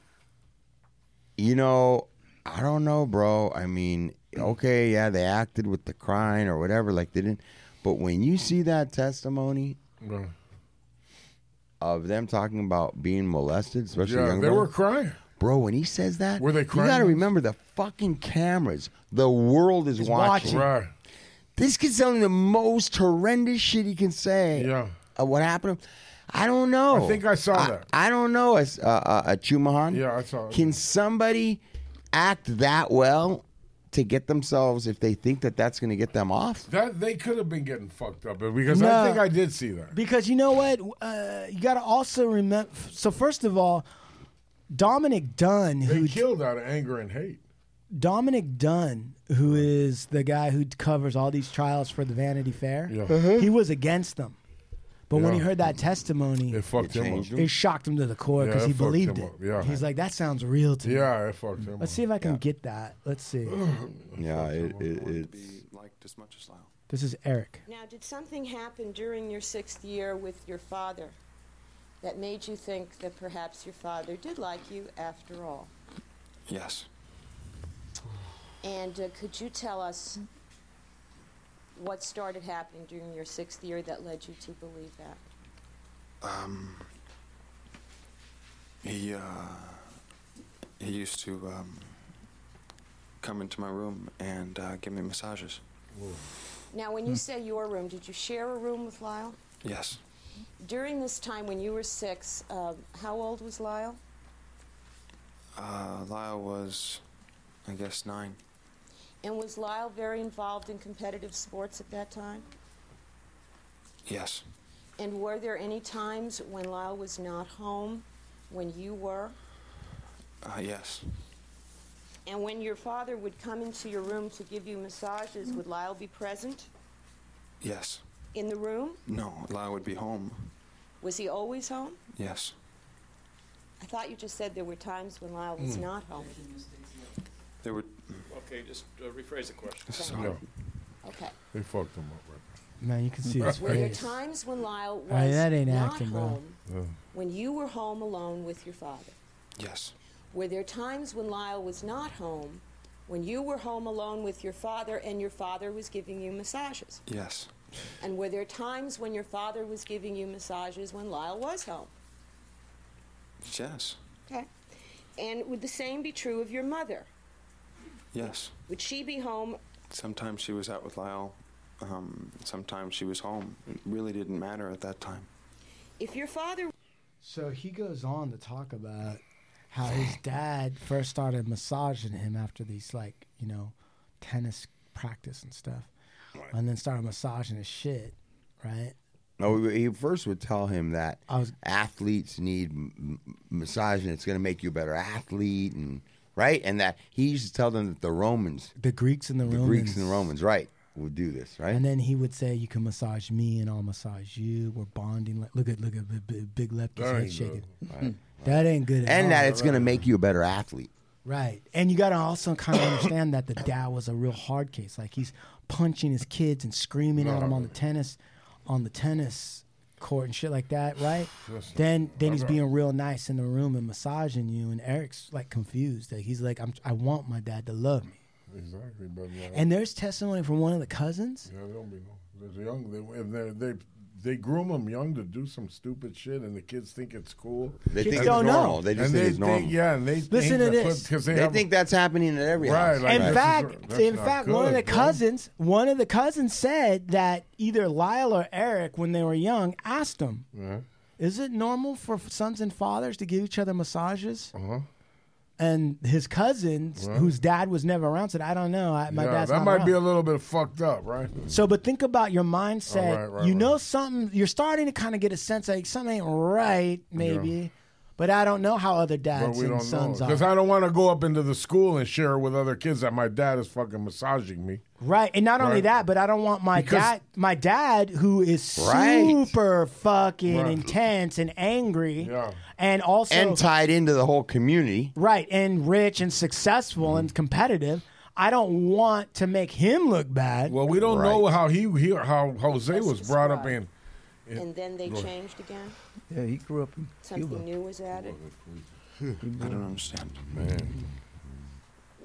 Speaker 6: you know, I don't know, bro. I mean, okay, yeah, they acted with the crying or whatever, like they didn't. But when you see that testimony
Speaker 3: Right.
Speaker 6: of them talking about being molested, especially
Speaker 3: Yeah,
Speaker 6: young
Speaker 3: they
Speaker 6: girls,
Speaker 3: were crying.
Speaker 6: bro, when he says that,
Speaker 3: Were they
Speaker 6: You got to
Speaker 3: crying?
Speaker 6: remember the fucking cameras. The world is watching.
Speaker 3: Right.
Speaker 6: This kid's telling the most horrendous shit he can say.
Speaker 3: Yeah.
Speaker 6: Of what happened? to him. I don't know.
Speaker 3: I think I saw that.
Speaker 6: I don't know. As uh, uh, a Chumahan,
Speaker 3: Yeah, I saw it.
Speaker 6: Can somebody act that well to get themselves if they think that that's going to get them off?
Speaker 3: That they could have been getting fucked up because
Speaker 2: No.
Speaker 3: I think I did see that.
Speaker 2: Because you know what? Uh, you got to also remember. So first of all, Dominic Dunn,
Speaker 3: They
Speaker 2: who
Speaker 3: killed out of anger and hate.
Speaker 2: Dominic Dunn, who is the guy who covers all these trials for the Vanity Fair,
Speaker 3: Yeah. Mhm.
Speaker 2: he was against them. But when he
Speaker 3: Yeah.
Speaker 2: heard that testimony,
Speaker 3: It
Speaker 2: it,
Speaker 3: fucked
Speaker 6: It
Speaker 3: him up.
Speaker 6: changed him.
Speaker 2: shocked him to the core
Speaker 3: Yeah,
Speaker 2: because
Speaker 3: it
Speaker 2: he
Speaker 3: fucked
Speaker 2: believed
Speaker 3: him
Speaker 2: it.
Speaker 3: up. Yeah.
Speaker 2: He's like, "That sounds real to me."
Speaker 3: Yeah, it fucked him
Speaker 2: Let's
Speaker 3: up.
Speaker 2: see if I can get that. Let's see.
Speaker 6: Yeah, it, it, it's
Speaker 12: liked as much as Lyle.
Speaker 2: This is Eric.
Speaker 13: Now, did something happen during your sixth year with your father that made you think that perhaps your father did like you after all?
Speaker 12: Yes.
Speaker 13: And uh, could you tell us what started happening during your sixth year that led you to believe that?
Speaker 12: Um, he uh, he used to um, come into my room and uh, give me massages.
Speaker 13: Now, when you say your room, did you share a room with Lyle?
Speaker 12: Yes.
Speaker 13: During this time when you were six, um, how old was Lyle?
Speaker 12: Uh, Lyle was, I guess, nine.
Speaker 13: And was Lyle very involved in competitive sports at that time?
Speaker 12: Yes.
Speaker 13: And were there any times when Lyle was not home, when you were?
Speaker 12: Uh, yes.
Speaker 13: And when your father would come into your room to give you massages, would Lyle be present
Speaker 12: Yes.
Speaker 13: in the room?
Speaker 12: No. Lyle would be home.
Speaker 13: Was he always home?
Speaker 12: Yes.
Speaker 13: I thought you just said there were times when Lyle was
Speaker 12: Mm.
Speaker 13: not home.
Speaker 12: There were.
Speaker 14: Okay, just uh, rephrase the question.
Speaker 12: This is hard.
Speaker 13: Okay.
Speaker 3: They fucked him up. Right.
Speaker 2: Man, you can see his
Speaker 13: That's where the
Speaker 2: face.
Speaker 13: times when Lyle was
Speaker 2: All right, that ain't
Speaker 13: not
Speaker 2: acting, bro.
Speaker 13: home, when you were home alone with your father.
Speaker 12: Yes.
Speaker 13: Were there times when Lyle was not home, when you were home alone with your father and your father was giving you massages?
Speaker 12: Yes.
Speaker 13: And were there times when your father was giving you massages when Lyle was home?
Speaker 12: Yes.
Speaker 13: Okay. And would the same be true of your mother?
Speaker 12: Yes.
Speaker 13: Would she be home?
Speaker 12: Sometimes she was out with Lyle. Um, sometimes she was home. It really didn't matter at that time.
Speaker 13: If your father
Speaker 2: So he goes on to talk about how his dad first started massaging him after these like you know tennis practice and stuff, and then started massaging his shit, right?
Speaker 6: No, we- he first would tell him that athletes need m- m- massage and it's going to make you a better athlete, and right, and that he used to tell them that the Romans,
Speaker 2: the Greeks and the,
Speaker 6: the Greeks and the Romans, right, would do this, right?
Speaker 2: And then he would say, "You can massage me, and I'll massage you. We're bonding. Like, look at look at b- b- big left his
Speaker 6: That
Speaker 2: head
Speaker 6: ain't
Speaker 2: shaking.
Speaker 6: good. Right, right.
Speaker 2: That ain't good. At
Speaker 6: and
Speaker 2: all.
Speaker 6: that it's going to make you a better athlete.
Speaker 2: Right. And you got to also kind of understand that the dad was a real hard case. Like he's punching his kids and screaming at them on the tennis on the tennis court and shit like that, right?
Speaker 3: Listen,
Speaker 2: then then he's
Speaker 3: okay.
Speaker 2: being real nice in the room and massaging you and Eric's like confused. Like he's like I'm, I want my dad to love me.
Speaker 3: Exactly, brother.
Speaker 2: And there's testimony from one of the cousins.
Speaker 3: Yeah, they don't be no. They're young. They and they're, they they groom them young to do some stupid shit, and the kids think it's cool.
Speaker 6: They Kids think it's don't know. normal. They just
Speaker 3: and
Speaker 6: think it's normal.
Speaker 3: yeah, and they
Speaker 2: Listen to
Speaker 3: think that's what-
Speaker 2: this.
Speaker 3: 'cause
Speaker 6: They,
Speaker 3: they, have-
Speaker 6: think that's happening at every
Speaker 3: Right,
Speaker 6: house.
Speaker 3: like
Speaker 2: in
Speaker 3: That's
Speaker 2: fact,
Speaker 3: not-
Speaker 2: in
Speaker 3: that's
Speaker 2: fact,
Speaker 3: not
Speaker 2: one of the
Speaker 3: good, bro.
Speaker 2: cousins, one of the cousins said that either Lyle or Eric, when they were young, asked him,
Speaker 3: Yeah.
Speaker 2: "Is it normal for f- sons and fathers to give each other massages?"
Speaker 3: Uh-huh.
Speaker 2: And his cousin, s-
Speaker 3: Right.
Speaker 2: whose dad was never around, said, "I don't know. I, my
Speaker 3: yeah,
Speaker 2: dad's
Speaker 3: that
Speaker 2: not
Speaker 3: might
Speaker 2: around."
Speaker 3: be a little bit fucked up, right?
Speaker 2: so, but think about your mindset.
Speaker 3: Oh, right, right,
Speaker 2: you
Speaker 3: right.
Speaker 2: know something. You're starting to kind of get a sense like something ain't right, maybe. But I don't know how other
Speaker 3: But
Speaker 2: dads
Speaker 3: we
Speaker 2: and
Speaker 3: don't know
Speaker 2: sons are.
Speaker 3: because I don't want to go up into the school and share with other kids that my dad is fucking massaging me.
Speaker 2: Right, and not only
Speaker 3: Right.
Speaker 2: that, but I don't want my
Speaker 3: Because-
Speaker 2: dad, my dad who is
Speaker 6: Right.
Speaker 2: super fucking
Speaker 6: Right.
Speaker 2: intense and angry, and also
Speaker 6: and tied into the whole community.
Speaker 2: right and rich and successful
Speaker 3: Mm-hmm.
Speaker 2: and competitive. I don't want to make him look bad.
Speaker 3: Well, we don't know how he, he how Jose was brought up in.
Speaker 13: and then they
Speaker 3: Go ahead.
Speaker 13: changed again,
Speaker 3: Yeah, he grew up in
Speaker 13: something new was added.
Speaker 12: I don't understand.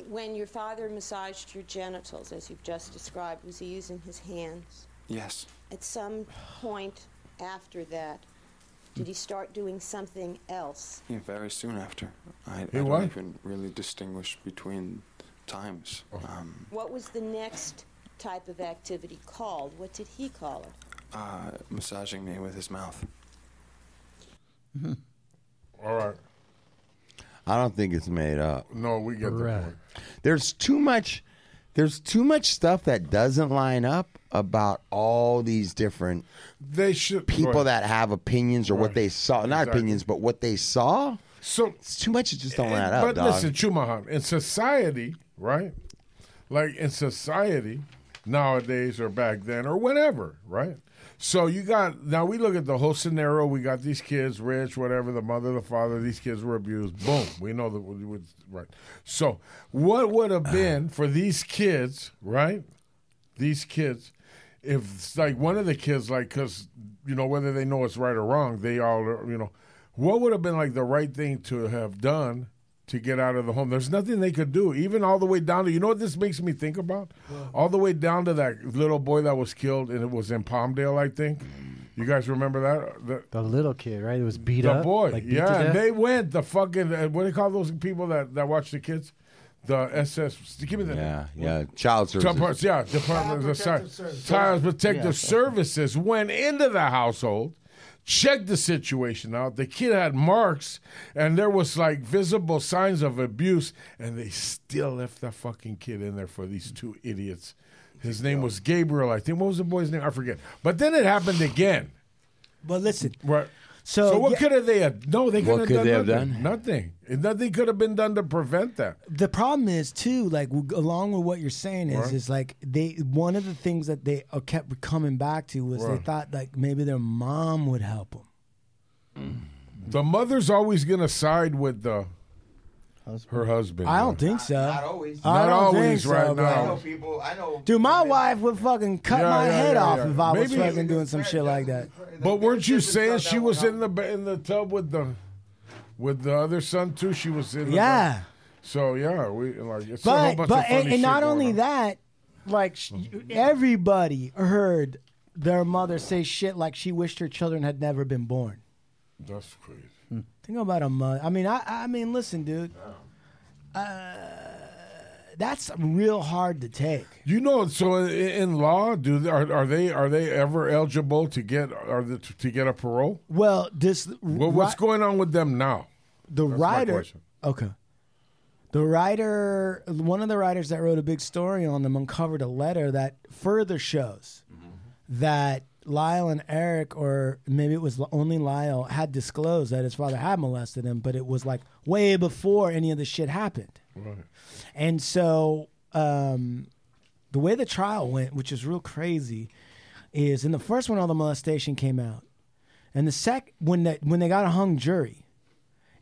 Speaker 13: When your father massaged your genitals, as you've just described, was he using his hands?
Speaker 12: Yes.
Speaker 13: At some point after that, did he start doing something else?
Speaker 12: Yeah, very soon after. I, I
Speaker 3: He
Speaker 12: don't
Speaker 3: what?
Speaker 12: even really distinguish between times. Um,
Speaker 13: What was the next type of activity called? What did he call it?
Speaker 12: uh, massaging me with his mouth.
Speaker 3: All right.
Speaker 6: I don't think it's made up.
Speaker 3: No, we get the point.
Speaker 6: There's too much. There's too much stuff that doesn't line up about all these different
Speaker 3: they should
Speaker 6: people
Speaker 3: right.
Speaker 6: that have opinions or what they saw. Not
Speaker 3: Exactly.
Speaker 6: opinions, but what they saw.
Speaker 3: So
Speaker 6: it's too much. It just don't
Speaker 3: And-
Speaker 6: line up.
Speaker 3: But
Speaker 6: dog.
Speaker 3: listen, Chumahan, in society, right? Like in society nowadays or back then or whenever, right? So you got now we look at the whole scenario. We got these kids, rich, whatever. The mother, the father, these kids were abused. Boom. We know that. we would- Right. So what would have been for these kids, right? These kids, if it's like one of the kids, like, because you know whether they know it's right or wrong, they all are, you know, what would have been like the right thing to have done to get out of the home? There's nothing they could do, even all the way down to you know what this makes me think about, all the way down to that little boy that was killed and it was in Palmdale, I think. You guys remember that? The,
Speaker 10: The little kid, right? It was beat
Speaker 3: the
Speaker 10: up.
Speaker 3: boy,
Speaker 10: like beat to
Speaker 3: yeah.
Speaker 10: death?
Speaker 3: and They went the fucking uh, what do they call those people that that watch the kids? The SS. Give me the
Speaker 6: yeah, yeah. Child services.
Speaker 3: Departments, yeah, Department of Child
Speaker 6: Services.
Speaker 3: Child Protective
Speaker 6: Yeah.
Speaker 3: Services went into the household, checked the situation out. The kid had marks, and there was like visible signs of abuse, and they still left that fucking kid in there for these two idiots. His name was Gabriel, I think. What was the boy's name? I forget. But then it happened again.
Speaker 2: But listen,
Speaker 3: right?
Speaker 2: So,
Speaker 3: what
Speaker 2: yeah-
Speaker 3: could have they? Have, no, they could
Speaker 6: What
Speaker 3: have
Speaker 6: could
Speaker 3: done,
Speaker 6: they have
Speaker 3: nothing. nothing. And Nothing could have been done to prevent that.
Speaker 2: the problem is too like w- along with what you're saying is
Speaker 3: Right.
Speaker 2: is like they one of the things that they uh, kept coming back to was they
Speaker 3: Right.
Speaker 2: thought like maybe their mom would help them
Speaker 3: The mother's always gonna side with the her husband.
Speaker 2: I don't think so.
Speaker 6: Not always.
Speaker 2: I
Speaker 3: Not
Speaker 2: don't think
Speaker 3: always,
Speaker 2: so,
Speaker 3: right? Not
Speaker 2: bro.
Speaker 3: always. I know
Speaker 6: people. I know.
Speaker 2: Dude, my wife would fucking cut
Speaker 3: Yeah,
Speaker 2: my
Speaker 3: yeah,
Speaker 2: head
Speaker 3: yeah,
Speaker 2: off
Speaker 3: yeah.
Speaker 2: if I was
Speaker 3: Maybe-
Speaker 2: fucking doing some shit like that.
Speaker 3: But weren't you saying she was in the ba- in the tub with the with the other son too? She was in. The
Speaker 2: Yeah.
Speaker 3: tub. So yeah, we like it's a whole
Speaker 2: But
Speaker 3: bunch
Speaker 2: but
Speaker 3: of funny
Speaker 2: and, and
Speaker 3: shit
Speaker 2: not
Speaker 3: going
Speaker 2: only
Speaker 3: on. Mm-hmm.
Speaker 2: that, like sh- everybody heard their mother say shit like she wished her children had never been born.
Speaker 3: That's crazy.
Speaker 2: Think about a mother. I mean, I I mean, listen, dude. Uh, that's real hard to take.
Speaker 3: You know, so in, in law, do they- are, are they are they ever eligible to get are the, to get a parole?
Speaker 2: Well, this
Speaker 3: Well, what's going on with them now?
Speaker 2: The
Speaker 3: That's my
Speaker 2: writer.
Speaker 3: question.
Speaker 2: Okay. The writer, one of the writers that wrote a big story on them, uncovered a letter that further shows
Speaker 3: Mm-hmm.
Speaker 2: that Lyle and Eric, or maybe it was only Lyle, had disclosed that his father had molested him, but it was like way before any of this shit happened. And so um, the way the trial went, which is real crazy, is in the first one all the molestation came out. And the sec when that when they got a hung jury,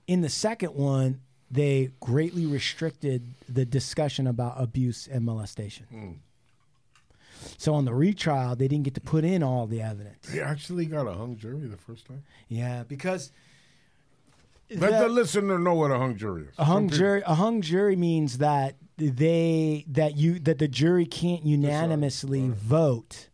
Speaker 2: in the second one, they greatly restricted the discussion about abuse and molestation.
Speaker 3: Hmm.
Speaker 2: So on the retrial, they didn't get to put in all the evidence.
Speaker 3: They actually got a hung jury the first time.
Speaker 2: Yeah, because
Speaker 3: let the,
Speaker 2: the-
Speaker 3: listener know what a hung jury is.
Speaker 2: A hung
Speaker 3: Some people-
Speaker 2: jury a hung jury means that they that you that the jury can't unanimously vote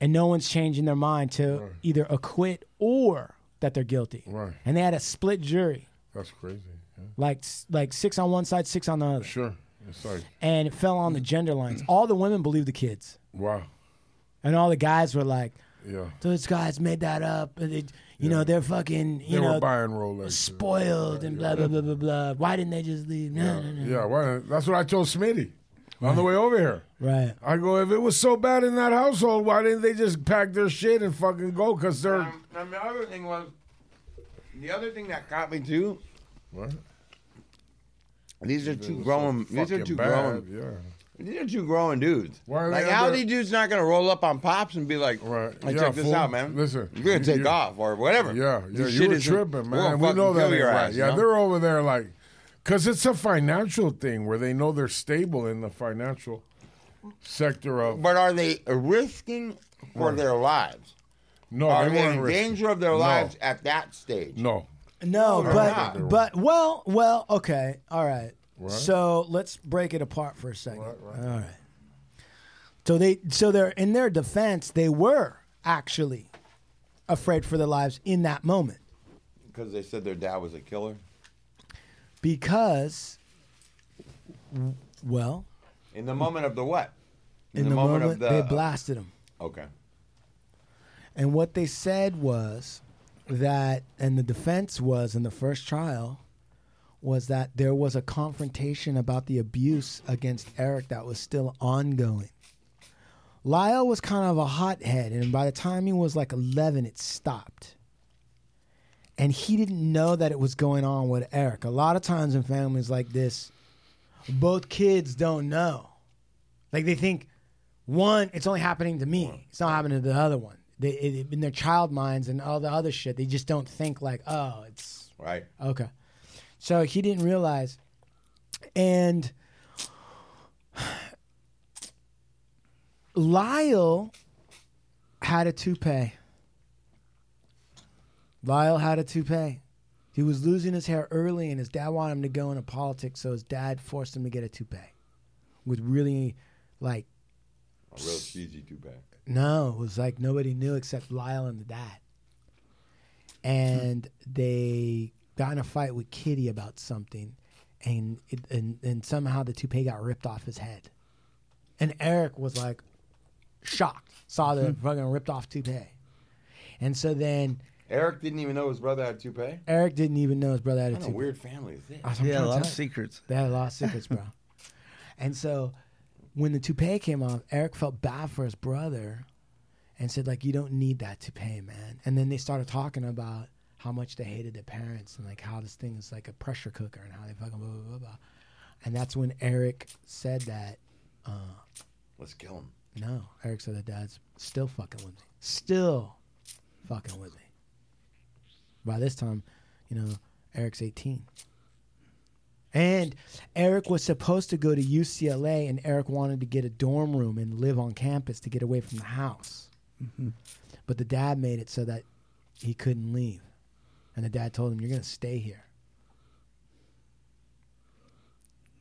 Speaker 2: and no one's changing their mind to either acquit or that they're guilty.
Speaker 3: Right.
Speaker 2: And they had a split jury.
Speaker 3: That's crazy. Yeah.
Speaker 2: Like s- like 6 on one side, 6 on the other.
Speaker 3: Sure. It's like
Speaker 2: And it fell
Speaker 3: Mm.
Speaker 2: on the gender lines. All the women believed the kids.
Speaker 3: wow.
Speaker 2: And all the guys were like,
Speaker 3: Yeah.
Speaker 2: those guys made that up. And they, you know, they're fucking, you
Speaker 3: They were
Speaker 2: know,
Speaker 3: buying Rolex.
Speaker 2: spoiled and blah, blah, blah, blah, blah. Why didn't they just leave? No, no, no.
Speaker 3: Yeah, why? That's what I told Smitty on the way over here.
Speaker 2: Right.
Speaker 3: I go, if it was so bad in that household, why didn't they just pack their shit and fucking go? Because they're
Speaker 6: And Um, the other thing was, the other thing that got me too.
Speaker 3: What?
Speaker 6: These are two
Speaker 3: so
Speaker 6: grown. these are
Speaker 3: fucking
Speaker 6: two
Speaker 3: bad,
Speaker 6: grown.
Speaker 3: yeah.
Speaker 6: These are two grown dudes.
Speaker 3: Why are
Speaker 6: like,
Speaker 3: they
Speaker 6: how
Speaker 3: under-
Speaker 6: these dudes not gonna roll up on pops and be like, "Hey,
Speaker 3: yeah,
Speaker 6: check this
Speaker 3: fool.
Speaker 6: out, man.
Speaker 3: Listen,
Speaker 6: you're gonna
Speaker 3: you-
Speaker 6: take
Speaker 3: you-
Speaker 6: off or whatever."
Speaker 3: Yeah,
Speaker 6: This
Speaker 3: yeah,
Speaker 6: shit
Speaker 3: you were
Speaker 6: isn't-
Speaker 3: tripping,
Speaker 6: we're gonna
Speaker 3: man. We
Speaker 6: fucking
Speaker 3: know that.
Speaker 6: kill your
Speaker 3: ain't
Speaker 6: ass,
Speaker 3: right. Yeah,
Speaker 6: you know?
Speaker 3: they're over there like, because it's a financial thing where they know they're stable in the financial sector of.
Speaker 6: But are they risking for
Speaker 3: Right.
Speaker 6: their lives?
Speaker 3: No,
Speaker 2: Oh,
Speaker 6: are
Speaker 3: they
Speaker 6: they,
Speaker 3: weren't
Speaker 6: in
Speaker 3: risking.
Speaker 6: danger of their
Speaker 3: No.
Speaker 6: lives at that stage?
Speaker 3: No.
Speaker 2: No,
Speaker 6: No, they're
Speaker 2: but
Speaker 6: not.
Speaker 2: but well, well, okay, all right.
Speaker 6: Right.
Speaker 2: So let's break it apart for a second. All right. So they so they're in their defense, they were actually afraid for their lives in that moment
Speaker 6: Because they said their dad was a killer.
Speaker 2: because, well,
Speaker 6: In the moment of the what?
Speaker 2: in, the, moment, they blasted them.
Speaker 6: Okay.
Speaker 2: And what they said was that, and the defense was in the first trial, was that there was a confrontation about the abuse against Eric that was still ongoing. Lyle was kind of a hothead, and by the time he was like 11, it stopped. And he didn't know that it was going on with Eric. A lot of times in families like this, both kids don't know. Like they think, one, it's only happening to me. It's not happening to the other one. They, it, it- in their child minds and all the other shit, they just don't think like, oh, it's
Speaker 6: Right.
Speaker 2: okay. So he didn't realize, and Lyle had a toupee. Lyle had a toupee. He was losing his hair early, and his dad wanted him to go into politics, so his dad forced him to get a toupee with really, like,
Speaker 6: A real cheesy too bad.
Speaker 2: no, it was like nobody knew except Lyle and the dad. And they got in a fight with Kitty about something, and it, and and somehow the toupee got ripped off his head, and Eric was like shocked, saw the
Speaker 6: Hmm.
Speaker 2: fucking ripped off toupee, and so then
Speaker 6: Eric didn't even know his brother had toupee.
Speaker 2: Eric didn't even know his brother had a
Speaker 6: What kind
Speaker 2: toupee.
Speaker 6: of weird family is this?
Speaker 2: That's what I'm
Speaker 6: Yeah,
Speaker 2: trying
Speaker 6: a
Speaker 2: to
Speaker 6: lot
Speaker 2: tell
Speaker 6: of
Speaker 2: you.
Speaker 6: secrets.
Speaker 2: They had a lot of secrets, bro. and so when the toupee came off, Eric felt bad for his brother and said, like, you don't need that toupee, man. And then they started talking about how much they hated their parents and like how this thing is like a pressure cooker and how they fucking blah blah blah blah. And that's when Eric said that uh,
Speaker 6: Let's kill him.
Speaker 2: no, Eric said that dad's still fucking with me. Still fucking with me. By this time, you know, Eric's 18. And Eric was supposed to go to UCLA, and Eric wanted to get a dorm room and live on campus to get away from the house. But the dad made it so that he couldn't leave. And the dad told him, You're going to stay here.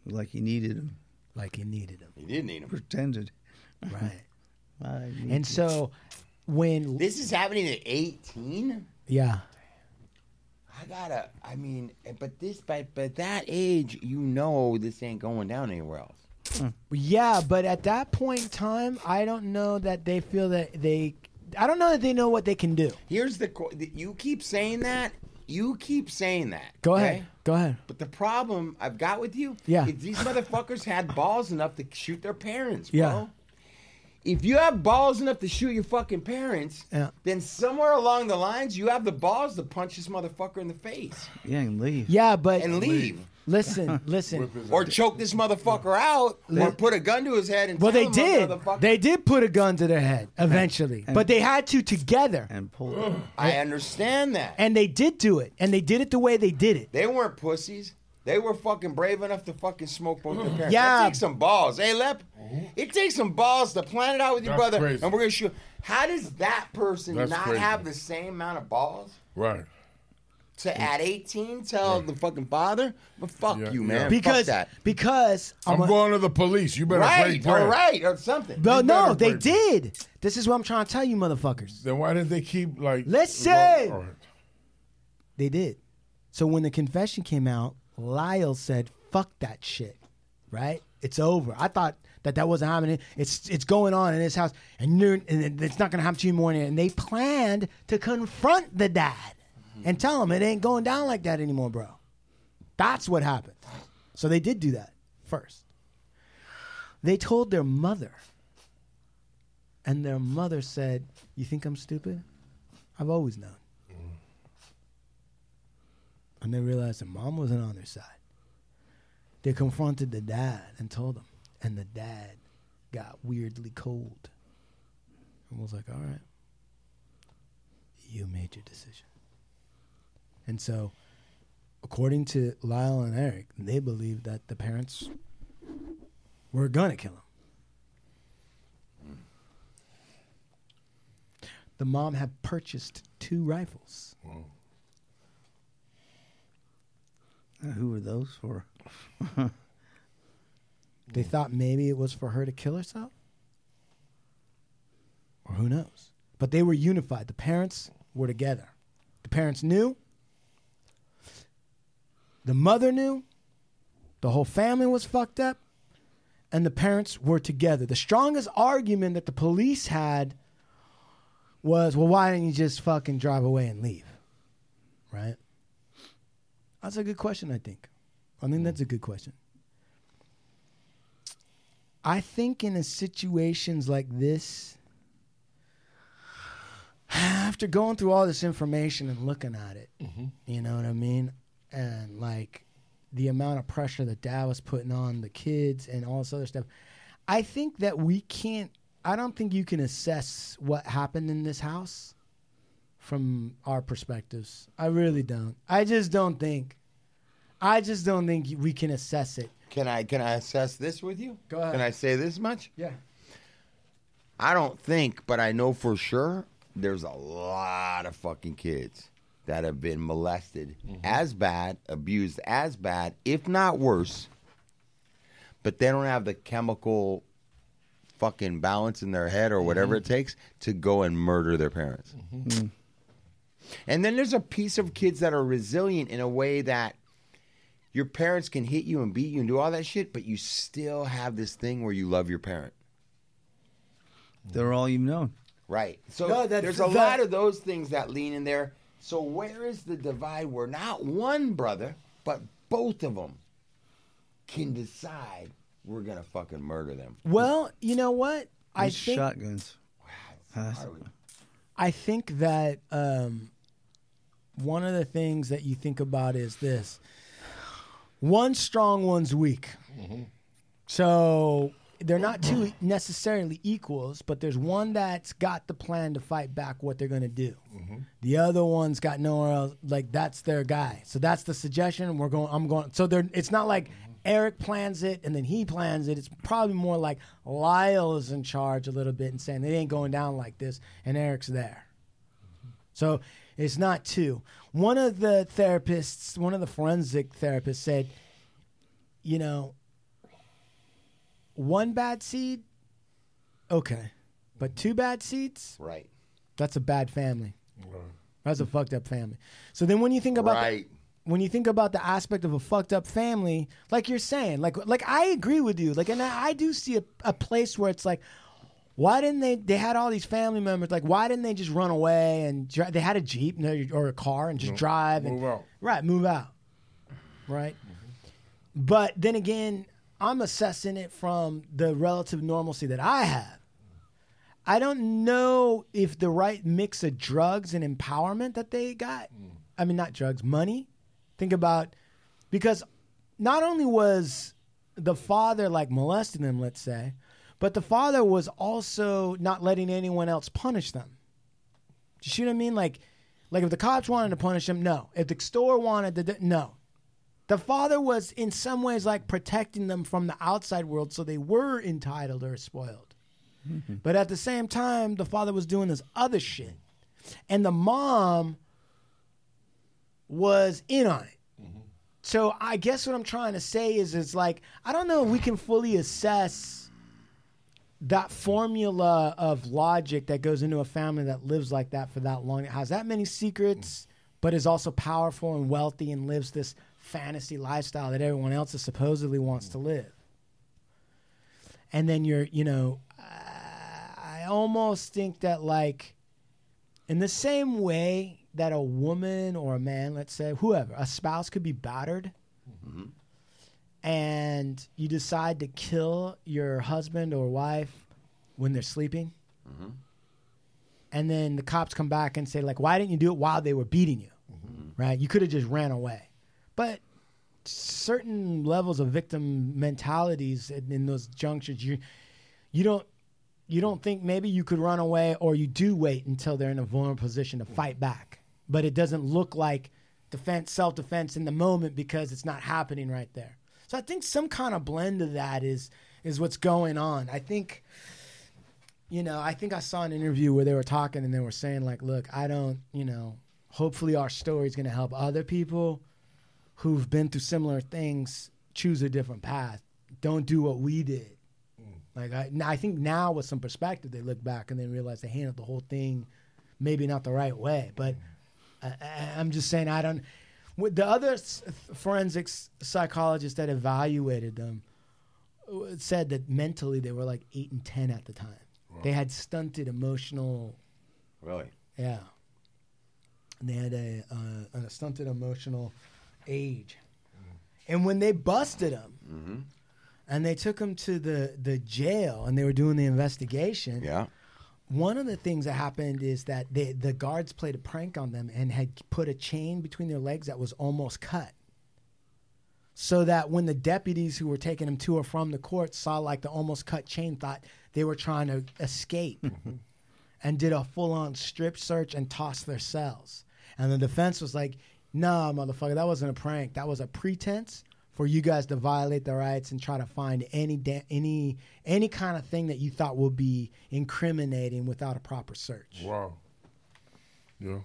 Speaker 11: Like he needed him.
Speaker 2: Like he needed him.
Speaker 11: He
Speaker 6: did need him.
Speaker 11: Pretended.
Speaker 2: Right.
Speaker 11: I need
Speaker 2: And so when.
Speaker 6: This is happening at 18.
Speaker 2: Yeah.
Speaker 6: I gotta. I mean, eh, but this, but but that age, you know, this ain't going down anywhere else.
Speaker 2: Yeah, but at that point in time, I don't know that they feel that they. I don't know that they know what they can do.
Speaker 6: Here's the. qu- You keep saying that. You keep saying that.
Speaker 2: Go
Speaker 6: okay?
Speaker 2: ahead. Go ahead.
Speaker 6: But the problem I've got with you
Speaker 2: Yeah.
Speaker 6: is these motherfuckers had balls enough to shoot their parents, bro.
Speaker 2: Yeah.
Speaker 6: If you have balls enough to shoot your fucking parents,
Speaker 2: Yeah.
Speaker 6: then somewhere along the lines you have the balls to punch this motherfucker in the face.
Speaker 11: Yeah, and leave.
Speaker 2: Yeah, but
Speaker 6: And leave.
Speaker 2: Listen, listen.
Speaker 6: Or choke this motherfucker out, or put a gun to his head and
Speaker 2: Well,
Speaker 6: tell
Speaker 2: they
Speaker 6: him,
Speaker 2: did.
Speaker 6: "Motherfucker,
Speaker 2: They did put a gun to their head eventually,
Speaker 6: and-
Speaker 2: but they had to together,
Speaker 11: and pull
Speaker 6: I understand that.
Speaker 2: and they did do it, and they did it the way they did it.
Speaker 6: They weren't pussies. They were fucking brave enough to fucking smoke both their parents.
Speaker 2: Yeah.
Speaker 6: That takes some balls. Hey, Lep, it takes some balls to plan it out with your
Speaker 3: That's
Speaker 6: brother,
Speaker 3: crazy.
Speaker 6: and we're gonna shoot. How does that person
Speaker 3: That's
Speaker 6: not
Speaker 3: crazy.
Speaker 6: have the same amount of balls
Speaker 3: Right.
Speaker 6: to at 18 tell the fucking father? But fuck you, man. Fuck
Speaker 2: Because
Speaker 6: that.
Speaker 2: because
Speaker 3: I'm,
Speaker 2: a-
Speaker 3: going to the police. You better
Speaker 6: right,
Speaker 3: break bread.
Speaker 6: all right, or something.
Speaker 2: But
Speaker 6: You
Speaker 2: no,
Speaker 6: better
Speaker 2: they
Speaker 6: break-
Speaker 2: did. This is what I'm trying to tell you, motherfuckers.
Speaker 3: Then why didn't they keep like?
Speaker 2: Listen,
Speaker 3: Well, all right.
Speaker 2: they did. So when the confession came out, Lyle said, "Fuck that shit." Right? It's over. I thought that that wasn't happening. It's it's going on in this house, and, you're, and it's not going to happen to you more. And they planned to confront the dad and tell him it ain't going down like that anymore, bro. That's what happened. So they did do that first. They told their mother, and their mother said, "You think I'm stupid? I've always known." and they realized their mom wasn't on their side. They confronted the dad and told him, and the dad got weirdly cold and was like, "All right, you made your decision." And so, according to Lyle and Eric, they believed that the parents were gonna kill him. The mom had purchased two rifles.
Speaker 11: Uh, Who were those for?
Speaker 2: They thought maybe it was for her to kill herself. Or who knows? But they were unified. The parents were together. The parents knew. The mother knew. The whole family was fucked up. And the parents were together. The strongest argument that the police had was well, why didn't you just fucking drive away and leave? Right? That's a good question, I think. I think that's a good question. I think in a situations like this, after going through all this information and looking at it, you know what I mean, and like the amount of pressure that dad was putting on the kids and all this other stuff, I think that we can't. I don't think you can assess what happened in this house from our perspectives. I really don't. I just don't think. I just don't think we can assess it.
Speaker 6: Can I can I assess this with you? Go
Speaker 2: ahead.
Speaker 6: Can I say this much?
Speaker 2: Yeah.
Speaker 6: I don't think, but I know for sure there's a lot of fucking kids that have been molested as bad, abused as bad, if not worse. But they don't have the chemical fucking balance in their head or whatever it takes to go and murder their parents. And then there's a piece of kids that are resilient in a way that your parents can hit you and beat you and do all that shit, but you still have this thing where you love your parent.
Speaker 11: They're all you've known.
Speaker 6: Right. So
Speaker 11: No, that's-
Speaker 6: there's a
Speaker 11: that-
Speaker 6: lot of those things that lean in there. So where is the divide where not one brother, but both of them can decide we're going to fucking murder them?
Speaker 2: Well, you know what? I
Speaker 11: These
Speaker 2: think
Speaker 11: shotguns. That's-
Speaker 2: I think that um, one of the things that you think about is this: one strong, one's weak. So they're not two necessarily equals, but there's one that's got the plan to fight back what they're going to do. The other one's got nowhere else. Like that's their guy. So that's the suggestion. We're going. I'm going. So they're. It's not like Eric plans it and then he plans it. It's probably more like Lyle is in charge a little bit and saying it ain't going down like this, and Eric's there. So it's not two. One of the therapists, one of the forensic therapists said, you know, one bad seed, okay. But two bad seeds?
Speaker 6: Right.
Speaker 2: That's a bad family. That's a fucked up family. So then when you think about the-
Speaker 6: Right.
Speaker 2: when you think about the aspect of a fucked up family, like you're saying, like like I agree with you. Like and I, I do see a, a place where it's like why didn't they they had all these family members like why didn't they just run away and dri- they had a jeep and they- or a car and just drive and
Speaker 3: Move out.
Speaker 2: right move out right but then again i'm assessing it from the relative normalcy that i have I don't know if the right mix of drugs and empowerment that they got. I mean, not drugs, money. Think about because not only was the father like molesting them, let's say, but the father was also not letting anyone else punish them. Do you see what I mean? Like, like if the cops wanted to punish them, no. If the store wanted to, no. The father was in some ways like protecting them from the outside world, so they were entitled or spoiled. But at the same time, the father was doing this other shit. And the mom was in on it. So I guess what I'm trying to say is it's like I don't know if we can fully assess that formula of logic that goes into a family that lives like that for that long. It has that many secrets, but is also powerful and wealthy and lives this fantasy lifestyle that everyone else is supposedly wants to live. And then you're, you know, I almost think that like in the same way that a woman or a man, let's say, whoever, a spouse could be battered and you decide to kill your husband or wife when they're sleeping. And then the cops come back and say, like, why didn't you do it while they were beating you? Right? You could have just ran away. But certain levels of victim mentalities in, in those junctures, you you don't you don't think maybe you could run away or you do wait until they're in a vulnerable position to fight back. But it doesn't look like defense self defense in the moment because it's not happening right there. So I think some kind of blend of that is is what's going on. I think you know, I think I saw an interview where they were talking and they were saying like, look, I don't, you know, hopefully our story is going to help other people who've been through similar things choose a different path. Don't do what we did. Like I, n- I think now with some perspective, they look back and they realize they handled the whole thing, maybe not the right way. But I, I, I'm just saying I don't. with The other s- forensics psychologists that evaluated them uh, said that mentally they were like eight and ten at the time. They had stunted emotional
Speaker 6: Really?
Speaker 2: yeah. And they had a, uh, a stunted emotional age. And when they busted him and they took him to the, the jail and they were doing the investigation,
Speaker 6: Yeah.
Speaker 2: one of the things that happened is that they, the guards played a prank on them and had put a chain between their legs that was almost cut. So that when the deputies who were taking him to or from the court saw like the almost cut chain, thought they were trying to escape and did a full on strip search and tossed their cells. And the defense was like, nah, motherfucker, that wasn't a prank. That was a pretense for you guys to violate the rights and try to find any da- any any kind of thing that you thought would be incriminating without a proper search.
Speaker 3: Wow. Yeah.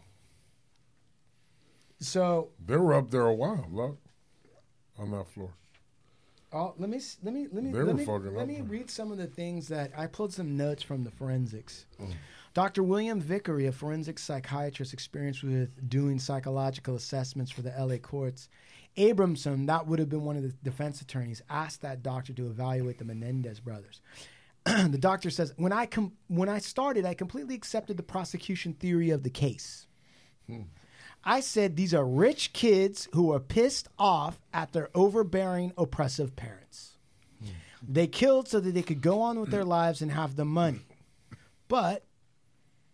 Speaker 2: So
Speaker 3: They were up there a while, look, on that floor.
Speaker 2: Oh, let me s- let me let me
Speaker 3: They
Speaker 2: let
Speaker 3: were
Speaker 2: me,
Speaker 3: fucking
Speaker 2: let
Speaker 3: up
Speaker 2: me
Speaker 3: there.
Speaker 2: read some of the things that I pulled some notes from the forensics.
Speaker 3: Oh.
Speaker 2: Dr. William Vickery, a forensic psychiatrist experienced with doing psychological assessments for the LA courts, Abramson, that would have been one of the defense attorneys, asked that doctor to evaluate the Menendez brothers. the doctor says, "When I com- when I started, I completely accepted the prosecution theory of the case." I said these are rich kids who are pissed off at their overbearing, oppressive parents. They killed so that they could go on with their lives and have the money. But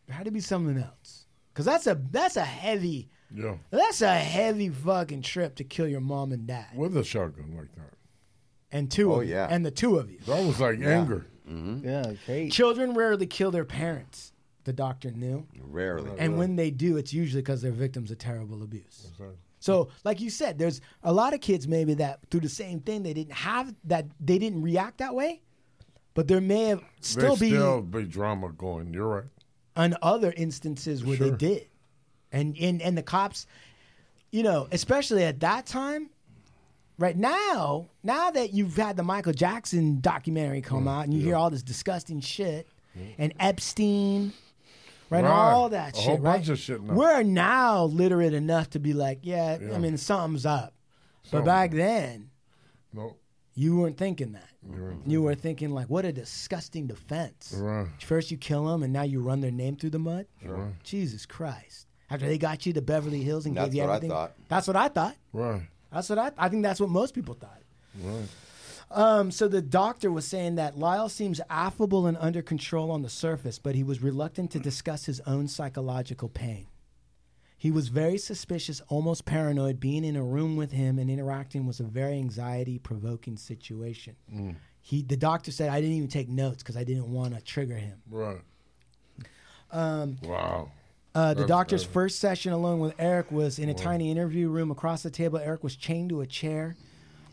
Speaker 2: there had to be something else. Cause that's a that's a heavy
Speaker 3: Yeah.
Speaker 2: that's a heavy fucking trip to kill your mom and dad.
Speaker 3: With a shotgun like that.
Speaker 2: and two.
Speaker 6: Oh,
Speaker 2: of you,
Speaker 6: yeah.
Speaker 2: and the two of you.
Speaker 3: That was like anger.
Speaker 4: Yeah, great.
Speaker 2: Children rarely kill their parents. The doctor knew.
Speaker 6: Rarely.
Speaker 2: And when they do, it's usually because they're victims of terrible abuse. So, like you said, there's a lot of kids maybe that through the same thing they didn't have that they didn't react that way, but there may have still,
Speaker 3: There's
Speaker 2: be
Speaker 3: still be drama going. You're right.
Speaker 2: on other instances where they did. And, and and the cops, you know, especially at that time, right now, now that you've had the Michael Jackson documentary come out and you hear all this disgusting shit and Epstein, right, and
Speaker 3: Right.
Speaker 2: all that
Speaker 3: A
Speaker 2: shit,
Speaker 3: whole
Speaker 2: right?
Speaker 3: bunch of shit now.
Speaker 2: We're now literate enough to be like, yeah,
Speaker 3: Yeah.
Speaker 2: I mean, something's up.
Speaker 3: Something.
Speaker 2: But back then,
Speaker 3: No.
Speaker 2: you weren't thinking that.
Speaker 3: You weren't
Speaker 2: You were thinking like, what a disgusting defense.
Speaker 3: Right.
Speaker 2: First you kill them, and now you run their name through the mud.
Speaker 3: Right.
Speaker 2: Jesus Christ! After they got you to Beverly Hills and
Speaker 6: That's
Speaker 2: gave you
Speaker 6: what I
Speaker 2: everything,
Speaker 6: thought.
Speaker 2: that's what I thought.
Speaker 3: Right.
Speaker 2: That's what I. I think that's what most people thought.
Speaker 3: Right.
Speaker 2: Um, so the doctor was saying that Lyle seems affable and under control on the surface, but he was reluctant to discuss his own psychological pain. He was very suspicious, almost paranoid. Being in a room with him and interacting was a very anxiety provoking situation. He, the doctor said, I didn't even take notes because I didn't want to trigger him.
Speaker 3: Right.
Speaker 2: Um,
Speaker 3: Wow.
Speaker 2: uh, the
Speaker 3: That's
Speaker 2: doctor's
Speaker 3: bad.
Speaker 2: first session alone with Eric was in a tiny interview room across the table. Eric was chained to a chair.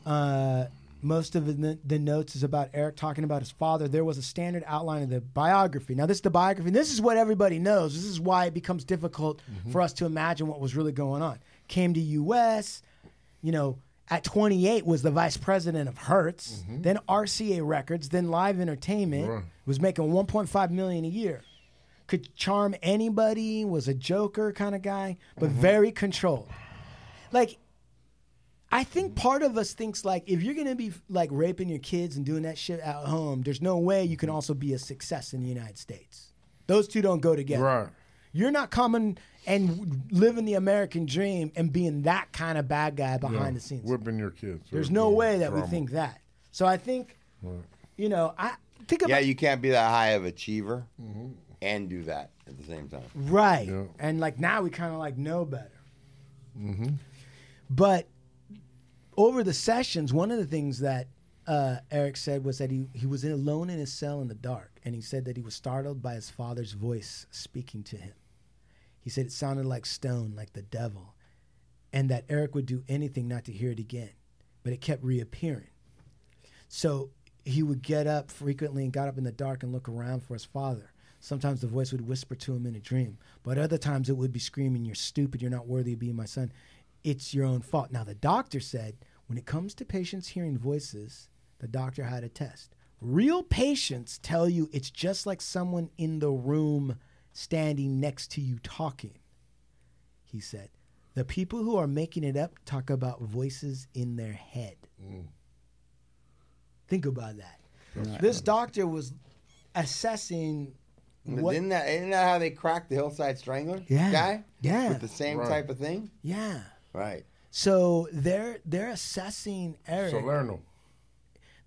Speaker 2: Uh, most of the, the notes is about Eric talking about his father. There was a standard outline of the biography. Now, this is the biography. This is what everybody knows. This is why it becomes difficult for us to imagine what was really going on. Came to U.S., you know, at 28 was the vice president of Hertz, then RCA Records, then Live Entertainment.
Speaker 3: Right.
Speaker 2: Was making 1.5 million a year could charm anybody, was a joker kind of guy, but
Speaker 3: Mm-hmm.
Speaker 2: very controlled. Like, I think part of us thinks like if you're gonna be like raping your kids and doing that shit at home, there's no way you can also be a success in the United States. Those two don't go together.
Speaker 3: Right.
Speaker 2: You're not coming and living the American dream and being that kind of bad guy behind
Speaker 3: Yeah.
Speaker 2: the scenes.
Speaker 3: Whipping your kids.
Speaker 2: There's
Speaker 3: Right.
Speaker 2: no way that
Speaker 3: Drama.
Speaker 2: we think that. So I think,
Speaker 3: Right.
Speaker 2: you know, I think about
Speaker 6: Yeah, you can't be that high of achiever
Speaker 2: Mm-hmm.
Speaker 6: and do that at the same time.
Speaker 2: Right. And like now we kind of like know better.
Speaker 6: Mm-hmm.
Speaker 2: But over the sessions, one of the things that uh, Eric said was that he, he was in- alone in his cell in the dark, and he said that he was startled by his father's voice speaking to him. He said it sounded like stone, like the devil, and that Eric would do anything not to hear it again, but it kept reappearing. So he would get up frequently and got up in the dark and look around for his father. Sometimes the voice would whisper to him in a dream, but other times it would be screaming, You're stupid, you're not worthy of being my son. It's your own fault. Now, the doctor said when it comes to patients hearing voices, the doctor had a test. Real patients tell you it's just like someone in the room standing next to you talking he said. The people who are making it up talk about voices in their head. Think about that. This doctor was assessing what.
Speaker 6: Isn't that isn't that how they cracked the Hillside Strangler
Speaker 2: Yeah.
Speaker 6: guy?
Speaker 2: Yeah.
Speaker 6: with the same
Speaker 2: Right.
Speaker 6: type of thing.
Speaker 2: yeah.
Speaker 6: Right.
Speaker 2: So they're they're assessing Eric.
Speaker 3: Salerno.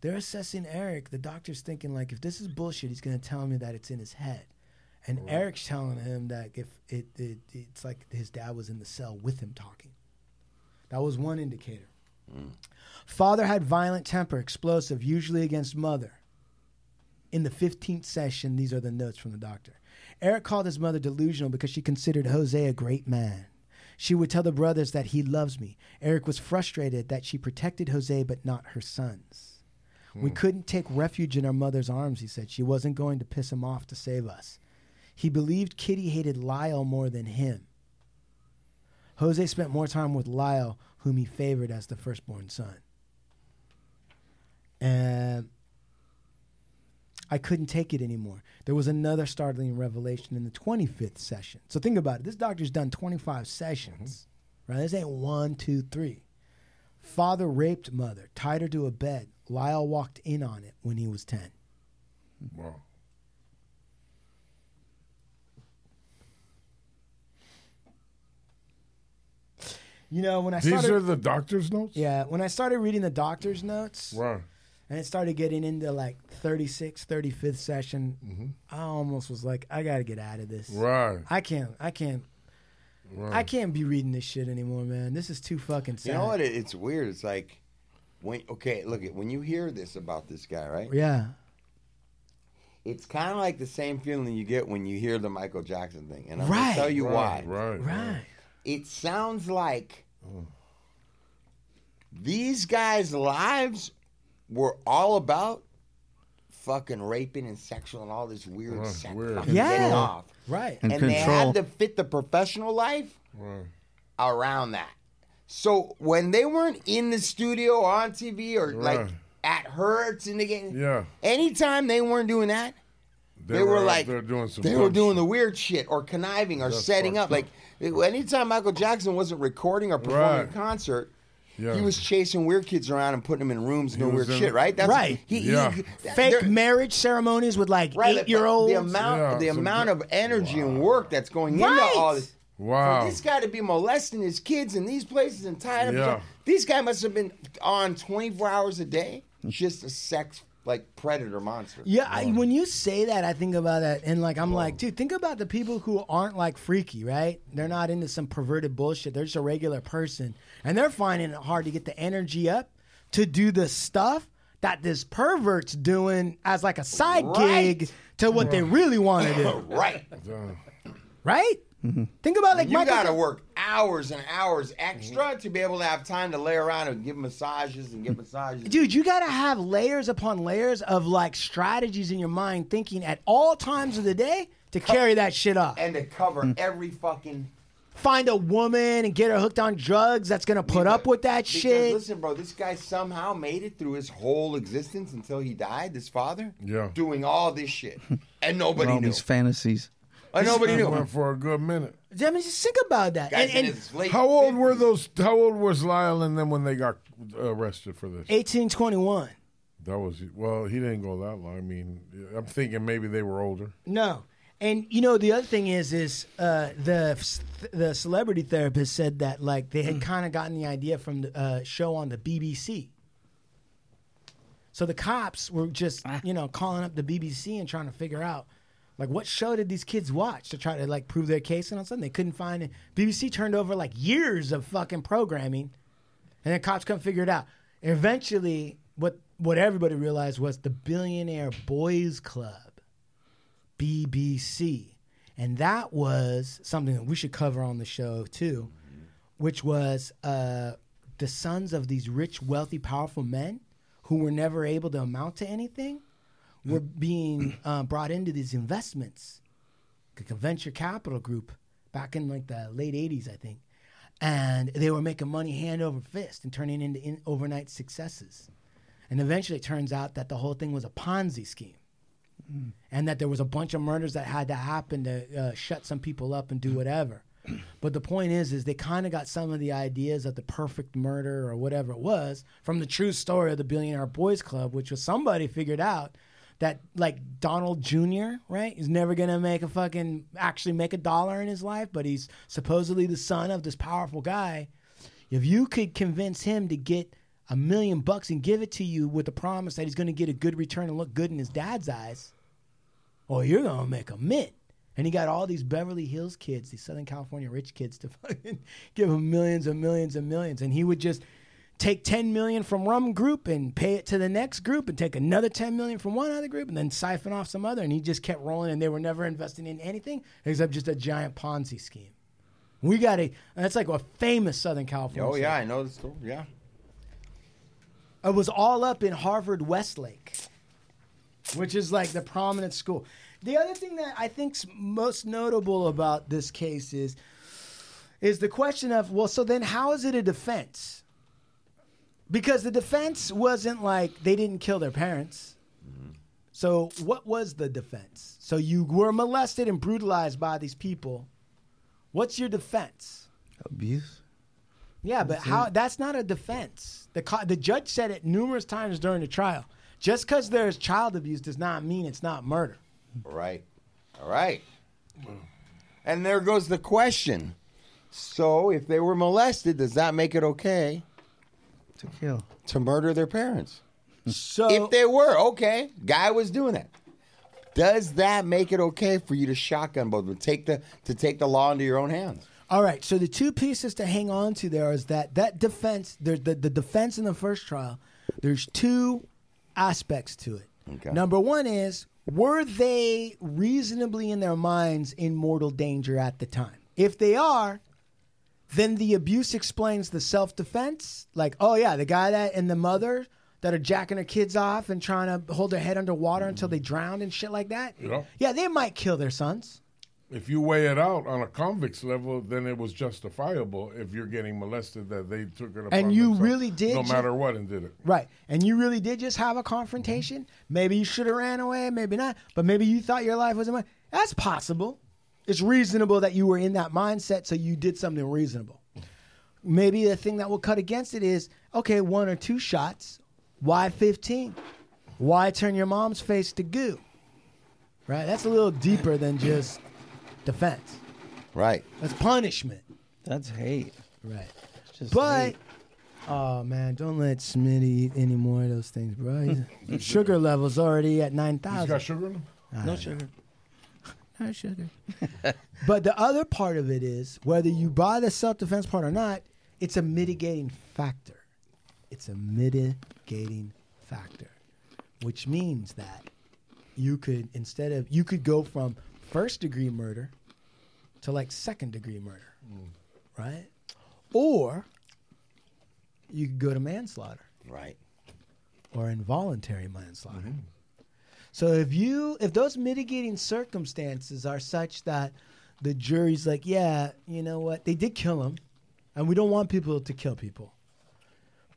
Speaker 2: They're assessing Eric. The doctor's thinking like, if this is bullshit, he's gonna tell me that it's in his head, and Eric's telling him that if it, it it's like his dad was in the cell with him talking. That was one indicator. Father had violent temper, explosive, usually against mother. In the 15th session, these are the notes from the doctor. Eric called his mother delusional because she considered Jose a great man. She would tell the brothers that he loves me. Eric was frustrated that she protected Jose but not her sons. We couldn't take refuge in our mother's arms, he said. She wasn't going to piss him off to save us. He believed Kitty hated Lyle more than him. Jose spent more time with Lyle, whom he favored as the firstborn son. And I couldn't take it anymore. There was another startling revelation in the 25th session. So think about it. This doctor's done 25 sessions, right? This ain't one, two, three. Father raped mother, tied her to a bed. Lyle walked in on it when he was 10.
Speaker 3: Wow.
Speaker 2: You know, when I
Speaker 3: These
Speaker 2: started,
Speaker 3: are the doctor's notes.
Speaker 2: yeah, when I started reading the doctor's notes,
Speaker 3: Right.
Speaker 2: and it started getting into like 36 35th session
Speaker 6: Mm-hmm.
Speaker 2: i almost was like i gotta get out of this
Speaker 3: Right.
Speaker 2: i can't i can't
Speaker 6: Right.
Speaker 2: i can't be reading this shit anymore man this is too fucking sad
Speaker 6: You know what? It, it's weird. It's like When okay, look it. When you hear this about this guy, right?
Speaker 2: Yeah.
Speaker 6: It's kind of like the same feeling you get when you hear the Michael Jackson thing, and I'm
Speaker 2: Right.
Speaker 6: gonna tell you
Speaker 2: Right, Mm.
Speaker 6: why.
Speaker 3: Right.
Speaker 2: Right.
Speaker 6: It sounds like these guys' lives were all about fucking raping and sexual and all this weird
Speaker 2: Right,
Speaker 6: sex
Speaker 2: weird.
Speaker 6: fucking
Speaker 2: Yeah.
Speaker 6: getting off.
Speaker 2: Right.
Speaker 6: And,
Speaker 2: And
Speaker 6: they had
Speaker 2: control.
Speaker 6: to fit the professional life around that. So when they weren't in the studio or on TV or like
Speaker 3: Right.
Speaker 6: at Hertz and they get
Speaker 3: Yeah.
Speaker 6: anytime they weren't doing that, they, were,
Speaker 3: out
Speaker 6: like
Speaker 3: there doing some
Speaker 6: they were
Speaker 3: dumb
Speaker 6: doing the weird shit or conniving or
Speaker 3: That's
Speaker 6: setting up.
Speaker 3: fucked
Speaker 6: Like anytime Michael Jackson wasn't recording or performing a
Speaker 3: Right.
Speaker 6: concert,
Speaker 3: Yeah.
Speaker 6: he was chasing weird kids around and putting them in rooms doing
Speaker 3: was
Speaker 6: weird
Speaker 3: in-
Speaker 6: shit. Right?
Speaker 2: right.
Speaker 6: He, he- that-
Speaker 2: Fake
Speaker 6: there-
Speaker 2: marriage ceremonies with like
Speaker 6: right,
Speaker 2: eight year olds.
Speaker 6: The amount, the amount of energy and work that's going
Speaker 2: Right.
Speaker 6: into all this.
Speaker 3: Wow.
Speaker 6: For this guy to be molesting his kids in these places and tied up.
Speaker 3: Yeah.
Speaker 6: These guy must have been on 24 hours a day, just a sex like predator monster.
Speaker 2: Mm. Yeah, I, when you say that, I think about that, and like I'm like, dude, think about the people who aren't like freaky, right? They're not into some perverted bullshit. They're just a regular person, and they're finding it hard to get the energy up to do the stuff that this pervert's doing as like a side
Speaker 6: Right.
Speaker 2: gig to what they really want to do,
Speaker 6: right.
Speaker 2: right? Think about like
Speaker 6: Mm-hmm. you
Speaker 2: Michael.
Speaker 6: gotta work hours and hours extra to be able to have time to lay around and give massages and give massages.
Speaker 2: Dude, you gotta have layers upon layers of like strategies in your mind, thinking at all times of the day to carry that shit off.
Speaker 6: and to cover every fucking
Speaker 2: find a woman and get her hooked on drugs that's gonna put up with that
Speaker 6: Because,
Speaker 2: shit.
Speaker 6: Listen, bro, this guy somehow made it through his whole existence until he died. This father,
Speaker 3: Yeah.
Speaker 6: doing all this shit, and nobody
Speaker 11: all
Speaker 6: knew.
Speaker 11: these fantasies.
Speaker 6: And nobody
Speaker 3: This
Speaker 6: knew.
Speaker 3: man Went for a good minute.
Speaker 2: I mean, just think about that. and
Speaker 6: Guys in
Speaker 2: and
Speaker 6: his late
Speaker 3: How old were those? How old was Lyle and them when they got arrested for this?
Speaker 2: 1821.
Speaker 3: That was well. He didn't go that long. I mean, I'm thinking maybe they were older.
Speaker 2: No. And you know the other thing is is uh, the the celebrity therapist said that like they had kind of gotten the idea from the uh, show on the BBC. So the cops were just you know calling up the BBC and trying to figure out like what show did these kids watch to try to like prove their case and all of a sudden they couldn't find it. BBC turned over like years of fucking programming, and then cops couldn't figure it out. And eventually, what what everybody realized was the Billionaire Boys Club. BBC. And that was something that we should cover on the show too, which was uh, the sons of these rich, wealthy, powerful men who were never able to amount to anything were being uh, brought into these investments, like a venture capital group back in like the late 80s, I think. And they were making money hand over fist and turning into in- overnight successes. And eventually it turns out that the whole thing was a Ponzi scheme and that there was a bunch of murders that had to happen to uh, shut some people up and do whatever. But the point is, is they kind of got some of the ideas of the perfect murder or whatever it was from the true story of the Billionaire Boys Club, which was somebody figured out that like Donald Jr. right is never gonna make a fucking actually make a dollar in his life, but he's supposedly the son of this powerful guy. If you could convince him to get a million bucks and give it to you with the promise that he's gonna get a good return and look good in his dad's eyes, oh, you're gonna make a mint. And he got all these Beverly Hills kids, these Southern California rich kids, to fucking give him millions and millions and millions. And he would just take 10 million from one group and pay it to the next group and take another 10 million from one other group and then siphon off some other. And he just kept rolling and they were never investing in anything except just a giant Ponzi scheme. We got a, that's like a famous Southern California.
Speaker 6: Oh yeah, I know the story. Yeah,
Speaker 2: It was all up in Harvard Westlake, which is like the prominent school. The other thing that I think's most notable about this case is is the question of well, so then how is it a defense? Because the defense wasn't like they didn't kill their parents. So what was the defense? So you were molested and brutalized by these people. What's your defense?
Speaker 11: Abuse.
Speaker 2: Yeah, but how? That's not a defense. The co- the judge said it numerous times during the trial. Just because there is child abuse does not mean it's not murder.
Speaker 6: right, all right. And there goes the question. So, if they were molested, does that make it okay
Speaker 11: to kill,
Speaker 6: to murder their parents?
Speaker 2: So,
Speaker 6: Mm. if they were okay, guy was doing it. Does that make it okay for you to shotgun both of them? Take the to take the law into your own hands.
Speaker 2: All right. So the two pieces to hang on to there is that that defense, the the, the defense in the first trial There's two aspects to it.
Speaker 6: Okay.
Speaker 2: Number one is were they reasonably in their minds in mortal danger at the time? If they are, then the abuse explains the self defense. Like, oh yeah, the guy that and the mother that are jacking their kids off and trying to hold their head underwater until they drown and shit like that.
Speaker 3: Yeah.
Speaker 2: Yeah, they might kill their sons.
Speaker 3: If you weigh it out on a convict's level, then it was justifiable if you're getting molested that they took it upon
Speaker 2: And you
Speaker 3: themselves,
Speaker 2: really did
Speaker 3: no
Speaker 2: ju-
Speaker 3: matter what, and did it.
Speaker 2: Right. And you really did just have a confrontation. Maybe you should have ran away, maybe not, but maybe you thought your life was in my that's possible. It's reasonable that you were in that mindset, so you did something reasonable. Maybe the thing that will cut against it is okay, one or two shots. Why 15? Why turn your mom's face to goo? Right? That's a little deeper than just defense.
Speaker 6: Right.
Speaker 2: That's punishment.
Speaker 11: That's hate.
Speaker 2: Right. but oh man, don't let Smitty eat any more of those things, bro. He's- sugar levels already at nine
Speaker 3: He's got
Speaker 2: thousand.
Speaker 3: sugar in him?
Speaker 2: No
Speaker 11: sugar.
Speaker 2: No sugar. But the other part of it is whether you buy the self defense part or not, it's a mitigating factor. It's a mitigating factor, which means that you could instead of you could go from first degree murder to like second degree murder, right? Or you could go to manslaughter,
Speaker 6: right?
Speaker 2: Or involuntary manslaughter. So if you if those mitigating circumstances are such that the jury's like, yeah, you know what, they did kill him, and we don't want people to kill people,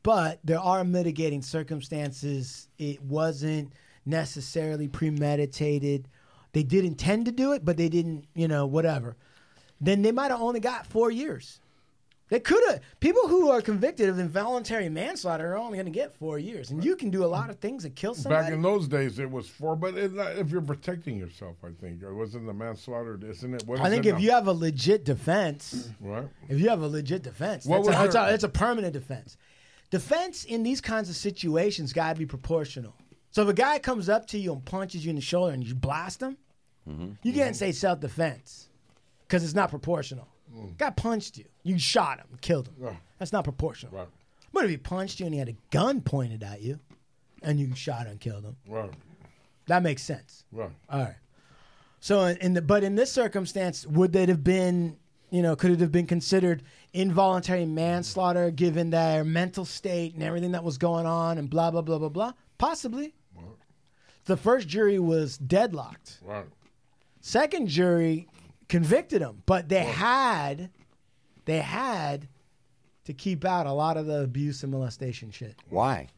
Speaker 2: but there are mitigating circumstances. It wasn't necessarily premeditated. They did intend to do it, but they didn't, you know, whatever. Then they might have only got four years. They could have. People who are convicted of involuntary manslaughter are only going to get four years, and you can do a lot of things that kill somebody.
Speaker 3: Back in those days, it was four, but it, if you're protecting yourself, I think. It wasn't the manslaughter, isn't it? What
Speaker 2: I
Speaker 3: is
Speaker 2: think
Speaker 3: it
Speaker 2: if
Speaker 3: now?
Speaker 2: you have a legit defense,
Speaker 3: Right.
Speaker 2: if you have a legit defense,
Speaker 3: What
Speaker 2: that's a,
Speaker 3: was
Speaker 2: that's
Speaker 3: your-
Speaker 2: a- that's a permanent defense. Defense in these kinds of situations got to be proportional. So if a guy comes up to you and punches you in the shoulder and you blast him,
Speaker 3: Mm-hmm.
Speaker 2: you can't say self defense because it's not proportional.
Speaker 3: Mm.
Speaker 2: Guy punched you, you shot him, killed him. That's not proportional. But if he punched you and he had a gun pointed at you, and you shot and killed him,
Speaker 3: Right.
Speaker 2: that makes sense.
Speaker 3: Right.
Speaker 2: All right. So uh, in, in the but in this circumstance, would it have been you know could it have been considered involuntary manslaughter given their mental state and everything that was going on and blah blah blah blah blah? Possibly. The first jury was deadlocked.
Speaker 3: Right.
Speaker 2: Second jury convicted him, but they had they had to keep out a lot of the abuse and molestation shit
Speaker 6: Why?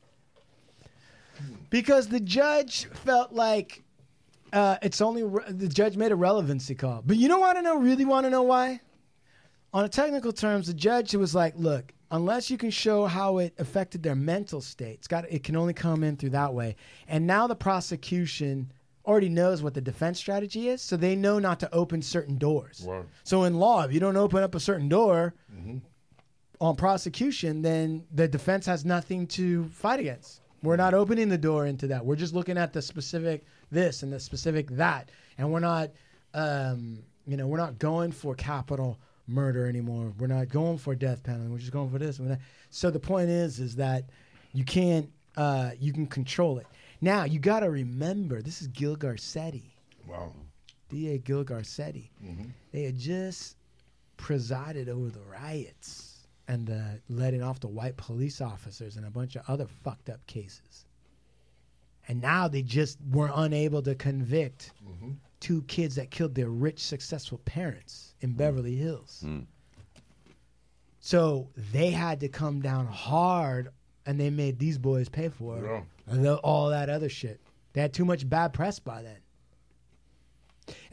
Speaker 2: because the judge felt like uh, it's only re- the judge made a relevancy call. But you don't want to know, really want to know why? On a technical terms, the judge was like, "Look, unless you can show how it affected their mental state, it's got it can only come in through that way." And now the prosecution already knows what the defense strategy is, so they know not to open certain doors.
Speaker 3: Right.
Speaker 2: So in law, if you don't open up a certain door on prosecution, then the defense has nothing to fight against. We're not opening the door into that. We're just looking at the specific this and the specific that, and we're not, um, you know, we're not going for capital murder anymore. We're not going for death penalty. We're just going for this. and that. So the point is, is that you can't, uh, you can control it. Now you got to remember, this is Gil Garcetti.
Speaker 3: Wow.
Speaker 2: DA Gil Garcetti. They had just presided over the riots and uh, letting off the white police officers and a bunch of other fucked up cases. And now they just were unable to convict two kids that killed their rich, successful parents in Beverly Hills. So they had to come down hard and they made these boys pay for it.
Speaker 3: Yeah.
Speaker 2: And the- all that other shit. They had too much bad press by then.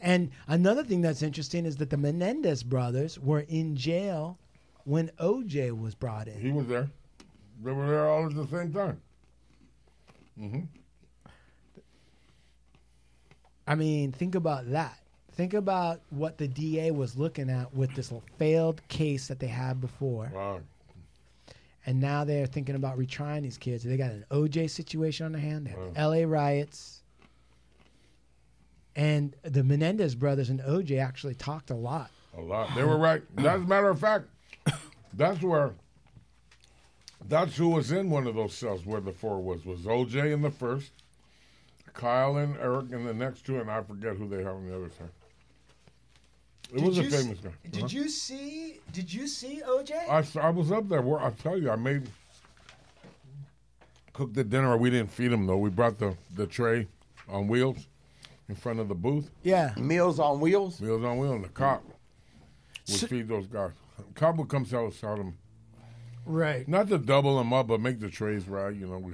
Speaker 2: And another thing that's interesting is that the Menendez brothers were in jail when OJ was brought in.
Speaker 3: He was there. They were there all at the same time. Mm-hmm.
Speaker 2: I mean, think about that. Think about what the DA was looking at with this failed case that they had before.
Speaker 3: Wow.
Speaker 2: And now they're thinking about retrying these kids. They got an OJ situation on their hand. They had the LA riots. And the Menendez brothers and OJ actually talked a lot.
Speaker 3: A lot. They were right. As a matter of fact, that's where That's who was in one of those cells where the four was. Was OJ in the first, Kyle and Eric in the next two, and I forget who they have in the other time. It was a
Speaker 2: you s-
Speaker 3: famous guy.
Speaker 2: Did
Speaker 3: Uh-huh.
Speaker 2: you see? Did you see OJ?
Speaker 3: I, s- I was up there. Where I tell you, I made cooked the dinner. We didn't feed him though. We brought the the tray on wheels in front of the booth.
Speaker 15: Yeah,
Speaker 6: meals on wheels.
Speaker 3: Meals on wheels. And the cop would feed those guys. Cop would come sell us out them.
Speaker 2: Right.
Speaker 3: Not to double them up, but make the trays right. You know, we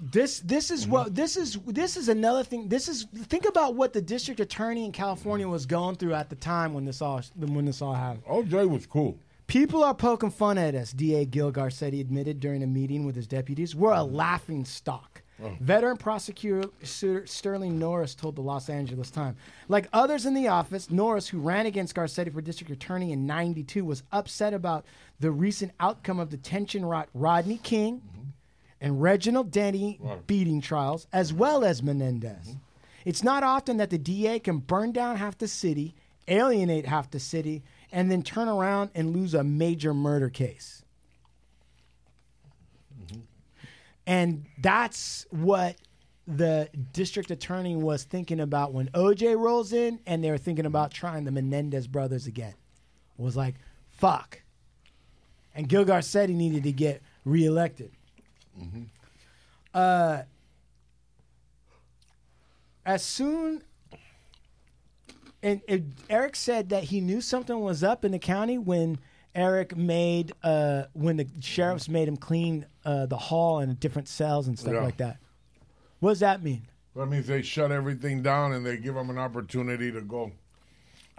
Speaker 2: This this is what this is this is another thing. This is think about what the district attorney in California was going through at the time when this all when this all happened.
Speaker 3: OJ was cool.
Speaker 2: People are poking fun at us. DA Gilgar said he admitted during a meeting with his deputies, "We're a laughing stock."
Speaker 15: Oh.
Speaker 2: Veteran prosecutor Ser- Sterling Norris told the Los Angeles Times. Like others in the office, Norris, who ran against Garcetti for district attorney in 92, was upset about the recent outcome of the tension rot Rodney King and Reginald Denny beating trials, as well as Menendez. It's not often that the DA can burn down half the city, alienate half the city, and then turn around and lose a major murder case. And that's what the district attorney was thinking about when OJ rolls in, and they were thinking about trying the Menendez brothers again. Was like, fuck. And Gilgar said he needed to get reelected.
Speaker 3: Mm-hmm.
Speaker 2: Uh, as soon and it, Eric said that he knew something was up in the county when Eric made uh, when the sheriffs made him clean uh, the hall and different cells and stuff
Speaker 3: Yeah.
Speaker 2: like that. What does that mean?
Speaker 3: That means they shut everything down and they give them an opportunity to go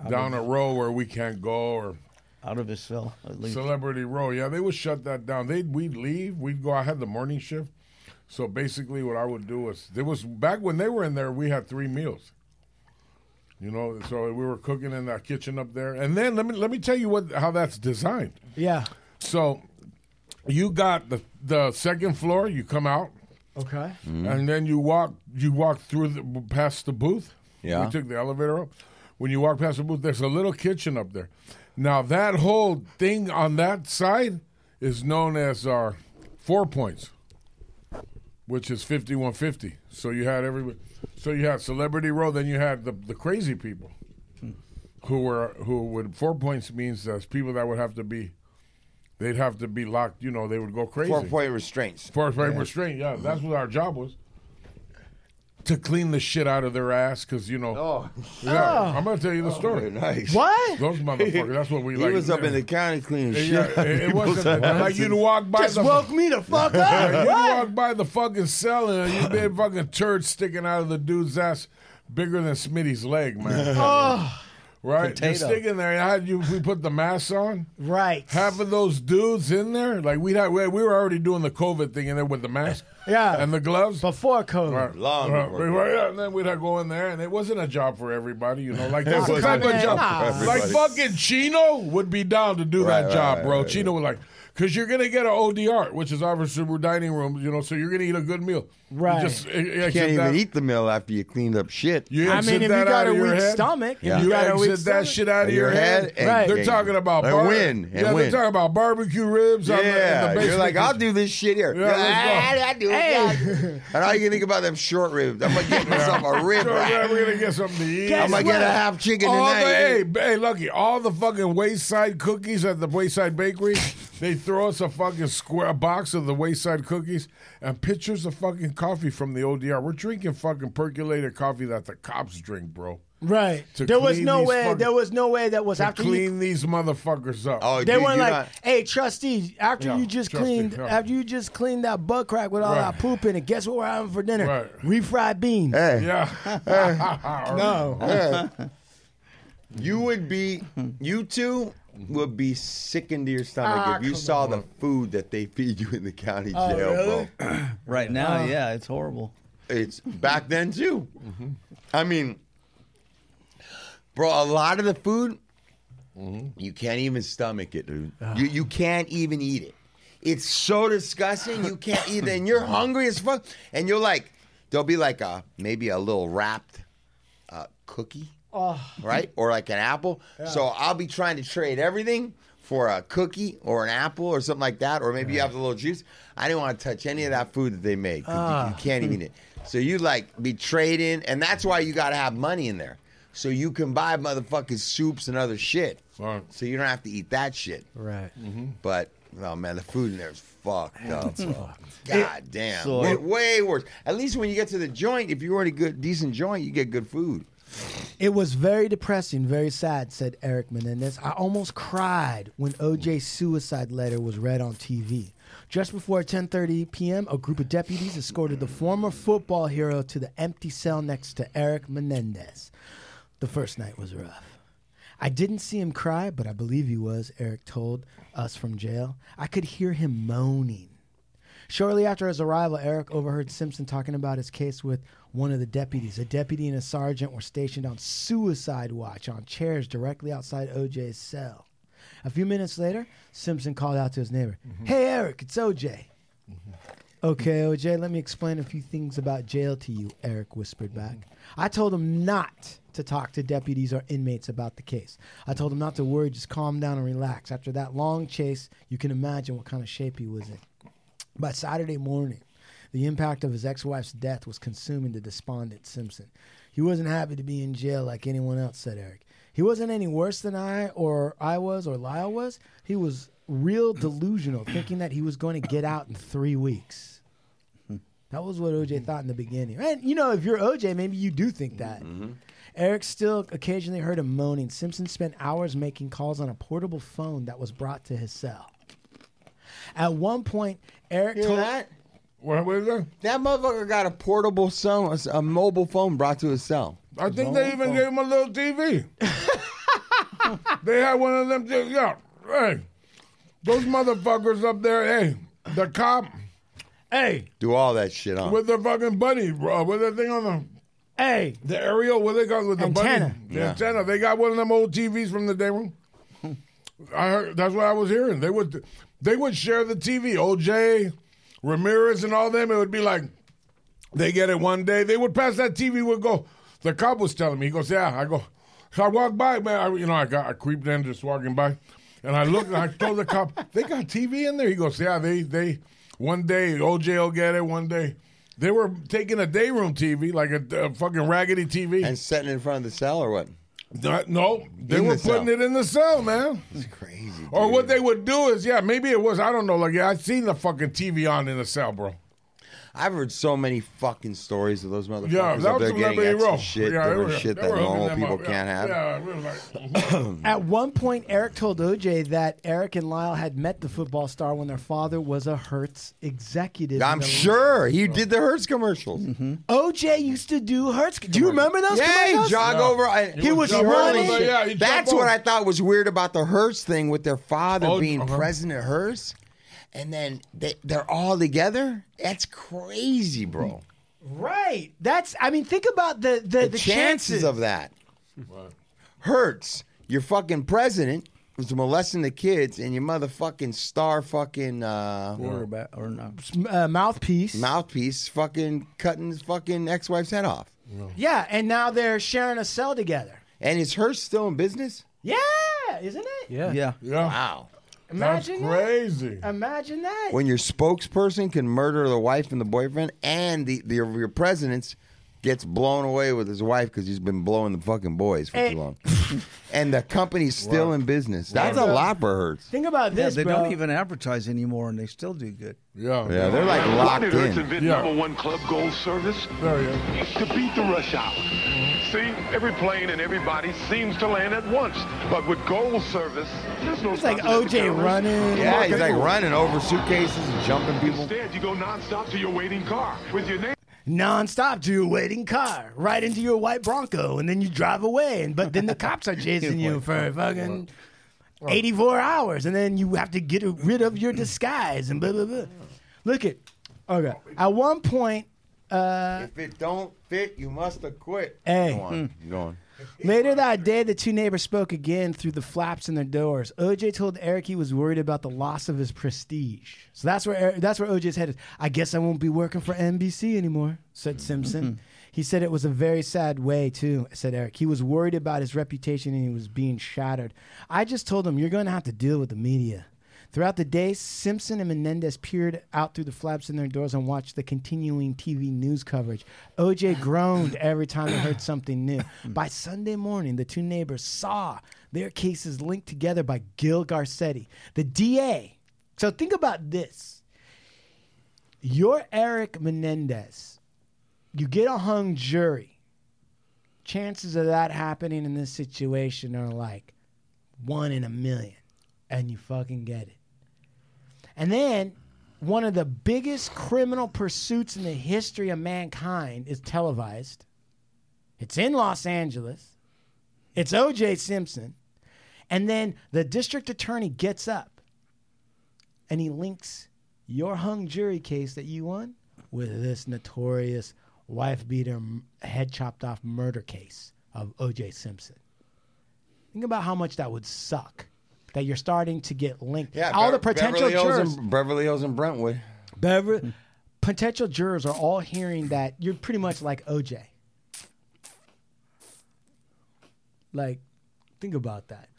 Speaker 4: Out
Speaker 3: down a
Speaker 4: of-
Speaker 3: row where we can't go or
Speaker 4: out of his cell at least.
Speaker 3: Celebrity row, yeah, they would shut that down. They'd we'd leave, we'd go. I had the morning shift, so basically what I would do was there was back when they were in there, we had three meals. You know, so we were cooking in that kitchen up there, and then let me let me tell you what how that's designed.
Speaker 2: Yeah.
Speaker 3: So, you got the the second floor. You come out,
Speaker 2: Okay.
Speaker 6: Mm-hmm.
Speaker 3: and then you walk you walk through the, past the booth.
Speaker 6: Yeah.
Speaker 3: we took the elevator up. When you walk past the booth, there's a little kitchen up there. Now that whole thing on that side is known as our four points, which is fifty one fifty. So you had everybody. So you had Celebrity Row. Then you had the the crazy people,
Speaker 6: Hmm.
Speaker 3: who were who would four points means that's people that would have to be. They'd have to be locked, you know. They would go crazy.
Speaker 6: Four point restraints.
Speaker 3: Four point restraint. Yeah, that's what our job was. To clean the shit out of their ass, because you know. Yeah,
Speaker 6: Oh.
Speaker 3: I'm gonna tell you the
Speaker 6: Oh,
Speaker 3: story.
Speaker 6: nice.
Speaker 2: What?
Speaker 3: Those motherfuckers. That's what we
Speaker 6: He
Speaker 3: like.
Speaker 6: was up in the county cleaning shit
Speaker 3: Yeah,
Speaker 6: out of
Speaker 3: it, it
Speaker 6: people's
Speaker 3: wasn't like
Speaker 6: asses.
Speaker 3: you'd walk by.
Speaker 6: Just
Speaker 3: the,
Speaker 6: woke me the fuck up.
Speaker 3: Yeah, you'd
Speaker 6: What?
Speaker 3: walk by the fucking cell and you'd be a fucking turd sticking out of the dude's ass, bigger than Smitty's leg, man.
Speaker 2: Oh.
Speaker 3: Right, just
Speaker 2: Potato.
Speaker 3: sticking there. How you? If we put the masks on,
Speaker 2: right?
Speaker 3: Half of those dudes in there, like we had, we we were already doing the COVID thing in there with the mask.
Speaker 2: Yeah.
Speaker 3: And the gloves? Uh,
Speaker 2: Before COVID.
Speaker 6: Long
Speaker 3: Right,
Speaker 6: before
Speaker 3: right,
Speaker 6: COVID.
Speaker 3: yeah, and then we'd go in there, and it wasn't a job for everybody, you know, like
Speaker 6: It
Speaker 3: that's the
Speaker 6: wasn't
Speaker 3: type
Speaker 6: a
Speaker 3: of
Speaker 6: job
Speaker 3: job.
Speaker 6: for
Speaker 3: Like
Speaker 6: everybody.
Speaker 3: fucking Chino would be down to do
Speaker 6: Right,
Speaker 3: that
Speaker 6: right,
Speaker 3: job,
Speaker 6: right,
Speaker 3: bro.
Speaker 6: right,
Speaker 3: Chino was like, because you're gonna get an ODR, which is obviously we're dining room, you know, so you're gonna eat a good meal. You
Speaker 2: Right.
Speaker 3: just, eh,
Speaker 6: You can't even eat the meal after you cleaned up shit.
Speaker 3: You
Speaker 6: I
Speaker 3: exit
Speaker 6: mean, if
Speaker 3: that
Speaker 6: you got
Speaker 3: out
Speaker 6: a
Speaker 3: of your
Speaker 6: weak
Speaker 3: head,
Speaker 6: stomach, if
Speaker 3: yeah.
Speaker 6: you
Speaker 3: you
Speaker 6: got a
Speaker 3: exit
Speaker 6: weak
Speaker 3: that
Speaker 6: stomach-
Speaker 3: shit out of
Speaker 6: And
Speaker 3: your,
Speaker 6: your
Speaker 3: head.
Speaker 6: head, and- Right.
Speaker 3: They're talking about
Speaker 6: and
Speaker 3: bar-
Speaker 6: win, and
Speaker 3: yeah,
Speaker 6: win.
Speaker 3: they're talking about barbecue ribs. on the- in the
Speaker 6: Yeah, you're
Speaker 3: basement
Speaker 6: like, I'll
Speaker 3: kitchen.
Speaker 6: do this shit here.
Speaker 3: Yeah, let's go.
Speaker 6: I do it. And all you can think about them short ribs. I'm gonna get myself a rib.
Speaker 3: Sure,
Speaker 6: rack.
Speaker 3: yeah, we're gonna get something to eat.
Speaker 6: Guess I'm gonna get what? a half chicken
Speaker 3: all
Speaker 6: tonight. eh?
Speaker 3: The, hey, b- hey, Lucky, all the fucking Wayside cookies at the Wayside Bakery, they throw us a fucking square a box of the Wayside cookies and pictures of fucking coffee from the ODR. We're drinking fucking percolated coffee that the cops drink, bro.
Speaker 2: Right.
Speaker 3: To
Speaker 2: There was
Speaker 3: clean
Speaker 2: no
Speaker 3: these
Speaker 2: way.
Speaker 3: fucking-
Speaker 2: there was no way that was
Speaker 3: To
Speaker 2: after you
Speaker 3: clean these motherfuckers up.
Speaker 6: Oh,
Speaker 2: They weren't like, "Hey, trustee, after
Speaker 3: Yeah,
Speaker 2: you just
Speaker 3: trustee,
Speaker 2: cleaned,
Speaker 3: yeah.
Speaker 2: after you just cleaned that butt crack with all
Speaker 3: Right.
Speaker 2: that poop in it, guess what we're having for dinner? Refried beans."
Speaker 3: Yeah.
Speaker 2: No.
Speaker 6: Yeah. You would be, you two would be sick into your stomach
Speaker 4: Ah,
Speaker 6: if you
Speaker 4: come
Speaker 6: saw the food that they feed you in the county
Speaker 4: Oh,
Speaker 6: jail, bro.
Speaker 4: Right now, yeah, it's horrible.
Speaker 6: It's back then too. I mean, bro, a lot of the food you can't even stomach it, dude. You you can't even eat it. It's so disgusting. You can't eat it, and you're hungry as fuck, and you're like, there'll be like a maybe a little wrapped uh, cookie
Speaker 2: Oh.
Speaker 6: right? Or like an apple. So I'll be trying to trade everything for a cookie or an apple or something like that, or maybe you have a little juice. I didn't want to touch any of that food that they made. 'cause you-
Speaker 16: Ah.
Speaker 6: you can't even eat it. So you like be trading, and that's why you got to have money in there, so you can buy motherfucking soups and other shit. So you don't have to eat that shit.
Speaker 1: Right.
Speaker 6: But oh man, the food in there is fucked up.
Speaker 1: It's
Speaker 6: God damn,
Speaker 1: So-
Speaker 6: way, way worse. At least when you get to the joint, if you're already good, decent joint, you get good food.
Speaker 2: It was very depressing, very sad, said Eric Menendez. I almost cried when OJ's suicide letter was read on TV. Just before 10:30 p.m., a group of deputies escorted the former football hero to the empty cell next to Eric Menendez. The first night was rough. I didn't see him cry, but I believe he was, Eric told us from jail. I could hear him moaning. Shortly after his arrival, Eric overheard Simpson talking about his case with one of the deputies. A deputy and a sergeant were stationed on suicide watch on chairs directly outside OJ's cell. A few minutes later, Simpson called out to his neighbor, Hey, Eric, it's OJ. Okay, OJ, let me explain a few things about jail to you, Eric whispered back. I told him not to talk to deputies or inmates about the case. I told him not to worry, just calm down and relax. After that long chase, you can imagine what kind of shape he was in. By Saturday morning, the impact of his ex wife's death was consuming the despondent Simpson. He wasn't happy to be in jail like anyone else, said Eric. He wasn't any worse than I or I was or Lyle was. He was real delusional, thinking that he was going to get out in three weeks. That was what OJ thought in the beginning. And, you know, if you're OJ, maybe you do think that. Eric still occasionally heard him moaning. Simpson spent hours making calls on a portable phone that was brought to his cell. At one point, Eric
Speaker 6: You know
Speaker 2: told
Speaker 6: that?
Speaker 3: What was that?
Speaker 6: That motherfucker got a portable phone, a mobile phone brought to his cell.
Speaker 3: I think they even gave him a little TV. they had one of them. Things. Yeah, hey, those motherfuckers up there. Hey, the cop. Hey,
Speaker 6: Do all that shit on.
Speaker 3: with the fucking bunny, bro, with the thing on the. Hey, the aerial. What they got with the
Speaker 6: Antenna.
Speaker 3: bunny? The
Speaker 6: Yeah. Hmm.
Speaker 3: antenna. They got one of them old TVs from the day room. I heard that's what I was hearing. They would they would share the TV. OJ, Ramirez, and all them. It would be like they get it one day. They would pass that TV. Would go. The cop was telling me. He goes, yeah. I go. So I walk by, man. I, you know, I got I creeped in just walking by, and I looked and I told the cop, they got TV in there. He goes, yeah. They they one day OJ will get it. One day. They were taking a day room TV, like a, a fucking raggedy TV, and
Speaker 6: setting it in front of the cell or what?
Speaker 3: No, they
Speaker 6: In
Speaker 3: were
Speaker 6: the cell.
Speaker 3: putting it in the cell, man. Or what they would do is, yeah, maybe it was, I don't know. Like, yeah, I've seen the fucking TV on in the cell, bro.
Speaker 6: I've heard so many fucking stories of those motherfuckers
Speaker 3: Yeah, that
Speaker 6: up
Speaker 3: was
Speaker 6: there
Speaker 3: when
Speaker 6: getting
Speaker 3: they
Speaker 6: extra
Speaker 3: wrote.
Speaker 6: shit,
Speaker 3: Yeah, they
Speaker 6: doing
Speaker 3: were-
Speaker 6: shit
Speaker 3: they
Speaker 6: that
Speaker 3: were hooking
Speaker 6: normal
Speaker 3: them
Speaker 6: people
Speaker 3: up.
Speaker 6: can't have.
Speaker 3: Yeah, we were like,
Speaker 2: At one point, Eric told OJ that Eric and Lyle had met the football star when their father was a Hertz executive. in
Speaker 6: I'm
Speaker 2: the-
Speaker 6: sure he did the Hertz commercials.
Speaker 3: Mm-hmm.
Speaker 2: OJ used to do Hertz. Do you remember those?
Speaker 6: Yeah, he
Speaker 2: commercials?
Speaker 6: jog over. I,
Speaker 2: he was
Speaker 6: running.
Speaker 2: running.
Speaker 6: That's what I thought was weird about the Hearst thing with their father
Speaker 2: Oh,
Speaker 6: being
Speaker 2: uh-huh.
Speaker 6: president of Hearst, and then they, they're all together. That's crazy, bro.
Speaker 2: Right. That's. I mean, think about the the,
Speaker 6: The,
Speaker 2: the,
Speaker 6: chances, of that. Hertz, your fucking president was molesting the kids, and your motherfucking star fucking uh,
Speaker 4: Quarterback or not?
Speaker 2: uh, mouthpiece
Speaker 6: mouthpiece fucking cutting his fucking ex wife's head off.
Speaker 2: Yeah, and now they're sharing a cell together.
Speaker 6: And is Hearst still in business?
Speaker 2: Yeah, isn't it?
Speaker 4: Yeah.
Speaker 3: Yeah.
Speaker 6: Wow.
Speaker 2: Uh, Imagine that. Um,
Speaker 3: crazy.
Speaker 2: Imagine that.
Speaker 6: when your spokesperson can murder the wife and the boyfriend, and the, the your president gets blown away with his wife because he's been blowing the fucking boys for
Speaker 2: Hey.
Speaker 6: too long, and the company's still in business. That's
Speaker 4: Wow.
Speaker 6: a lot for Hertz.
Speaker 2: Think about
Speaker 4: Yeah,
Speaker 2: this,
Speaker 4: they
Speaker 2: bro.
Speaker 4: don't even advertise anymore, and they still do good.
Speaker 3: Yeah,
Speaker 6: Yeah, they're like locked
Speaker 9: Wanted Hertz
Speaker 6: in.
Speaker 9: invented number one club gold service to beat the rush hour. See, every plane and everybody seems to land at once, but with gold service, there's no
Speaker 2: It's like
Speaker 9: stopping at the
Speaker 2: O.J.
Speaker 9: counters.
Speaker 2: running.
Speaker 6: Yeah, he's like running over suitcases and jumping people.
Speaker 9: Instead, you go nonstop to your waiting car with your name.
Speaker 2: nonstop to your waiting car, right into your white Bronco, and then you drive away. And but then the cops are chasing you for fucking eighty-four hours, and then you have to get rid of your disguise and blah blah blah. Look at, okay. At one point, uh,
Speaker 6: If it don't fit, you must have quit.
Speaker 2: Hey. Hmm.
Speaker 6: Go on. Go on.
Speaker 2: Later that day, the two neighbors spoke again through the flaps in their doors. OJ told Eric he was worried about the loss of his prestige. E, So that's where Eric, that's where OJ's head is. I guess I won't be working for NBC anymore," said Simpson. He said it was a very sad way, too, said Eric. He was worried about his reputation and he was being shattered. I just told him, you're going to have to deal with the media. Throughout the day, Simpson and Menendez peered out through the flaps in their doors and watched the continuing TV news coverage. OJ groaned every time he heard something new. By Sunday morning, the two neighbors saw their cases linked together by Gil Garcetti, the DA. So think about this. You're Eric Menendez. You get a hung jury. Chances of that happening in this situation are like one in a million and you fucking get it. And then one of the biggest criminal pursuits in the history of mankind is televised. It's in Los Angeles. It's OJ Simpson. And then the district attorney gets up and he links your hung jury case that you won with this notorious wife beater, m- head chopped off murder case of OJ Simpson. Think about how much that would suck that you're starting to get linked.
Speaker 6: Yeah,
Speaker 2: all
Speaker 6: Bev-
Speaker 2: the potential
Speaker 6: Beverly Hills
Speaker 2: jurors,
Speaker 6: and- Beverly Hills and Brentwood.
Speaker 2: Bever- potential jurors are all hearing that you're pretty much like OJ. Like, think about that.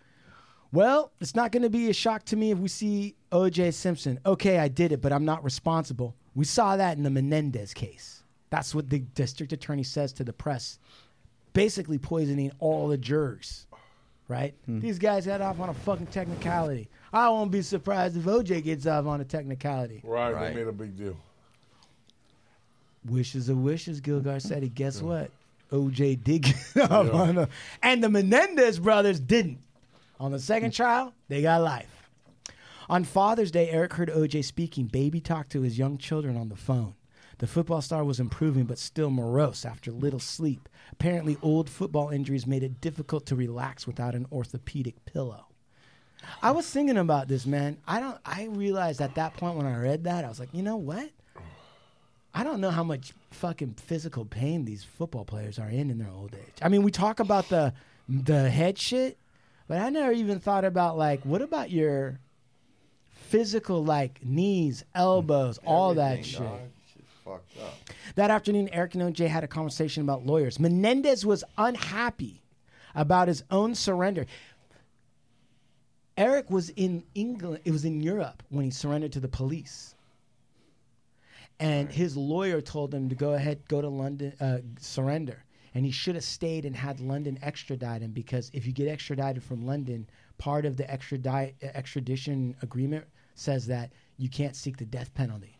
Speaker 2: Well, it's not going to be a shock to me if we see OJ Simpson. Okay, I did it, but I'm not responsible. We saw that in the Menendez case. That's what the district attorney says to the press, basically poisoning all the jurors, right? These guys got off on a fucking technicality. I won't be surprised if OJ gets off on a technicality.
Speaker 3: Right, they made a big deal.
Speaker 2: Wishes of wishes, Gil Garcetti. Guess what? OJ did get off
Speaker 17: Yeah.
Speaker 2: on a, and the Menendez brothers didn't. On the second trial, they got life. On Father's Day, Eric heard OJ speaking baby talk to his young children on the phone. The football star was improving, but still morose after little sleep. Apparently, old football injuries made it difficult to relax without an orthopedic pillow. I was thinking about this, man. I don't. I realized at that point when I read that, I was like, you know what? I don't know how much fucking physical pain these football players are in in their old age. I mean, we talk about the the head shit, but I never even thought about like, what about your physical like knees, elbows, all that shit.
Speaker 6: Everything, dog. Shit's fucked up.
Speaker 2: That afternoon, Eric and OJ had a conversation about lawyers. Menendez was unhappy about his own surrender. Eric was in England, it was in Europe when he surrendered to the police. And his lawyer told him to go ahead, go to London, uh, surrender. And he should have stayed and had London extradite him because if you get extradited from London, part of the extradite, extradition agreement says that you can't seek the death penalty.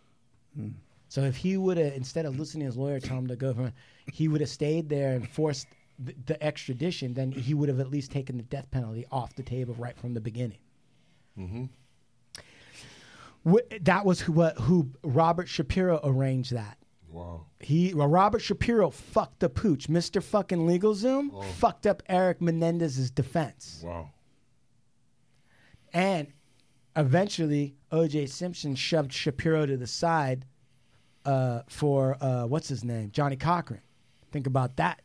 Speaker 2: So if he would have, instead of listening to his lawyer tell him to go from, he would have stayed there and forced the, the extradition, then he would have at least taken the death penalty off the table right from the beginning.
Speaker 3: Mm-hmm.
Speaker 2: Wh- that was who, what, who Robert Shapiro arranged that.
Speaker 3: Wow.
Speaker 2: He well, Robert Shapiro fucked the pooch. Mr. fucking LegalZoom fucked up Eric Menendez's defense.
Speaker 3: Wow.
Speaker 2: And eventually, O.J. Simpson shoved Shapiro to the side uh, for uh, what's his name, Johnny Cochran. Think about that.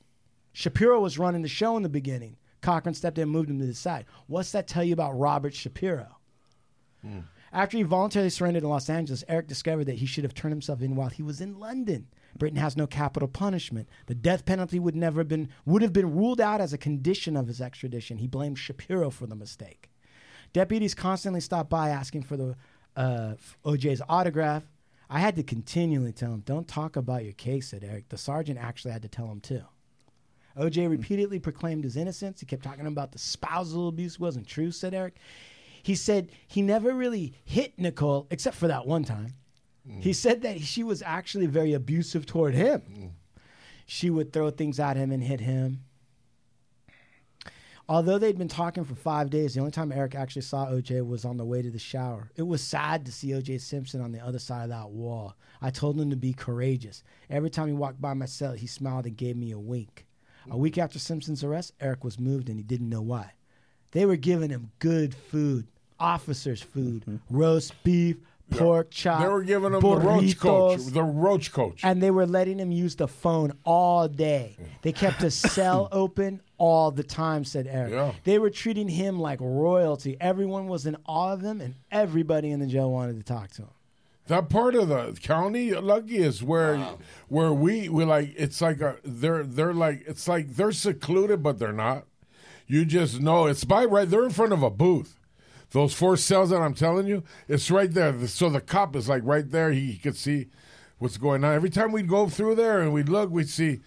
Speaker 2: Shapiro was running the show in the beginning. Cochran stepped in and moved him to the side. What's that tell you about Robert Shapiro? After he voluntarily surrendered in Los Angeles, Eric discovered that he should have turned himself in while he was in London. Britain has no capital punishment. The death penalty would never have been would have been ruled out as a condition of his extradition. He blamed Shapiro for the mistake. Deputies constantly stopped by asking for the uh, f- OJ's autograph. I had to continually tell him, "Don't talk about your case," said Eric. The sergeant actually had to tell him too. OJ repeatedly proclaimed his innocence. He kept talking about the spousal abuse wasn't true, said Eric. He said he never really hit Nicole, except for that one time. He said that she was actually very abusive toward him. She would throw things at him and hit him. Although they'd been talking for five days, the only time Eric actually saw OJ was on the way to the shower. It was sad to see OJ Simpson on the other side of that wall. I told him to be courageous. Every time he walked by my cell, he smiled and gave me a wink. A week after Simpson's arrest, Eric was moved and he didn't know why. They were giving him good food, officers' food, roast beef, pork chop.
Speaker 3: Mm-hmm. They were giving him the roach coach.
Speaker 2: Uh, burritos.
Speaker 3: The roach coach.
Speaker 2: And they were letting him use the phone all day. They kept his cell open all the time, said Eric.
Speaker 3: Yeah.
Speaker 2: They were treating him like royalty. Everyone was in awe of him, and everybody in the jail wanted to talk to him.
Speaker 3: That part of the county, Lucky, is where where we we like it's like a they're they're like it's like they're secluded, but they're not. You just know it's by right. They're in front of a booth. Those four cells that I'm telling you, it's right there. So the cop is like right there. He, he could see what's going on. Every time we'd go through there and we'd look, we'd see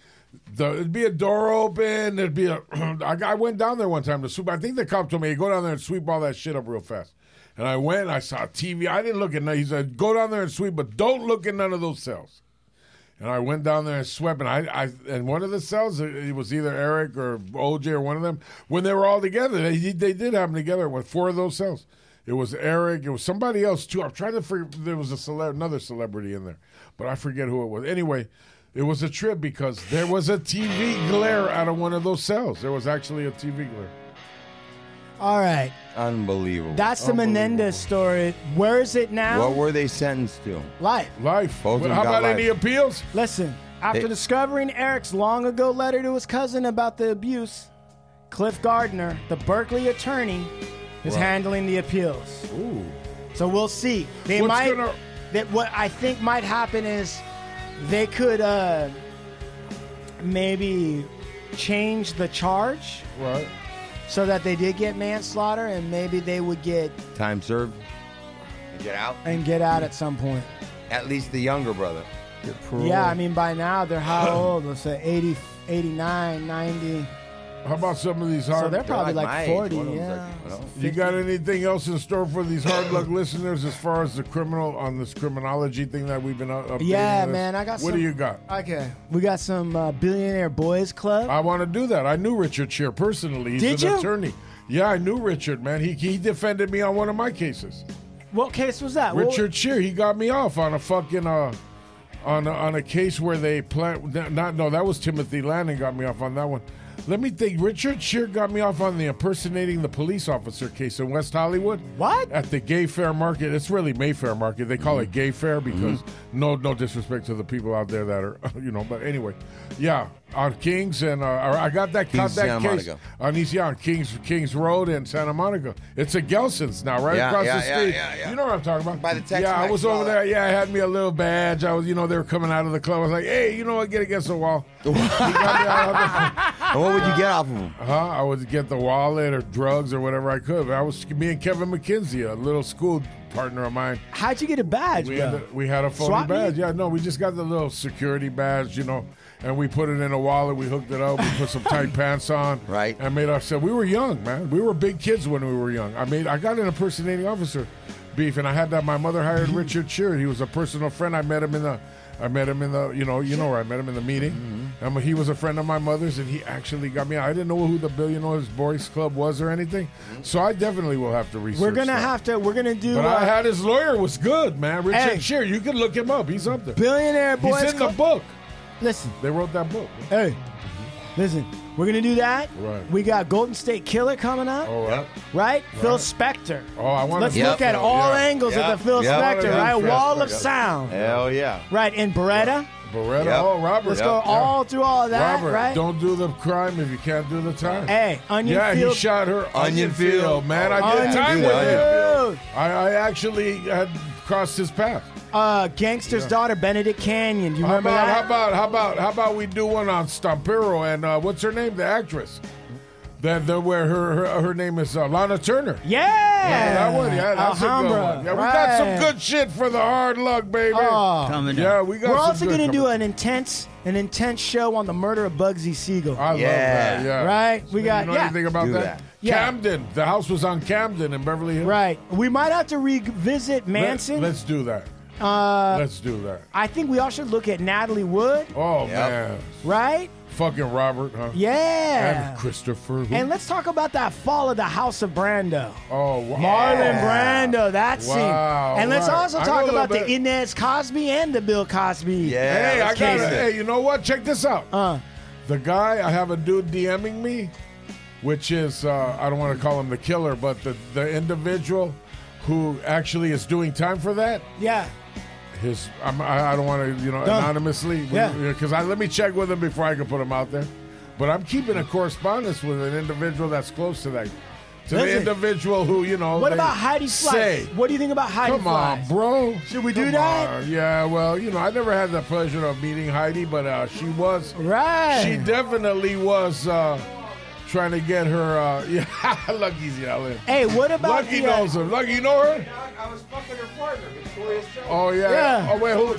Speaker 3: the, it'd be a door open. There'd be a. I I went down there one time to sweep. I think the cop told me, hey, go down there and sweep all that shit up real fast. And I went. I saw a TV. I didn't look at none. He said, go down there and sweep, but don't look at none of those cells. And I went down there and swept. And I, I and one of the cells, it it was either Eric or OJ or one of them. When they were all together, they, they did have them together. With four of those cells, it was Eric. It was somebody else too. I'm trying to figure. There was a cele- another celebrity in there, but I forget who it was. Anyway, it was a trip because there was a TV glare out of one of those cells. There was actually a TV glare.
Speaker 2: All right.
Speaker 6: Unbelievable.
Speaker 2: That's the
Speaker 6: Unbelievable.
Speaker 2: Menendez story. Where is it now?
Speaker 6: What were they sentenced to?
Speaker 2: Life.
Speaker 3: Life.
Speaker 6: Both of them got life.
Speaker 3: appeals?
Speaker 2: Listen, after
Speaker 6: They-
Speaker 2: discovering Eric's long ago letter to his cousin about the abuse, Cliff Gardner, the Berkeley attorney, is
Speaker 14: Right.
Speaker 2: handling the appeals.
Speaker 3: Ooh.
Speaker 2: So we'll see. They
Speaker 14: What's
Speaker 2: might.
Speaker 14: gonna-
Speaker 2: That what I think might happen is they could uh, maybe change the charge
Speaker 3: Right.
Speaker 2: so that they did get manslaughter and maybe they would get
Speaker 6: Time served. You get out.
Speaker 2: and get out at some point.
Speaker 6: At least the younger brother.
Speaker 2: Yeah, I mean, by now they're how old? Let's say 80, 89, 90.
Speaker 3: How about some of these
Speaker 2: So
Speaker 3: hard?
Speaker 2: they're probably like, 40, yeah.
Speaker 3: you got anything else in store for these hard luck listeners as far as the criminal on this criminology thing that we've been up? updating
Speaker 2: yeah,
Speaker 3: us?
Speaker 2: man, I got some.
Speaker 3: What do you got?
Speaker 2: Okay. We got some uh, Billionaire Boys Club.
Speaker 3: I want to do that. I knew Richard Shear personally. He's
Speaker 2: Did
Speaker 3: an
Speaker 2: you?
Speaker 3: attorney. Yeah, I knew Richard, man. He he defended me on one of my cases.
Speaker 2: What case was that? What-
Speaker 3: Richard Shear, he got me off on a fucking uh on a, on a case where they plan not no, that was Timothy Lanning got me off on that one. Let me think. Richard Shear got me off on the impersonating the police officer case in West Hollywood.
Speaker 2: What?
Speaker 3: At the Gay Fair Market. It's really Mayfair Market. They call it Gay Fair because no no disrespect to the people out there that are you know. But anyway, yeah, on Kings and uh, I got that caught
Speaker 6: Kings,
Speaker 3: that
Speaker 6: Santa
Speaker 3: case
Speaker 6: Monica.
Speaker 3: on East yeah, on Kings Kings Road in Santa Monica. It's a Gelson's now, right
Speaker 6: Yeah,
Speaker 3: across
Speaker 6: yeah,
Speaker 3: the
Speaker 6: yeah,
Speaker 3: street.
Speaker 6: yeah, yeah.
Speaker 3: You know what I'm talking about?
Speaker 6: By the Tex-Mex
Speaker 3: yeah, I was
Speaker 6: and
Speaker 3: over
Speaker 6: all
Speaker 3: there. Yeah, I had me a little badge. I was, you know, they were coming out of the club. I was like, hey, you know what? Get against the wall. You got me out of the-
Speaker 6: And what would you get off of him?
Speaker 3: Huh? I would get the wallet or drugs or whatever I could. But I was me and Kevin McKenzie, a little school partner of mine.
Speaker 2: How'd you get a badge,
Speaker 3: We
Speaker 2: bro?
Speaker 3: had, a, we had a phony
Speaker 2: Swap meet?
Speaker 3: badge. Yeah, no, we just got the little security badge, you know, and we put it in a wallet. We hooked it up. We put some tight pants on. Right. And made ourselves. We were young, man. We were big kids when we were young. I mean, I got an impersonating officer beef, and I had that. My mother hired
Speaker 2: Mm-hmm.
Speaker 3: Richard Shear. He was a personal friend. I met him in the. I met him in the, you know, you know where I met him in the meeting.
Speaker 2: Mm-hmm.
Speaker 3: Um, he was a friend of my mother's, and he actually got me. I didn't know who the Billionaires Boys Club was or anything, so I definitely will have to research.
Speaker 2: Mm-hmm. We're gonna
Speaker 3: that.
Speaker 2: have to. We're gonna do.
Speaker 3: But I
Speaker 2: uh,
Speaker 3: had his lawyer was good, man. Richard
Speaker 2: Hey.
Speaker 3: Shear. You could look him up. He's up there.
Speaker 2: Billionaire
Speaker 3: He's
Speaker 2: Boys
Speaker 3: in
Speaker 2: Club.
Speaker 3: the book.
Speaker 2: Listen.
Speaker 3: They wrote that book.
Speaker 2: Hey, listen. We're gonna do that.
Speaker 3: Right.
Speaker 2: We got Golden State Killer coming up.
Speaker 3: All right.
Speaker 2: Right? Phil Spector.
Speaker 3: Oh, I want.
Speaker 2: Let's look at all angles of the Phil Spector. Right? Wall of sound.
Speaker 6: Hell yeah.
Speaker 2: Right. And Beretta.
Speaker 3: Beretta.
Speaker 6: Yep.
Speaker 3: Oh, Robert.
Speaker 2: Let's go all through all of that.
Speaker 3: Robert,
Speaker 2: right.
Speaker 3: don't do the crime if you can't do the time.
Speaker 2: Hey, Onion
Speaker 3: yeah,
Speaker 2: Field-
Speaker 3: he shot her. Onion,
Speaker 6: Onion
Speaker 3: field.
Speaker 6: Field.
Speaker 3: man.
Speaker 6: Oh,
Speaker 3: I did
Speaker 6: Onion
Speaker 3: time
Speaker 6: Field.
Speaker 3: with him.
Speaker 2: Dude.
Speaker 3: I, I actually had crossed his path.
Speaker 2: Uh, Gangster's daughter, Benedict Canyon. You
Speaker 3: How
Speaker 2: remember
Speaker 3: about,
Speaker 2: that?
Speaker 3: how about how about how about we do one on Stampero and uh, what's her name, the actress? That the where her her, her name is uh, Lana Turner.
Speaker 2: Yeah,
Speaker 3: that one. Yeah, that's a
Speaker 2: Alhambra,
Speaker 3: good one. Yeah, we got some
Speaker 2: right.
Speaker 3: good shit for the hard luck, baby.
Speaker 2: Oh.
Speaker 11: Coming up.
Speaker 3: yeah, we got.
Speaker 2: We're
Speaker 3: some
Speaker 2: also
Speaker 3: good
Speaker 2: going to do
Speaker 3: coming-
Speaker 2: an intense, an intense show on the murder of Bugsy Siegel.
Speaker 3: I love that. Oh, Yeah,
Speaker 2: Right? We got.
Speaker 3: You know
Speaker 2: yeah.
Speaker 3: anything about
Speaker 2: Do
Speaker 3: that?
Speaker 2: that. Yeah.
Speaker 3: Camden. The house was on Camden in Beverly Hills.
Speaker 2: Right. We might have to revisit Manson.
Speaker 3: Let, us do that.
Speaker 2: uh,
Speaker 3: let's do that.
Speaker 2: I think we all should look at Natalie Wood.
Speaker 3: Oh man,
Speaker 2: Right?
Speaker 3: fucking Robert, huh?
Speaker 2: Yeah.
Speaker 3: And Christopher. who-
Speaker 2: And let's talk about that fall of the House of Brando.
Speaker 3: oh, wow.
Speaker 2: Marlon Brando, that
Speaker 3: Wow,
Speaker 2: scene. And let's
Speaker 3: right.
Speaker 2: also
Speaker 3: I know
Speaker 2: talk
Speaker 3: a little
Speaker 2: about the
Speaker 3: bit-
Speaker 2: Inez Cosby and the Bill Cosby.
Speaker 3: Hey, I got.
Speaker 2: cases.
Speaker 3: Hey, you know what? Check this out.
Speaker 2: Uh.
Speaker 3: The guy, I have a dude DMing me, which is uh, I don't want to call him the killer, but the the individual who actually is doing time for that.
Speaker 2: Yeah.
Speaker 3: His, I'm, I I don't want to, you know,
Speaker 2: Done.
Speaker 3: anonymously.
Speaker 2: Yeah.
Speaker 3: Because I let me check with him before I can put him out there. But I'm keeping a correspondence with an individual that's close to that to the
Speaker 2: Listen.
Speaker 3: individual who you know.
Speaker 2: What
Speaker 3: they
Speaker 2: about Heidi
Speaker 3: say.
Speaker 2: Fleiss? What do you think about Heidi
Speaker 3: Come on,
Speaker 2: Fleiss?
Speaker 3: bro.
Speaker 2: Should we do
Speaker 3: Come
Speaker 2: that?
Speaker 3: on. Yeah, well, you know, I never had the pleasure of meeting Heidi, but uh, she was.
Speaker 2: Right.
Speaker 3: She definitely was uh, trying to get her. Uh, yeah, Lucky's yelling.
Speaker 2: Hey, what about
Speaker 3: Lucky
Speaker 2: the, uh,
Speaker 3: knows her. Lucky, you know her? Oh, yeah. Oh, wait, who?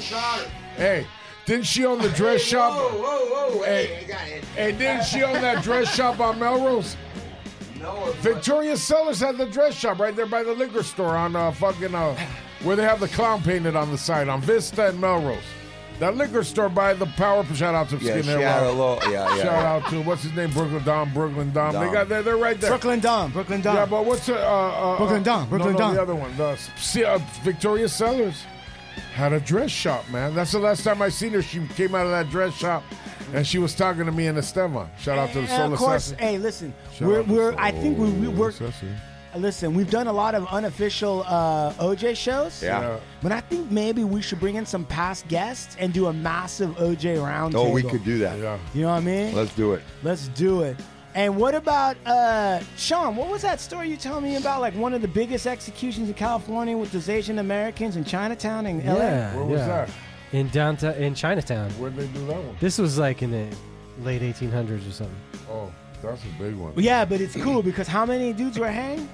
Speaker 3: Hey, didn't she own the dress shop?
Speaker 9: whoa, whoa,
Speaker 3: Hey, hey, didn't she own that dress shop on Melrose? No. Victoria Sellers had the dress shop right there by the liquor store on uh, fucking uh, where they have the clown painted on the side on Vista and Melrose. That liquor store by the power. Shout out to
Speaker 6: Yeah,
Speaker 3: Skinhead
Speaker 6: shout
Speaker 3: Rock.
Speaker 6: out, yeah, yeah,
Speaker 3: Shout
Speaker 6: yeah.
Speaker 3: out to what's his name, Brooklyn Dom, Brooklyn Dom. They
Speaker 6: Dom.
Speaker 3: got there. They're right there.
Speaker 2: Brooklyn Dom, Brooklyn Dom.
Speaker 3: Yeah, but what's the, uh, uh,
Speaker 2: Brooklyn
Speaker 3: uh,
Speaker 2: Dom,
Speaker 3: no,
Speaker 2: Brooklyn
Speaker 3: no,
Speaker 2: Dom.
Speaker 3: The other one, the see, uh, Victoria Sellers had a dress shop, man. That's the last time I seen her. She came out of that dress shop, and she was talking to me and Estema. Shout out to the
Speaker 2: And
Speaker 3: Soul
Speaker 2: of course,
Speaker 3: Assassin.
Speaker 2: hey, listen,
Speaker 3: Shout
Speaker 2: we're,
Speaker 3: out to
Speaker 2: we're I
Speaker 3: Soul
Speaker 2: think we, we work.
Speaker 3: Assassin.
Speaker 2: Listen, we've done a lot of unofficial uh, OJ shows.
Speaker 6: Yeah. Yeah.
Speaker 2: But I think maybe we should bring in some past guests and do a massive OJ roundtable.
Speaker 6: Oh, we could do that.
Speaker 2: You know what I mean?
Speaker 6: Let's do it.
Speaker 2: Let's do it. And what about uh, Sean? What was that story you told me about? Like one of the biggest executions in California with those Asian Americans in Chinatown in LA.
Speaker 10: Yeah.
Speaker 3: Where was
Speaker 10: yeah.
Speaker 3: that?
Speaker 10: In downtown, in Chinatown.
Speaker 3: Where'd they do that one?
Speaker 10: This was like in the late 1800s or something.
Speaker 3: Oh, that's a big one.
Speaker 2: Well, yeah, but it's cool because how many dudes were hanged?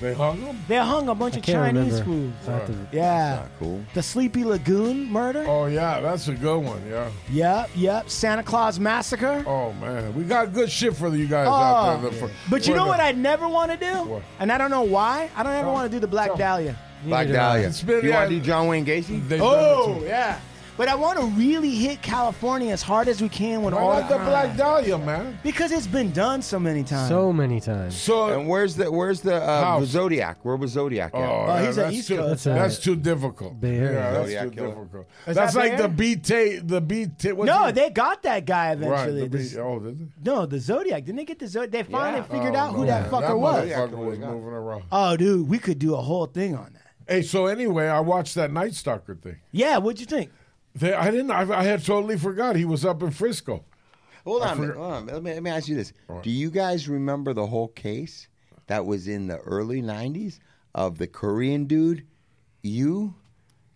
Speaker 3: They hung them.
Speaker 2: They hung a bunch
Speaker 10: I
Speaker 2: of
Speaker 10: can't
Speaker 2: Chinese
Speaker 10: remember.
Speaker 2: fools.
Speaker 10: I have to-
Speaker 2: Yeah.
Speaker 6: Cool.
Speaker 2: The Sleepy Lagoon murder.
Speaker 3: Oh yeah, that's a good one. Yeah.
Speaker 2: Yep, yep. Santa Claus massacre.
Speaker 3: Oh man, we got good shit for you guys
Speaker 2: Oh,
Speaker 3: out there. For,
Speaker 2: But you
Speaker 3: for
Speaker 2: know
Speaker 3: the-
Speaker 2: what I never want to do?
Speaker 3: What?
Speaker 2: And I don't know why. I don't ever want to do the Black Dahlia.
Speaker 6: Black Dahlia.
Speaker 3: It's been-
Speaker 6: you
Speaker 3: yeah.
Speaker 6: want to do John Wayne Gacy?
Speaker 3: They've done it
Speaker 2: Oh,
Speaker 3: too.
Speaker 2: yeah. But I want to really hit California as hard as we can with
Speaker 3: Why
Speaker 2: all
Speaker 3: not the
Speaker 2: crime.
Speaker 3: Black Dahlia, man?
Speaker 2: Because it's been done so many times.
Speaker 10: So many times.
Speaker 3: So
Speaker 6: And where's the where's the uh,
Speaker 3: House.
Speaker 6: Zodiac? Where was Zodiac at?
Speaker 3: Oh,
Speaker 2: Oh,
Speaker 3: yeah,
Speaker 2: he's a
Speaker 3: that's
Speaker 2: East
Speaker 3: too,
Speaker 2: Coast guy.
Speaker 3: That's too difficult.
Speaker 10: Bay Area.
Speaker 3: Yeah, that's
Speaker 6: Zodiac
Speaker 3: too
Speaker 6: killer.
Speaker 3: difficult.
Speaker 2: Is
Speaker 3: that's
Speaker 2: that
Speaker 3: like the
Speaker 2: Bay
Speaker 3: B tape. The B tape.
Speaker 2: no, they got that guy
Speaker 3: right.
Speaker 2: eventually.
Speaker 3: The
Speaker 2: This-
Speaker 3: B, oh, did they?
Speaker 2: no, the Zodiac. Didn't they get the Zodiac? They finally
Speaker 6: Yeah.
Speaker 2: figured
Speaker 3: Oh,
Speaker 2: out who
Speaker 3: no,
Speaker 2: that
Speaker 3: man.
Speaker 2: fucker
Speaker 3: that
Speaker 2: was.
Speaker 3: motherfucker was
Speaker 6: was gone.
Speaker 3: moving around.
Speaker 2: Oh, dude, we could do a whole thing on that.
Speaker 3: Hey, so anyway, I watched that Night Stalker thing.
Speaker 2: Yeah, what'd you think?
Speaker 3: They, I didn't. I, I had totally forgot he was up in Frisco.
Speaker 6: Hold on, a minute,
Speaker 3: forgot-
Speaker 6: hold on. a minute. Let me, let me ask you this: Do you guys remember the whole case that was in the early '90s of the Korean dude, you,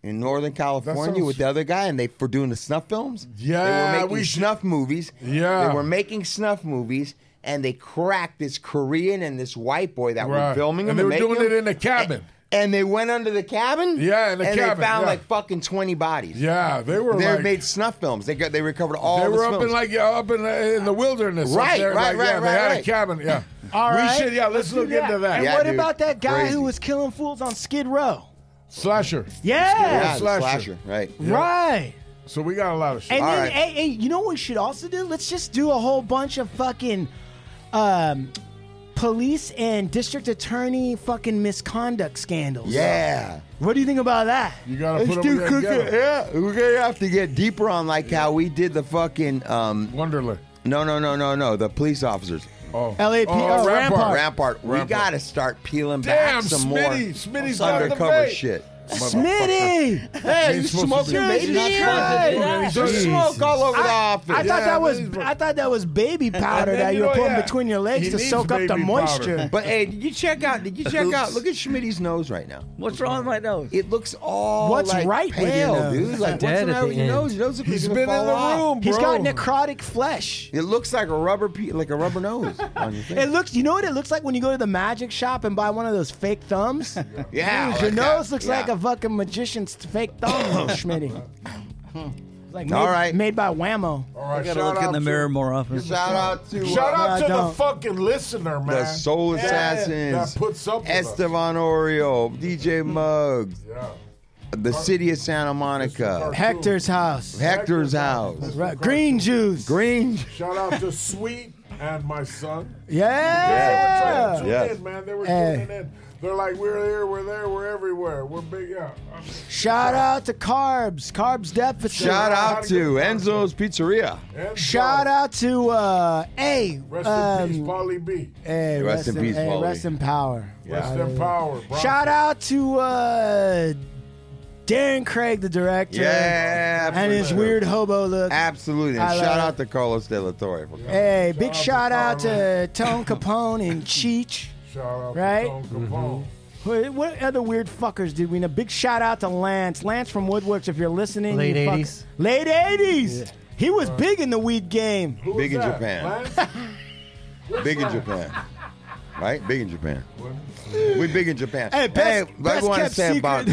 Speaker 6: in Northern California
Speaker 3: sounds-
Speaker 6: with the other guy, and they for doing the snuff films?
Speaker 3: Yeah,
Speaker 6: they were making
Speaker 3: we should-
Speaker 6: snuff movies.
Speaker 3: Yeah.
Speaker 6: they were making snuff movies. And they cracked this Korean and this white boy that
Speaker 3: Right.
Speaker 6: were filming
Speaker 3: And
Speaker 6: them.
Speaker 3: they were
Speaker 6: making
Speaker 3: doing it
Speaker 6: them,
Speaker 3: in the cabin.
Speaker 6: And, and they went under the cabin.
Speaker 3: Yeah, in the
Speaker 6: and
Speaker 3: cabin,
Speaker 6: they found
Speaker 3: yeah.
Speaker 6: like fucking twenty bodies.
Speaker 3: Yeah, they were
Speaker 6: they
Speaker 3: like
Speaker 6: made snuff films. They got they recovered all.
Speaker 3: they
Speaker 6: the
Speaker 3: were up in
Speaker 6: films.
Speaker 3: like yeah, up in the, in the wilderness. up
Speaker 6: Right,
Speaker 3: there, like,
Speaker 6: right,
Speaker 3: yeah,
Speaker 6: right,
Speaker 3: They had
Speaker 6: right,
Speaker 3: a
Speaker 6: right.
Speaker 3: cabin. Yeah.
Speaker 2: All
Speaker 3: we
Speaker 2: right.
Speaker 3: should. Yeah, let's,
Speaker 2: do
Speaker 3: look into that.
Speaker 2: And
Speaker 6: Yeah,
Speaker 2: what
Speaker 6: dude.
Speaker 2: about that guy
Speaker 6: Crazy.
Speaker 2: who was killing fools on Skid Row?
Speaker 3: Slasher.
Speaker 2: Yeah.
Speaker 6: Yeah, the
Speaker 3: Slasher.
Speaker 6: slasher, right?
Speaker 2: Right.
Speaker 3: So we got a lot of shit.
Speaker 2: And
Speaker 6: All
Speaker 2: then,
Speaker 6: right.
Speaker 2: hey, hey, you know what we should also do? Let's just do a whole bunch of fucking um, police and district attorney fucking misconduct scandals.
Speaker 6: Yeah.
Speaker 2: What do you think about that?
Speaker 3: You gotta
Speaker 6: Let's
Speaker 3: put
Speaker 6: do
Speaker 3: them
Speaker 6: cook it.
Speaker 3: together.
Speaker 6: Yeah, we're gonna have to get deeper on like how we did the fucking um.
Speaker 3: Wonderland.
Speaker 6: No, no, no, no, no. The police officers.
Speaker 3: Oh.
Speaker 2: LAP,
Speaker 3: Oh,
Speaker 2: oh, Rampart.
Speaker 6: Rampart. We
Speaker 3: Rampart.
Speaker 6: gotta start peeling
Speaker 3: Damn,
Speaker 6: back some
Speaker 3: Smitty.
Speaker 6: more
Speaker 3: Smitty's got the
Speaker 6: undercover
Speaker 3: vape.
Speaker 6: shit.
Speaker 2: Smitty!
Speaker 6: Hey,
Speaker 3: He's
Speaker 6: you
Speaker 3: supposed to
Speaker 6: smoking
Speaker 3: be-
Speaker 6: baby?
Speaker 3: He's not supposed to do that.
Speaker 6: There's smoke all over the
Speaker 2: I,
Speaker 6: office.
Speaker 2: I thought
Speaker 3: Yeah,
Speaker 2: that was
Speaker 3: he's-
Speaker 2: I thought that was baby powder
Speaker 3: And then
Speaker 2: that
Speaker 3: you
Speaker 2: you were
Speaker 3: know,
Speaker 2: putting
Speaker 3: yeah,
Speaker 2: between your
Speaker 3: he
Speaker 2: legs to
Speaker 3: needs
Speaker 2: soak up the
Speaker 3: baby powder.
Speaker 2: moisture.
Speaker 6: But hey, did you check out? Did you check out? Look at Schmitty's nose right now.
Speaker 4: What's wrong with my nose?
Speaker 6: It looks all
Speaker 2: What's
Speaker 6: like
Speaker 2: right with your
Speaker 6: pale,
Speaker 2: nose?
Speaker 6: dude. Like what's
Speaker 10: Dead
Speaker 6: the
Speaker 10: at
Speaker 6: matter
Speaker 10: the
Speaker 6: with your
Speaker 10: end.
Speaker 6: nose? Your nose looks like
Speaker 3: He's
Speaker 6: it's gonna
Speaker 3: been in
Speaker 6: fall
Speaker 3: the
Speaker 6: off.
Speaker 3: room,
Speaker 2: He's got
Speaker 3: bro.
Speaker 2: necrotic flesh.
Speaker 6: It looks like a rubber pe- like a rubber nose on your
Speaker 2: It
Speaker 6: thing.
Speaker 2: looks. You know what it looks like when you go to the magic shop and buy one of those fake thumbs.
Speaker 6: Yeah,
Speaker 2: Dude,
Speaker 6: like
Speaker 2: your
Speaker 6: that.
Speaker 2: nose looks
Speaker 6: Yeah.
Speaker 2: like a fucking magician's fake thumb, Schmitty. Like made,
Speaker 6: Hmm. All right.
Speaker 2: made by Whammo.
Speaker 3: All right,
Speaker 4: I gotta
Speaker 3: shout
Speaker 4: look in
Speaker 3: out
Speaker 4: the
Speaker 3: to-
Speaker 4: mirror more often.
Speaker 6: Shout out to uh,
Speaker 3: Shout
Speaker 2: No, I
Speaker 3: out to the
Speaker 2: don't.
Speaker 3: fucking listener, man.
Speaker 6: the Soul
Speaker 3: Yeah,
Speaker 6: Assassins,
Speaker 3: That puts up with us.
Speaker 6: Estevan Oreo, DJ Muggs,
Speaker 3: Yeah.
Speaker 6: the City of Santa Monica,
Speaker 3: Mr.
Speaker 2: Hector's house.
Speaker 6: Hector's House,
Speaker 2: Right, Green juice.
Speaker 6: Green.
Speaker 3: Shout out to Sweet and my son.
Speaker 2: Yeah.
Speaker 3: Tune
Speaker 6: Yeah.
Speaker 3: in, man. They were
Speaker 2: Hey.
Speaker 3: tuning in. They're like, we're here, we're there, we're everywhere. We're big out.
Speaker 2: Shout out to Carbs. Carbs deficit.
Speaker 6: Shout out to Enzo's Pizzeria.
Speaker 2: Shout out um, to uh, A.
Speaker 3: Rest in peace, Pauly B.
Speaker 2: Hey,
Speaker 6: Rest in peace,
Speaker 2: hey,
Speaker 6: Paulie.
Speaker 2: Rest in power.
Speaker 3: Rest in power, bro.
Speaker 2: Shout out to uh, Darren Craig, the director.
Speaker 6: Yeah,
Speaker 2: And his
Speaker 6: absolutely.
Speaker 2: weird hobo look.
Speaker 6: Absolutely.
Speaker 2: I
Speaker 6: And
Speaker 2: love
Speaker 6: shout
Speaker 2: it.
Speaker 6: out to Carlos De La Torre for coming.
Speaker 2: Hey, big shout
Speaker 3: out
Speaker 2: out
Speaker 3: to
Speaker 2: to Tone Capone and Cheech.
Speaker 3: Shout out
Speaker 2: Right?
Speaker 3: to Tone Capone.
Speaker 4: Mm-hmm.
Speaker 2: What, what other weird fuckers did we know? Big shout out to Lance. Lance from Woodworks, if you're listening.
Speaker 18: Late
Speaker 2: you fuck-
Speaker 18: 80s.
Speaker 2: Late 80s.
Speaker 18: Yeah.
Speaker 2: He was big in the weed game.
Speaker 3: Who
Speaker 6: Big
Speaker 3: was
Speaker 6: in
Speaker 3: that?
Speaker 6: Japan.
Speaker 3: Lance?
Speaker 6: Big in
Speaker 3: that?
Speaker 6: Japan. Right? Big in Japan. We're big in Japan.
Speaker 3: Hey, best- best
Speaker 6: everyone
Speaker 3: kept
Speaker 6: said about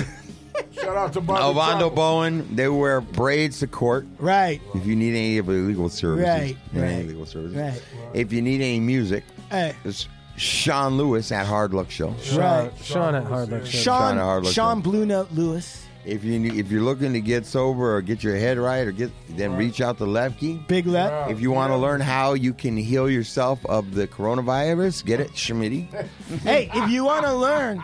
Speaker 3: Shout out to Bobby
Speaker 6: Ovando
Speaker 3: Chopper.
Speaker 6: Bowen, they wear braids to court.
Speaker 2: Right.
Speaker 6: If you need any of the legal services.
Speaker 2: Right,
Speaker 6: Any
Speaker 2: right,
Speaker 6: legal services.
Speaker 2: right.
Speaker 6: If you need any music,
Speaker 2: Hey.
Speaker 6: it's Sean Lewis at Hard Luck Show.
Speaker 2: Right.
Speaker 1: Sean at Hard Luck Show.
Speaker 6: Sean at
Speaker 2: Sean,
Speaker 6: Hard Luck
Speaker 2: Sean Blue Note Lewis.
Speaker 6: If you need- if you're looking to get sober or get your head right or get then reach out to Levkey.
Speaker 2: Big Lev.
Speaker 6: If you want to learn how you can heal yourself of the coronavirus, get it, Schmitty.
Speaker 2: hey, if you want to learn,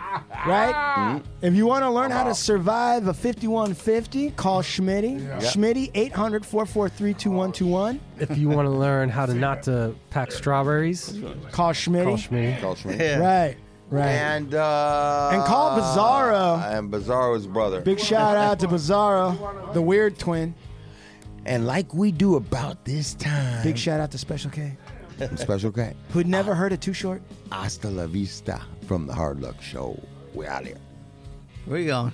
Speaker 2: right?
Speaker 1: Mm-hmm.
Speaker 2: If you want to learn how to survive a 5150, call Schmitty.
Speaker 1: Yeah.
Speaker 2: Schmitty, 800 443 2121.
Speaker 1: If you want to learn how to not to pack strawberries,
Speaker 2: call Schmitty.
Speaker 1: Call Schmitty.
Speaker 6: Call Schmitty.
Speaker 2: Right, right.
Speaker 6: And uh,
Speaker 2: And call Bizarro.
Speaker 6: And Bizarro's brother.
Speaker 2: Big shout out to Bizarro, the weird twin.
Speaker 6: And like we do about this time.
Speaker 2: Big shout out to Special K,
Speaker 6: And Special guy.
Speaker 2: who'd never heard of Too Short.
Speaker 6: Hasta la vista from the Hard Luck Show. We're out here.
Speaker 4: Where you going?